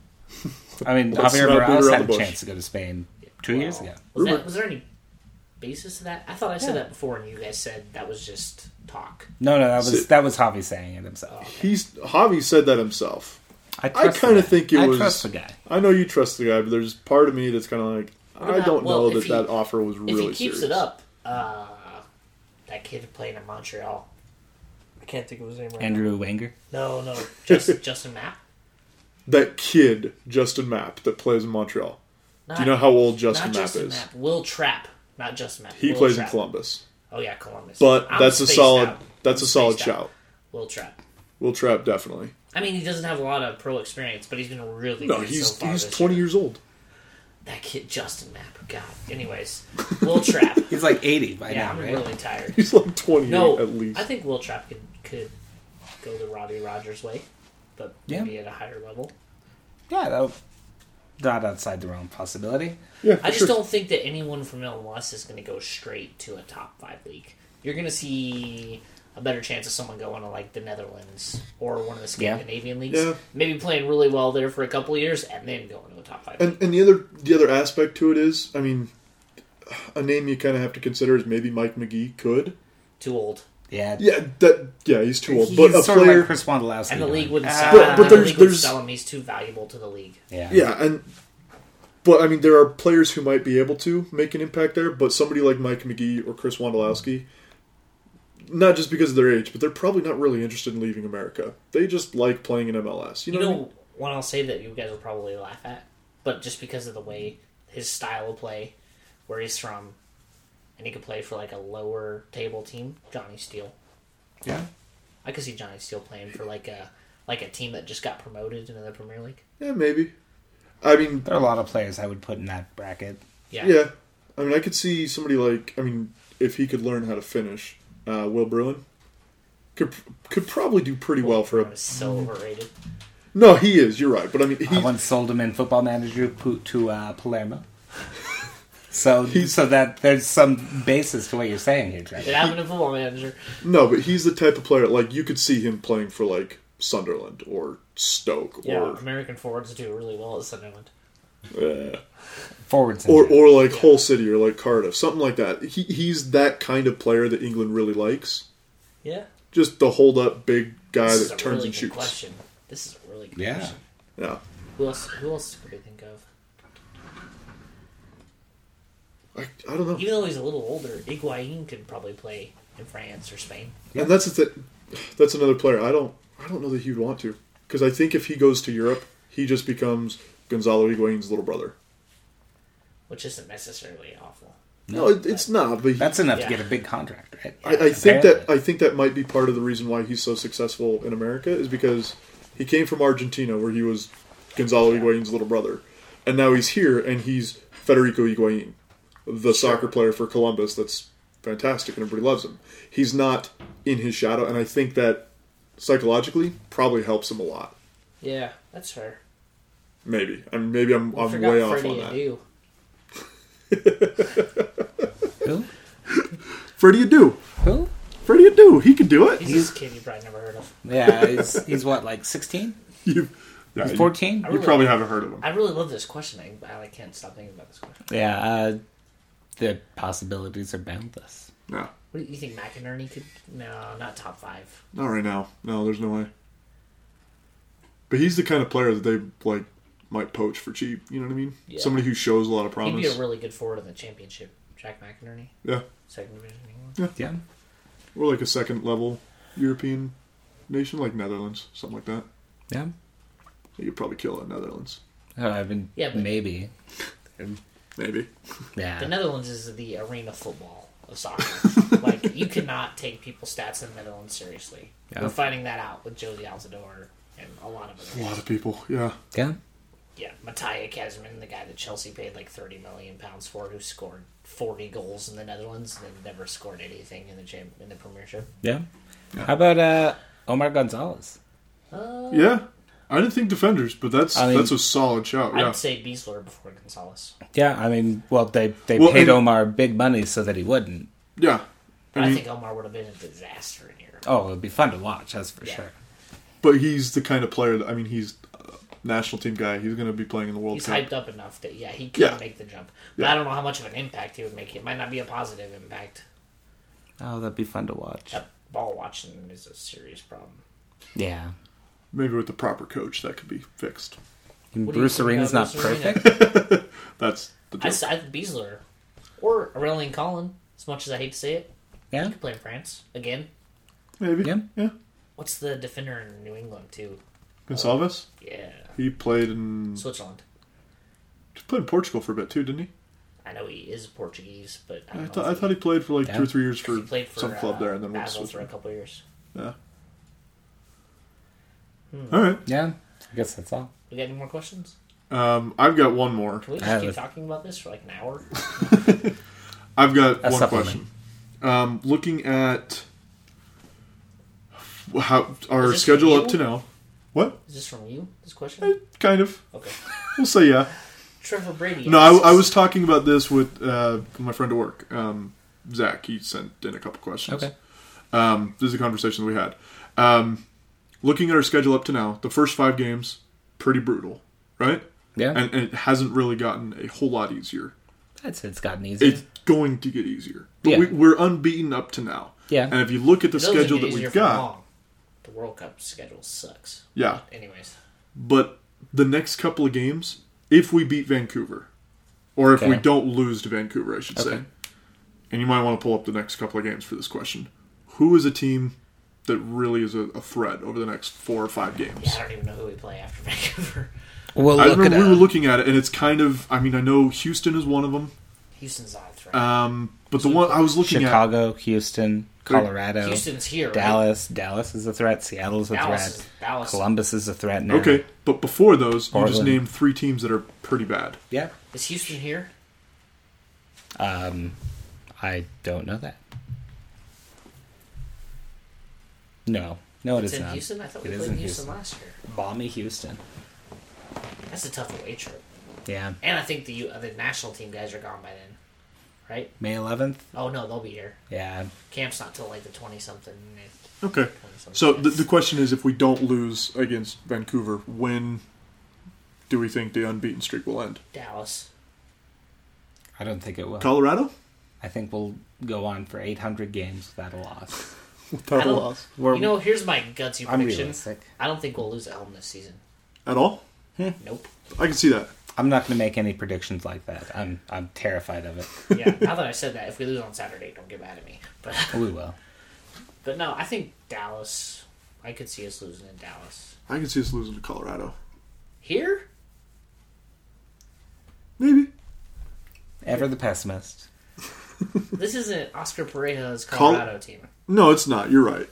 [SPEAKER 3] I mean,
[SPEAKER 2] Let's
[SPEAKER 3] Javier
[SPEAKER 2] not beat
[SPEAKER 3] Morales
[SPEAKER 2] around
[SPEAKER 3] had
[SPEAKER 2] the
[SPEAKER 3] a
[SPEAKER 2] bush.
[SPEAKER 3] chance to go to Spain two years ago.
[SPEAKER 1] Was, that,
[SPEAKER 2] Rumor-
[SPEAKER 1] was there any basis to that? I thought I said
[SPEAKER 3] Yeah.
[SPEAKER 1] that before, and you guys said that was just talk.
[SPEAKER 3] No, no, that was
[SPEAKER 2] Sit.
[SPEAKER 3] that was Javi saying it himself.
[SPEAKER 2] He's Javi said that himself. I
[SPEAKER 3] trust the
[SPEAKER 2] kind of
[SPEAKER 3] guy.
[SPEAKER 2] think it
[SPEAKER 3] I
[SPEAKER 2] was.
[SPEAKER 3] trust the guy.
[SPEAKER 2] I know you trust the guy, but there's part of me that's kind of like I
[SPEAKER 1] about-
[SPEAKER 2] don't
[SPEAKER 1] well,
[SPEAKER 2] know
[SPEAKER 1] if
[SPEAKER 2] that
[SPEAKER 1] he-
[SPEAKER 2] that offer was really
[SPEAKER 1] if he keeps it
[SPEAKER 2] serious.
[SPEAKER 1] up, uh, that kid playing in Montreal. I can't think of his name right
[SPEAKER 3] Andrew Wenger.
[SPEAKER 1] now. No, no, just Justin Mapp.
[SPEAKER 2] That kid Justin Mapp that plays in Montreal.
[SPEAKER 1] Not,
[SPEAKER 2] Do you know how old Justin
[SPEAKER 1] not
[SPEAKER 2] Mapp
[SPEAKER 1] Justin
[SPEAKER 2] is?
[SPEAKER 1] Mapp. Will Trap, not Justin Mapp.
[SPEAKER 2] He
[SPEAKER 1] Will
[SPEAKER 2] plays
[SPEAKER 1] Trapp.
[SPEAKER 2] in Columbus,
[SPEAKER 1] Oh yeah, Columbus.
[SPEAKER 2] but
[SPEAKER 1] I'm
[SPEAKER 2] that's a
[SPEAKER 1] spaced
[SPEAKER 2] solid.
[SPEAKER 1] out.
[SPEAKER 2] That's
[SPEAKER 1] I'm
[SPEAKER 2] a solid
[SPEAKER 1] spaced out.
[SPEAKER 2] shout.
[SPEAKER 1] Will Trap.
[SPEAKER 2] Will Trap definitely.
[SPEAKER 1] I mean, he doesn't have a lot of pro experience, but he's been really
[SPEAKER 2] No,
[SPEAKER 1] good so
[SPEAKER 2] he's
[SPEAKER 1] far
[SPEAKER 2] he's
[SPEAKER 1] this
[SPEAKER 2] twenty
[SPEAKER 1] year.
[SPEAKER 2] years old.
[SPEAKER 1] That kid Justin Mapp. God. Anyways, Will Trap.
[SPEAKER 3] He's like eighty by
[SPEAKER 1] Yeah,
[SPEAKER 3] now,
[SPEAKER 1] I'm
[SPEAKER 3] right?
[SPEAKER 1] really tired.
[SPEAKER 2] He's like twenty
[SPEAKER 1] No,
[SPEAKER 2] at least.
[SPEAKER 1] I think Will Trapp could could go the Robbie Rogers way, but
[SPEAKER 3] Yeah.
[SPEAKER 1] maybe at a higher level.
[SPEAKER 3] Yeah, that, not outside the realm of possibility.
[SPEAKER 2] Yeah,
[SPEAKER 1] I just
[SPEAKER 2] sure.
[SPEAKER 1] don't think that anyone from MLS is going to go straight to a top five league. You're going to see a better chance of someone going to like the Netherlands or one of the
[SPEAKER 3] Yeah.
[SPEAKER 1] Scandinavian leagues,
[SPEAKER 2] Yeah.
[SPEAKER 1] maybe playing really well there for a couple of years and then going to a top five. league.
[SPEAKER 2] And and the other the other aspect to it is, I mean, a name you kind of have to consider is maybe Mike McGee could.
[SPEAKER 1] Too old,
[SPEAKER 3] Yeah,
[SPEAKER 2] Yeah, that yeah, he's too old,
[SPEAKER 3] he's
[SPEAKER 2] but a
[SPEAKER 3] sort of
[SPEAKER 2] player.
[SPEAKER 3] like Chris Wondolowski.
[SPEAKER 1] and the league
[SPEAKER 3] would
[SPEAKER 1] wouldn't sell.
[SPEAKER 2] But-
[SPEAKER 1] him.
[SPEAKER 2] but
[SPEAKER 1] the
[SPEAKER 2] there's-
[SPEAKER 1] league would
[SPEAKER 2] there's-
[SPEAKER 1] sell him. He's too valuable to the league.
[SPEAKER 3] yeah,
[SPEAKER 2] yeah, and but I mean, there are players who might be able to make an impact there, but somebody like Mike McGee or Chris Wondolowski, not just because of their age, but they're probably not really interested in leaving America. They just like playing in MLS. You know,
[SPEAKER 1] You
[SPEAKER 2] what I mean?
[SPEAKER 1] know, one I'll say that you guys will probably laugh at, but just because of the way his style of play, where he's from, and he could play for like a lower table team, Johnny Steele.
[SPEAKER 3] yeah.
[SPEAKER 1] I could see Johnny Steele playing for like a like a team that just got promoted into the Premier League.
[SPEAKER 2] yeah, maybe. I mean,
[SPEAKER 3] There are a lot of players I would put in that bracket.
[SPEAKER 1] Yeah.
[SPEAKER 2] yeah, I mean, I could see somebody like, I mean, if he could learn how to finish, uh, Will Bruin could could probably do pretty well for a.
[SPEAKER 1] It's so overrated.
[SPEAKER 2] No, he is. You're right, but I mean, he,
[SPEAKER 3] I once sold him in Football Manager pu- to uh, Palermo. So,
[SPEAKER 2] He's-
[SPEAKER 3] so that there's some basis to what you're saying here, Trevor.
[SPEAKER 1] It happened in Football Manager.
[SPEAKER 2] No, but he's the type of player like you could see him playing for like Sunderland or Stoke
[SPEAKER 1] Yeah,
[SPEAKER 2] or
[SPEAKER 1] American forwards do really well at Sunderland.
[SPEAKER 2] uh,
[SPEAKER 3] Forwards in
[SPEAKER 2] or
[SPEAKER 3] there.
[SPEAKER 2] or like Hull City or like Cardiff, something like that. He he's that kind of player that England really likes.
[SPEAKER 1] Yeah.
[SPEAKER 2] Just the hold up big guy
[SPEAKER 1] This is
[SPEAKER 2] Uh, that
[SPEAKER 1] a
[SPEAKER 2] turns
[SPEAKER 1] really
[SPEAKER 2] and
[SPEAKER 1] good
[SPEAKER 2] shoots.
[SPEAKER 1] question. This is a really good
[SPEAKER 3] yeah,
[SPEAKER 1] question.
[SPEAKER 2] Yeah.
[SPEAKER 1] Who else? Who else could we think of?
[SPEAKER 2] I, I don't know.
[SPEAKER 1] Even though he's a little older, Higuain could probably play in France or Spain.
[SPEAKER 2] And that's the thi- that's another player. I don't I don't know that he'd want to because I think if he goes to Europe, he just becomes Gonzalo Higuain's little brother.
[SPEAKER 1] which isn't necessarily awful.
[SPEAKER 2] No, it, it's not. But he,
[SPEAKER 3] that's enough
[SPEAKER 1] Yeah.
[SPEAKER 3] to get a big contract, right?
[SPEAKER 2] I, I think that
[SPEAKER 3] Apparently.
[SPEAKER 2] I think that might be part of the reason why he's so successful in America is because he came from Argentina where he was Gonzalo Higuain's little brother, and now he's here and he's Federico Higuain, the soccer player for Columbus. That's fantastic and everybody loves him. He's not in his shadow, and I think that psychologically probably helps him a lot.
[SPEAKER 1] Yeah, that's fair.
[SPEAKER 2] Maybe I mean, maybe I'm,
[SPEAKER 1] We
[SPEAKER 2] I'm
[SPEAKER 1] forgot
[SPEAKER 2] way off
[SPEAKER 1] Freddie
[SPEAKER 2] on that.
[SPEAKER 1] Adu.
[SPEAKER 3] Who?
[SPEAKER 2] Freddie Adu,
[SPEAKER 3] Who?
[SPEAKER 2] Freddie Adu, he can do
[SPEAKER 1] He's
[SPEAKER 2] it.
[SPEAKER 1] this kid you probably never heard of.
[SPEAKER 3] Yeah, he's, he's what, like 16?
[SPEAKER 2] You, yeah,
[SPEAKER 3] He's
[SPEAKER 2] you-
[SPEAKER 3] 14?
[SPEAKER 2] You probably haven't heard of him.
[SPEAKER 1] I really love this question. I, I like, can't stop thinking about this question.
[SPEAKER 3] Yeah, uh, the possibilities are boundless.
[SPEAKER 2] No,
[SPEAKER 1] What do you think McInerney could? No, not top five.
[SPEAKER 2] Not right now. No, there's no way. But he's the kind of player that they like might poach for cheap. You know what I mean?
[SPEAKER 1] Yeah.
[SPEAKER 2] Somebody who shows a lot of
[SPEAKER 1] He'd be
[SPEAKER 2] promise.
[SPEAKER 1] a really good forward in the championship. Jack McInerney,
[SPEAKER 2] yeah,
[SPEAKER 1] second division England.
[SPEAKER 3] Yeah.
[SPEAKER 2] or like a second level European nation, like Netherlands, something like that.
[SPEAKER 3] Yeah.
[SPEAKER 2] You could probably kill at Netherlands,
[SPEAKER 3] Oh, I mean,
[SPEAKER 1] Yeah, but-
[SPEAKER 3] maybe.
[SPEAKER 2] maybe.
[SPEAKER 3] Yeah.
[SPEAKER 1] The Netherlands is the arena football of soccer. like you cannot take people's stats in the Netherlands seriously.
[SPEAKER 3] Yeah.
[SPEAKER 1] We're finding that out with Josie Altidore and a lot of
[SPEAKER 2] A
[SPEAKER 1] other.
[SPEAKER 2] lot of people. Yeah,
[SPEAKER 3] yeah.
[SPEAKER 1] yeah, Mattia Kasman, the guy that Chelsea paid like thirty million pounds for, who scored forty goals in the Netherlands and then never scored anything in the champ in the Premiership.
[SPEAKER 3] Yeah. How about uh, Omar Gonzalez?
[SPEAKER 2] yeah. I didn't think defenders, but that's
[SPEAKER 3] I mean-
[SPEAKER 2] that's a solid shot. Yeah,
[SPEAKER 1] I'd say Beasler before Gonzalez.
[SPEAKER 3] Yeah, I mean, well, they, they
[SPEAKER 2] Well,
[SPEAKER 3] paid
[SPEAKER 2] and-
[SPEAKER 3] Omar big money so that he wouldn't.
[SPEAKER 2] yeah.
[SPEAKER 1] But
[SPEAKER 2] I
[SPEAKER 1] I
[SPEAKER 2] mean,
[SPEAKER 1] think Omar would have been a disaster in Europe.
[SPEAKER 3] Oh, it'd be fun to watch, that's for
[SPEAKER 1] Yeah.
[SPEAKER 3] sure.
[SPEAKER 2] but he's the kind of player that I mean, he's a national team guy. He's going to be playing in the World
[SPEAKER 1] He's
[SPEAKER 2] Cup.
[SPEAKER 1] hyped up enough that yeah, he could
[SPEAKER 2] Yeah.
[SPEAKER 1] make the jump. But I don't know how much of an impact he would make. It might not be a positive impact.
[SPEAKER 3] Oh, that'd be fun to watch.
[SPEAKER 1] That ball watching is a serious problem.
[SPEAKER 3] Yeah.
[SPEAKER 2] Maybe with the proper coach, that could be fixed.
[SPEAKER 3] And
[SPEAKER 1] What do you
[SPEAKER 3] Bruce
[SPEAKER 1] think
[SPEAKER 3] Arena's
[SPEAKER 1] about
[SPEAKER 3] not
[SPEAKER 1] Bruce Arena?
[SPEAKER 3] perfect.
[SPEAKER 2] That's the
[SPEAKER 1] I
[SPEAKER 2] joke.
[SPEAKER 1] side with Beasler or Aurelian Collin. As much as I hate to say it,
[SPEAKER 3] Yeah.
[SPEAKER 1] he could play in France again.
[SPEAKER 2] Maybe.
[SPEAKER 3] Yeah.
[SPEAKER 2] Yeah.
[SPEAKER 1] What's the defender in New England too?
[SPEAKER 2] Gonsalves.
[SPEAKER 1] Yeah,
[SPEAKER 2] He played in
[SPEAKER 1] Switzerland.
[SPEAKER 2] he played in Portugal for a bit too, didn't he?
[SPEAKER 1] I know he is Portuguese, but I,
[SPEAKER 2] I,
[SPEAKER 1] don't know
[SPEAKER 2] thought
[SPEAKER 1] if
[SPEAKER 2] I thought he played for like
[SPEAKER 3] Yeah.
[SPEAKER 2] two or three years
[SPEAKER 1] he
[SPEAKER 2] for,
[SPEAKER 1] played for
[SPEAKER 2] some club
[SPEAKER 1] uh,
[SPEAKER 2] there, and then went to
[SPEAKER 1] Basel for a
[SPEAKER 2] Switzerland.
[SPEAKER 1] couple years.
[SPEAKER 2] Yeah. All right.
[SPEAKER 3] Yeah. I guess that's all.
[SPEAKER 1] We got any more questions?
[SPEAKER 2] Um, I've got one more.
[SPEAKER 1] Can we
[SPEAKER 3] I
[SPEAKER 1] just
[SPEAKER 3] have
[SPEAKER 1] keep
[SPEAKER 3] a-
[SPEAKER 1] talking about this for like an hour?
[SPEAKER 2] I've got
[SPEAKER 3] A
[SPEAKER 2] one
[SPEAKER 3] supplement.
[SPEAKER 2] question. Um, looking at how
[SPEAKER 1] Is
[SPEAKER 2] our
[SPEAKER 1] this
[SPEAKER 2] schedule up
[SPEAKER 1] you?
[SPEAKER 2] to now. What?
[SPEAKER 1] Is this from you? This
[SPEAKER 2] Eh,
[SPEAKER 1] question?
[SPEAKER 2] Kind of.
[SPEAKER 1] Okay.
[SPEAKER 2] We'll say yeah.
[SPEAKER 1] Trevor Brady.
[SPEAKER 2] No, I, I
[SPEAKER 1] asks.
[SPEAKER 2] was talking about this with uh, my friend at work, um, Zach. He sent in a couple questions.
[SPEAKER 3] Okay.
[SPEAKER 2] Um, this is a conversation we had. Um, looking at our schedule up to now, the first five games, pretty brutal, right?
[SPEAKER 3] Yeah.
[SPEAKER 2] And, and it hasn't really gotten a whole lot easier.
[SPEAKER 3] I'd say it's gotten easier.
[SPEAKER 2] It's going to get easier. But
[SPEAKER 3] Yeah.
[SPEAKER 2] we, we're unbeaten up to now.
[SPEAKER 3] Yeah.
[SPEAKER 2] And if you look at the
[SPEAKER 1] It doesn't
[SPEAKER 2] schedule
[SPEAKER 1] get
[SPEAKER 2] that
[SPEAKER 1] easier
[SPEAKER 2] we've
[SPEAKER 1] for
[SPEAKER 2] got,
[SPEAKER 1] long. The World Cup schedule sucks.
[SPEAKER 2] yeah.
[SPEAKER 1] Anyways,
[SPEAKER 2] But the next couple of games, if we beat Vancouver, or if we
[SPEAKER 3] Okay.
[SPEAKER 2] don't lose to Vancouver, I should say,
[SPEAKER 3] Okay.
[SPEAKER 2] and you might want to pull up the next couple of games for this question. Who is a team that really is a, a threat over the next four or five
[SPEAKER 1] yeah,
[SPEAKER 2] games?
[SPEAKER 1] I don't even know who we play after Vancouver.
[SPEAKER 3] we'll
[SPEAKER 2] I
[SPEAKER 3] look it
[SPEAKER 2] remember
[SPEAKER 3] up.
[SPEAKER 2] we were looking at it, and it's kind of. I mean, I know Houston is one of them,
[SPEAKER 1] Houston's not a threat.
[SPEAKER 3] Uh,
[SPEAKER 2] um, but the one I was looking at,
[SPEAKER 3] Chicago, Houston, Colorado,
[SPEAKER 1] Houston's here. right?
[SPEAKER 3] Dallas. Dallas is a threat. Seattle's a
[SPEAKER 1] Dallas is-
[SPEAKER 3] threat.
[SPEAKER 1] Dallas.
[SPEAKER 3] Columbus is a threat now.
[SPEAKER 2] okay, but before those, you just
[SPEAKER 3] Portland.
[SPEAKER 2] named three teams that are pretty bad.
[SPEAKER 3] Yeah.
[SPEAKER 1] Is Houston here?
[SPEAKER 3] Um, I don't know that. No. No, it
[SPEAKER 1] It's
[SPEAKER 3] is
[SPEAKER 1] in
[SPEAKER 3] not.
[SPEAKER 1] Houston. I thought we
[SPEAKER 3] It is
[SPEAKER 1] played
[SPEAKER 3] in
[SPEAKER 1] Houston, last year.
[SPEAKER 3] Balmy Houston.
[SPEAKER 1] That's a tough away trip.
[SPEAKER 3] Yeah.
[SPEAKER 1] And I think the U- uh, the national team guys are gone by then, right?
[SPEAKER 3] May 11th?
[SPEAKER 1] Oh no, they'll be here.
[SPEAKER 3] Yeah.
[SPEAKER 1] Camp's not till like the twenty something.
[SPEAKER 2] Okay, so the, the question is, if we don't lose against Vancouver, when do we think the unbeaten streak will end?
[SPEAKER 1] Dallas.
[SPEAKER 3] I don't think it will.
[SPEAKER 2] Colorado?
[SPEAKER 3] I think we'll go on for 800 games without a loss.
[SPEAKER 1] I
[SPEAKER 2] Without a
[SPEAKER 1] don't-
[SPEAKER 2] loss.
[SPEAKER 3] We're,
[SPEAKER 1] you know, here's my gutsy
[SPEAKER 3] I'm
[SPEAKER 1] prediction.
[SPEAKER 3] realistic.
[SPEAKER 1] I don't think we'll lose at home this season.
[SPEAKER 2] At all?
[SPEAKER 1] Nope.
[SPEAKER 2] I can see that.
[SPEAKER 3] I'm not going to make any predictions like that. I'm I'm terrified of it.
[SPEAKER 1] Yeah. now that I said that, if we lose on Saturday, don't get mad at me. But
[SPEAKER 3] we will.
[SPEAKER 1] but no, I think Dallas. I could see us losing in Dallas.
[SPEAKER 2] I can see us losing to Colorado.
[SPEAKER 1] Here,
[SPEAKER 2] Maybe.
[SPEAKER 3] Ever the pessimist.
[SPEAKER 1] this isn't Oscar Pereja's
[SPEAKER 2] Col-
[SPEAKER 1] Colorado team.
[SPEAKER 2] No, it's not. You're right.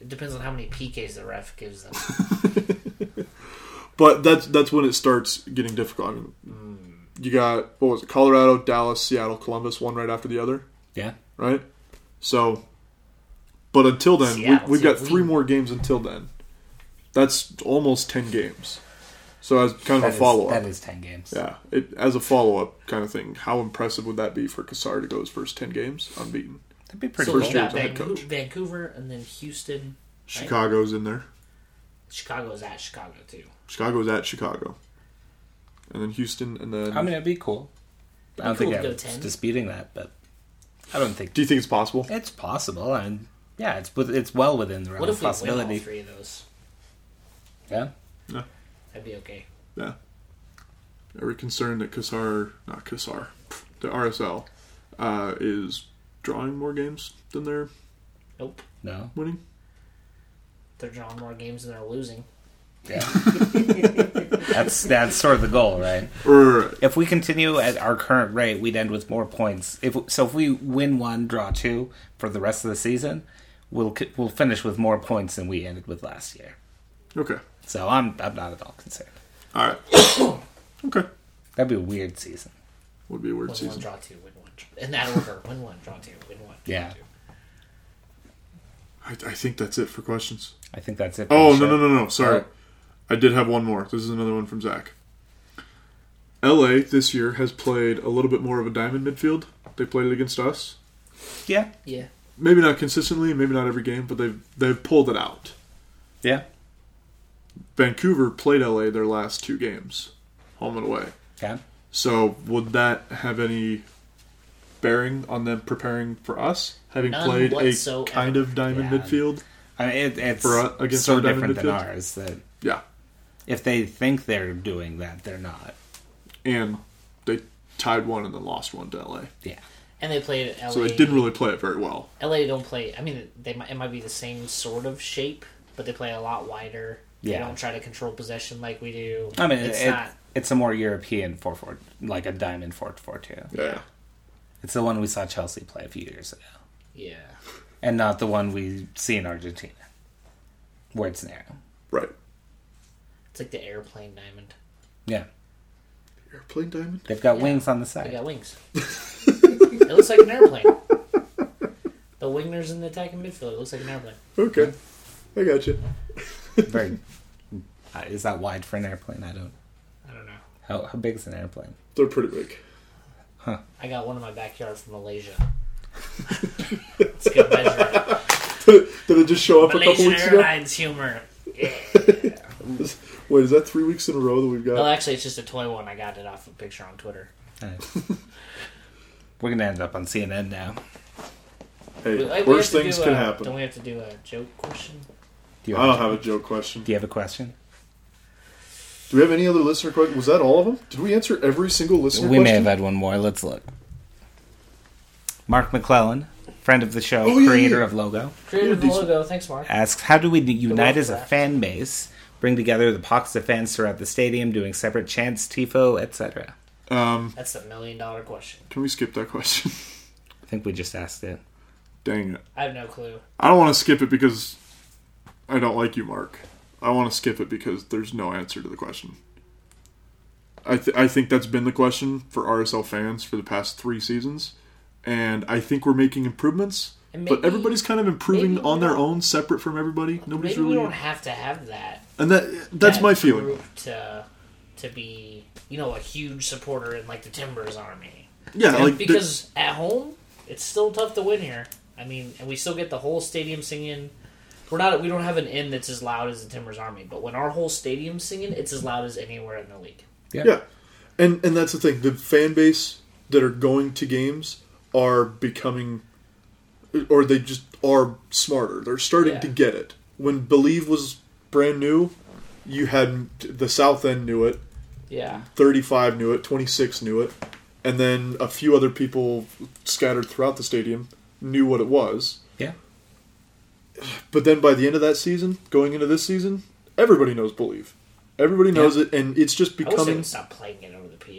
[SPEAKER 1] It depends on how many PKs the ref gives them.
[SPEAKER 2] But that's that's when it starts getting difficult. I mean, you got what was it? Colorado, Dallas, Seattle, Columbus, one right after the other,
[SPEAKER 3] Yeah.
[SPEAKER 2] right? So, but until then,
[SPEAKER 1] Seattle,
[SPEAKER 2] we, we've got
[SPEAKER 1] see,
[SPEAKER 2] three
[SPEAKER 1] we-
[SPEAKER 2] more games until then. That's almost ten games. So as kind
[SPEAKER 3] That
[SPEAKER 2] of a
[SPEAKER 3] is-
[SPEAKER 2] follow up,
[SPEAKER 3] That is 10 games.
[SPEAKER 2] yeah, it, as a follow up kind of thing. How impressive would that be for Kassar to go his first ten games unbeaten?
[SPEAKER 3] That'd be pretty
[SPEAKER 1] So
[SPEAKER 2] First
[SPEAKER 1] we've
[SPEAKER 3] cool.
[SPEAKER 1] got
[SPEAKER 2] year as a head
[SPEAKER 1] Vancou-
[SPEAKER 2] coach.
[SPEAKER 1] Vancouver and then Houston.
[SPEAKER 2] Chicago's in there.
[SPEAKER 1] Chicago's at Chicago too.
[SPEAKER 2] Chicago's at Chicago, and then Houston, and then.
[SPEAKER 3] I mean, it'd be cool. I don't
[SPEAKER 1] It'd be
[SPEAKER 3] think
[SPEAKER 1] cool to
[SPEAKER 3] I'm
[SPEAKER 1] go 10.
[SPEAKER 3] disputing that, but I don't think
[SPEAKER 2] do you think it's possible?
[SPEAKER 3] it's possible. And yeah, it's with- it's well within the realm
[SPEAKER 1] What
[SPEAKER 3] of
[SPEAKER 1] if we win all
[SPEAKER 3] possibility.
[SPEAKER 1] three of those?
[SPEAKER 3] Yeah.
[SPEAKER 2] No.
[SPEAKER 1] That'd be okay.
[SPEAKER 2] Yeah. Are we concerned that Kassar, not Kassar, the RSL, uh, is drawing more games than they're
[SPEAKER 1] Nope.
[SPEAKER 3] No.
[SPEAKER 2] winning?
[SPEAKER 1] They're drawing more games than they're losing.
[SPEAKER 3] Yeah. that's that's sort of the goal, right?
[SPEAKER 2] Or
[SPEAKER 3] If we continue at our current rate, we'd end with more points. If so, if we win one, draw two for the rest of the season, we'll c- we'll finish with more points than we ended with last year.
[SPEAKER 2] okay,
[SPEAKER 3] So I'm I'm not at all concerned.
[SPEAKER 2] all right, okay,
[SPEAKER 3] That'd be a weird season.
[SPEAKER 2] would be a
[SPEAKER 1] Win
[SPEAKER 2] weird
[SPEAKER 1] one,
[SPEAKER 2] season.
[SPEAKER 1] draw two, win one. draw- In that order, win one, draw two, win one. draw
[SPEAKER 3] Yeah.
[SPEAKER 1] two.
[SPEAKER 2] I, I think that's it for questions.
[SPEAKER 3] I think that's it. for
[SPEAKER 2] Oh
[SPEAKER 3] the
[SPEAKER 2] no
[SPEAKER 3] show.
[SPEAKER 2] no no no! Sorry,
[SPEAKER 3] Oh.
[SPEAKER 2] I did have one more. This is another one from Zach. L.A. this year has played a little bit more of a diamond midfield. They played it against us.
[SPEAKER 3] Yeah.
[SPEAKER 1] Yeah.
[SPEAKER 2] Maybe not consistently, maybe not every game, but they've they've pulled it out.
[SPEAKER 3] Yeah.
[SPEAKER 2] Vancouver played LA their last two games, home and away.
[SPEAKER 3] Yeah.
[SPEAKER 2] So would that have any bearing on them preparing for us, having
[SPEAKER 1] None
[SPEAKER 2] played
[SPEAKER 1] whatsoever.
[SPEAKER 2] a kind of diamond
[SPEAKER 3] Yeah.
[SPEAKER 2] midfield?
[SPEAKER 3] I mean, it, it's
[SPEAKER 2] For us- against
[SPEAKER 3] so
[SPEAKER 2] our diamond
[SPEAKER 3] different than
[SPEAKER 2] midfield?
[SPEAKER 3] ours that
[SPEAKER 2] Yeah,
[SPEAKER 3] if they think they're doing that, they're not.
[SPEAKER 2] and they tied one and then lost one to LA,
[SPEAKER 3] Yeah.
[SPEAKER 1] And they played LA.
[SPEAKER 2] so they didn't really play it very well.
[SPEAKER 1] LA don't play. I mean, they might, it might be the same sort of shape, but they play a lot wider. They
[SPEAKER 3] Yeah.
[SPEAKER 1] don't try to control possession like we do.
[SPEAKER 3] I mean,
[SPEAKER 1] it's
[SPEAKER 3] it,
[SPEAKER 1] not.
[SPEAKER 3] it's a more European four four, like a diamond four four two.
[SPEAKER 2] Yeah,
[SPEAKER 3] It's the one we saw Chelsea play a few years ago,
[SPEAKER 1] Yeah.
[SPEAKER 3] and not the one we see in Argentina, where it's narrow.
[SPEAKER 2] right.
[SPEAKER 1] It's like the airplane diamond.
[SPEAKER 3] Yeah,
[SPEAKER 2] Airplane diamond.
[SPEAKER 3] they've got wings on the
[SPEAKER 1] They
[SPEAKER 3] side.
[SPEAKER 1] got wings. it looks like an airplane. The wingers in the attacking midfield. It looks like an airplane.
[SPEAKER 2] Okay, I got you.
[SPEAKER 3] Very. Uh, is that wide for an airplane? I don't.
[SPEAKER 1] I don't know.
[SPEAKER 3] How, how big is an airplane?
[SPEAKER 2] They're pretty big.
[SPEAKER 1] I got one in my backyard from Malaysia. It's good measure.
[SPEAKER 2] Did it just show up a couple
[SPEAKER 1] Malaysian
[SPEAKER 2] weeks ago?
[SPEAKER 1] Airlines humor.
[SPEAKER 2] Wait, is that three weeks in a row that we've got?
[SPEAKER 1] Well, actually, it's just a toy one. I got it off a picture on Twitter.
[SPEAKER 3] Nice. We're gonna end up on CNN now.
[SPEAKER 1] We- we
[SPEAKER 2] hey, worse
[SPEAKER 1] have to
[SPEAKER 2] things
[SPEAKER 1] do,
[SPEAKER 2] can
[SPEAKER 1] uh,
[SPEAKER 2] happen.
[SPEAKER 1] Don't we have to do a joke question?
[SPEAKER 3] Do you
[SPEAKER 2] I
[SPEAKER 3] have,
[SPEAKER 2] don't have a joke question.
[SPEAKER 3] do you have a question?
[SPEAKER 2] Do we have any other listener questions? Was that all of them? Did we answer every single listener
[SPEAKER 3] we may
[SPEAKER 2] question?
[SPEAKER 3] have had one more. Let's look. Mark McClellan, friend of the show,
[SPEAKER 2] Oh, yeah,
[SPEAKER 3] creator
[SPEAKER 2] yeah.
[SPEAKER 3] of Logo,
[SPEAKER 1] Creative
[SPEAKER 2] decent.
[SPEAKER 1] logo. Thanks, Mark.
[SPEAKER 3] asks, "How do we unite as a
[SPEAKER 1] Lovecraft.
[SPEAKER 3] fan base? Bring together the pockets of fans throughout the stadium, doing separate chants, tifo, etc."
[SPEAKER 2] Um,
[SPEAKER 1] That's the million dollar question.
[SPEAKER 2] can we skip that question?
[SPEAKER 3] I think we just asked it.
[SPEAKER 2] Dang it.
[SPEAKER 1] I have no clue.
[SPEAKER 2] I don't want to skip it because I don't like you, Mark. I want to skip it because there's no answer to the question. I, th- I think that's been the question for RSL fans for the past three seasons, and I think we're making improvements.
[SPEAKER 1] And
[SPEAKER 2] but
[SPEAKER 1] maybe-
[SPEAKER 2] everybody's kind of improving
[SPEAKER 1] maybe we
[SPEAKER 2] on their
[SPEAKER 1] don't-
[SPEAKER 2] own, separate from everybody. Nobody's
[SPEAKER 1] Maybe we
[SPEAKER 2] really,
[SPEAKER 1] don't have to have that.
[SPEAKER 2] and that that's
[SPEAKER 1] that
[SPEAKER 2] my feeling.
[SPEAKER 1] Group to to be you know a huge supporter in like the Timbers Army.
[SPEAKER 2] Yeah,
[SPEAKER 1] And
[SPEAKER 2] like the-
[SPEAKER 1] because at home, it's still tough to win here. I mean, and we still get the whole stadium singing. We're not. We don't have an end that's as loud as the Timbers Army, but when our whole stadium's singing, it's as loud as anywhere in the league.
[SPEAKER 2] Yeah, and and that's the thing. The fan base that are going to games are becoming, or they just are smarter. They're starting
[SPEAKER 1] Yeah.
[SPEAKER 2] to get it. When Believe was brand new, you had the South End knew it,
[SPEAKER 1] Yeah,
[SPEAKER 2] thirty five knew it, twenty six knew it, and then a few other people scattered throughout the stadium knew what it was.
[SPEAKER 3] Yeah.
[SPEAKER 2] But then by the end of that season, going into this season, everybody knows Believe. Everybody knows it, and it's just
[SPEAKER 1] I wish they
[SPEAKER 2] becoming.
[SPEAKER 1] would stop playing it over the PA.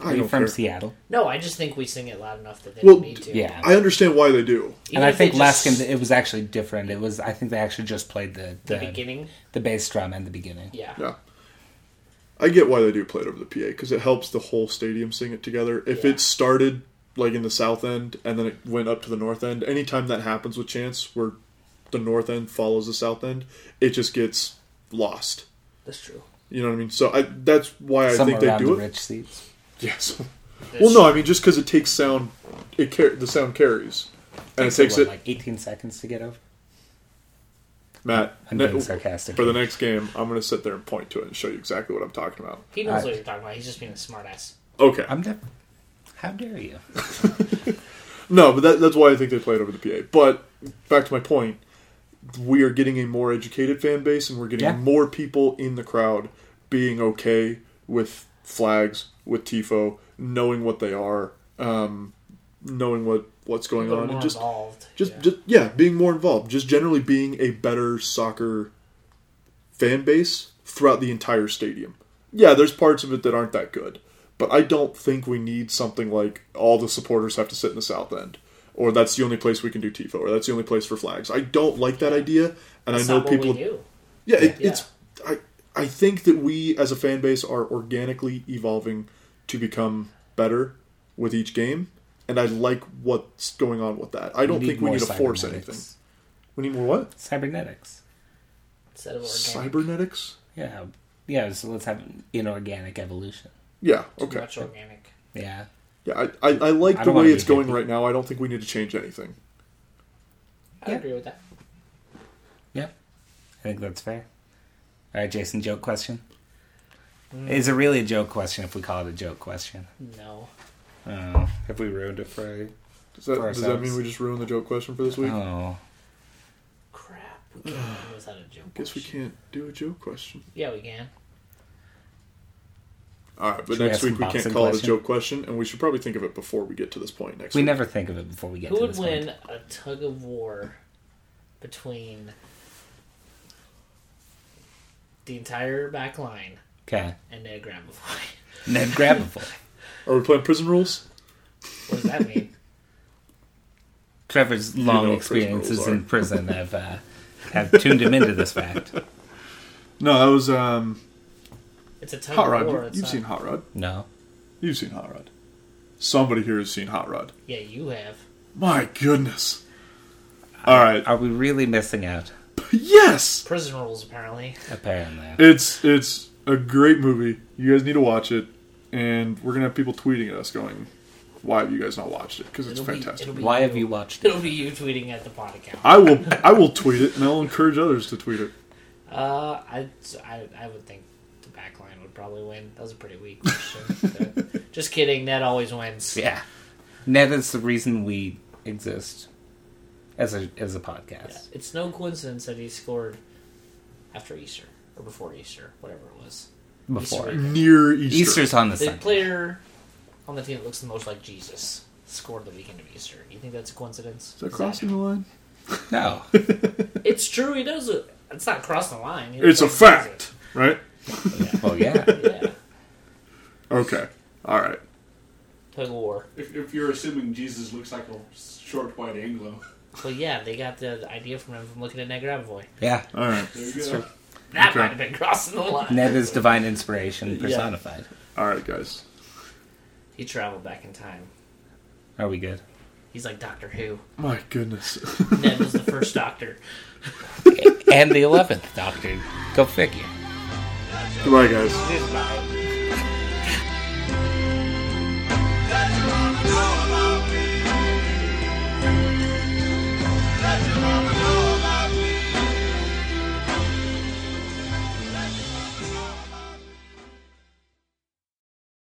[SPEAKER 2] I
[SPEAKER 3] Are you
[SPEAKER 2] don't
[SPEAKER 3] from
[SPEAKER 2] care.
[SPEAKER 3] Seattle?
[SPEAKER 1] No, I just think we sing it loud enough that they
[SPEAKER 2] Well,
[SPEAKER 1] don't need to.
[SPEAKER 3] Yeah.
[SPEAKER 2] I understand why they do.
[SPEAKER 1] Even
[SPEAKER 3] and I
[SPEAKER 1] if they
[SPEAKER 3] think last game
[SPEAKER 1] just-
[SPEAKER 3] it was actually different. It was I think they actually just played the
[SPEAKER 1] the
[SPEAKER 3] the,
[SPEAKER 1] beginning.
[SPEAKER 3] the bass drum and the beginning.
[SPEAKER 1] Yeah.
[SPEAKER 2] Yeah. I get why they do play it over the PA because it helps the whole stadium sing it together. If
[SPEAKER 1] Yeah.
[SPEAKER 2] it started like in the south end and then it went up to the north end, anytime that happens with chance where the north end follows the south end, it just gets lost.
[SPEAKER 1] that's true.
[SPEAKER 2] You know what I mean? So I that's why I
[SPEAKER 3] Somewhere
[SPEAKER 2] think they
[SPEAKER 3] around the
[SPEAKER 2] do it.
[SPEAKER 3] rich seats.
[SPEAKER 2] Yes.
[SPEAKER 1] That's
[SPEAKER 2] well, no, I mean just because it takes sound, it car- the sound carries, and it takes
[SPEAKER 3] what,
[SPEAKER 2] it.
[SPEAKER 3] like 18 seconds to get over.
[SPEAKER 2] Matt,
[SPEAKER 3] I'm
[SPEAKER 2] ne-
[SPEAKER 3] being sarcastic.
[SPEAKER 2] for the next game, I'm going to sit there and point to it and show you exactly what I'm talking about.
[SPEAKER 1] He knows
[SPEAKER 3] Alright.
[SPEAKER 1] what you're talking about. He's just being a smartass.
[SPEAKER 2] Okay.
[SPEAKER 3] I'm not. How dare you?
[SPEAKER 2] No, but that, that's why I think they played over the PA. But back to my point, we are getting a more educated fan base, and we're getting
[SPEAKER 3] Yeah.
[SPEAKER 2] more people in the crowd being okay with flags, with tifo, knowing what they are, um, knowing what what's going
[SPEAKER 1] They're
[SPEAKER 2] on,
[SPEAKER 1] more
[SPEAKER 2] and just
[SPEAKER 1] involved.
[SPEAKER 2] just
[SPEAKER 1] yeah.
[SPEAKER 2] just yeah, being more involved, just generally being a better soccer fan base throughout the entire stadium. Yeah, there's parts of it that aren't that good, but I don't think we need something like all the supporters have to sit in the south end, or that's the only place we can do tifo, or that's the only place for flags. I don't like that idea, and
[SPEAKER 1] That's
[SPEAKER 2] I know
[SPEAKER 1] not
[SPEAKER 2] people.
[SPEAKER 1] What we do.
[SPEAKER 2] Yeah, it,
[SPEAKER 1] Yeah.
[SPEAKER 2] it's I I think that we as a fan base are organically evolving to become better with each game, and I like what's going on with that. I don't think we
[SPEAKER 3] more
[SPEAKER 2] need to force
[SPEAKER 3] cybernetics.
[SPEAKER 2] anything. We need more what?
[SPEAKER 3] Cybernetics.
[SPEAKER 1] Instead of organic.
[SPEAKER 2] Cybernetics?
[SPEAKER 3] Yeah. Yeah. So let's have inorganic evolution.
[SPEAKER 2] Yeah.
[SPEAKER 1] Too
[SPEAKER 2] Okay.
[SPEAKER 1] much organic.
[SPEAKER 3] Yeah.
[SPEAKER 2] Yeah, I, I, I like
[SPEAKER 3] I
[SPEAKER 2] the
[SPEAKER 3] don't wanna
[SPEAKER 2] way
[SPEAKER 3] be
[SPEAKER 2] it's going
[SPEAKER 3] hippie.
[SPEAKER 2] right now. I don't think we need to change anything.
[SPEAKER 1] I
[SPEAKER 3] Yeah.
[SPEAKER 1] agree with that.
[SPEAKER 3] Yeah. I think that's fair. All right, Jason. Joke question.
[SPEAKER 1] Mm.
[SPEAKER 3] Is it really a joke question if we call it a joke question?
[SPEAKER 1] No. Mm.
[SPEAKER 3] Oh, have we ruined it for?
[SPEAKER 2] Does that,
[SPEAKER 3] For
[SPEAKER 2] does that mean
[SPEAKER 3] ourselves.
[SPEAKER 2] we just ruined the joke question for this week?
[SPEAKER 3] Oh,
[SPEAKER 1] Crap. We can't end without a joke.
[SPEAKER 2] Guess we
[SPEAKER 1] question.
[SPEAKER 2] can't do a joke question.
[SPEAKER 1] Yeah, we can.
[SPEAKER 2] All right, but
[SPEAKER 3] Should we
[SPEAKER 2] next
[SPEAKER 3] ask some
[SPEAKER 2] week we can't
[SPEAKER 3] boxing
[SPEAKER 2] call it a
[SPEAKER 3] question?
[SPEAKER 2] joke question, and we should probably think of it before we get to this point next
[SPEAKER 3] we
[SPEAKER 2] week.
[SPEAKER 3] never think of it before we get.
[SPEAKER 1] Who
[SPEAKER 3] to
[SPEAKER 1] would
[SPEAKER 3] this
[SPEAKER 1] win
[SPEAKER 3] Point.
[SPEAKER 1] a tug of war between the entire back line
[SPEAKER 3] Okay.
[SPEAKER 1] and Ned Grabavoy?
[SPEAKER 3] Ned Grabavoy.
[SPEAKER 2] Are we playing prison rules?
[SPEAKER 1] What does that mean?
[SPEAKER 3] Trevor's long
[SPEAKER 2] know what prison
[SPEAKER 3] experiences
[SPEAKER 2] rules
[SPEAKER 3] in
[SPEAKER 2] are.
[SPEAKER 3] prison have uh, have tuned him into this fact.
[SPEAKER 2] No, that was um,
[SPEAKER 1] It's a tug
[SPEAKER 2] Hot
[SPEAKER 1] of
[SPEAKER 2] Rod.
[SPEAKER 1] war.
[SPEAKER 2] You,
[SPEAKER 1] it's
[SPEAKER 2] you've
[SPEAKER 1] not-
[SPEAKER 2] seen Hot Rod.
[SPEAKER 3] No,
[SPEAKER 2] You've seen Hot Rod. Somebody here has seen Hot Rod.
[SPEAKER 1] Yeah, you have.
[SPEAKER 2] My goodness. All right.
[SPEAKER 3] are we really missing out?
[SPEAKER 2] Yes.
[SPEAKER 1] Prison rules, apparently.
[SPEAKER 3] Apparently,
[SPEAKER 2] It's it's a great movie. You guys need to watch it, and we're gonna have people tweeting at us going, "Why have you guys not watched it?" Because it's
[SPEAKER 1] It'll be,
[SPEAKER 2] fantastic.
[SPEAKER 1] it'll be
[SPEAKER 3] Why have you watched it?
[SPEAKER 1] It'll be you tweeting at the pod account.
[SPEAKER 2] I will I will tweet it, and I'll encourage others to tweet it.
[SPEAKER 1] Uh, I, I, I would think the back line would probably win. That was a pretty weak question. but- just kidding. Ned always wins.
[SPEAKER 3] Yeah. Ned is the reason we exist as a as a podcast.
[SPEAKER 1] Yeah, It's no coincidence that he scored after Easter or before Easter, whatever it was.
[SPEAKER 3] Before
[SPEAKER 1] Easter.
[SPEAKER 2] Near Easter.
[SPEAKER 3] Easter's on the
[SPEAKER 1] The
[SPEAKER 3] Sunday.
[SPEAKER 1] player on the team that looks the most like Jesus scored the weekend of Easter. You think that's a coincidence?
[SPEAKER 2] Is that crossing the line?
[SPEAKER 3] No,
[SPEAKER 1] It's true. He does it. It's not crossing the line. He
[SPEAKER 2] It's a
[SPEAKER 1] does it.
[SPEAKER 2] fact, right?
[SPEAKER 3] well, yeah.
[SPEAKER 1] Yeah.
[SPEAKER 2] Okay. All right.
[SPEAKER 1] Tug of war.
[SPEAKER 5] If, if you're assuming Jesus looks like a short white Anglo,
[SPEAKER 1] Well, yeah, they got the the idea from him from looking at Ned Grabavoy.
[SPEAKER 3] Yeah.
[SPEAKER 2] All right.
[SPEAKER 5] there you go.
[SPEAKER 1] That
[SPEAKER 2] Okay.
[SPEAKER 1] might have been crossing the line.
[SPEAKER 3] Ned is divine inspiration personified.
[SPEAKER 2] All right, guys.
[SPEAKER 1] He traveled back in time.
[SPEAKER 3] Are we good?
[SPEAKER 1] He's like Doctor Who.
[SPEAKER 2] My goodness.
[SPEAKER 1] Ned was the first Doctor.
[SPEAKER 3] and the 11th Doctor. Go figure.
[SPEAKER 2] Goodbye, guys.
[SPEAKER 1] Goodbye.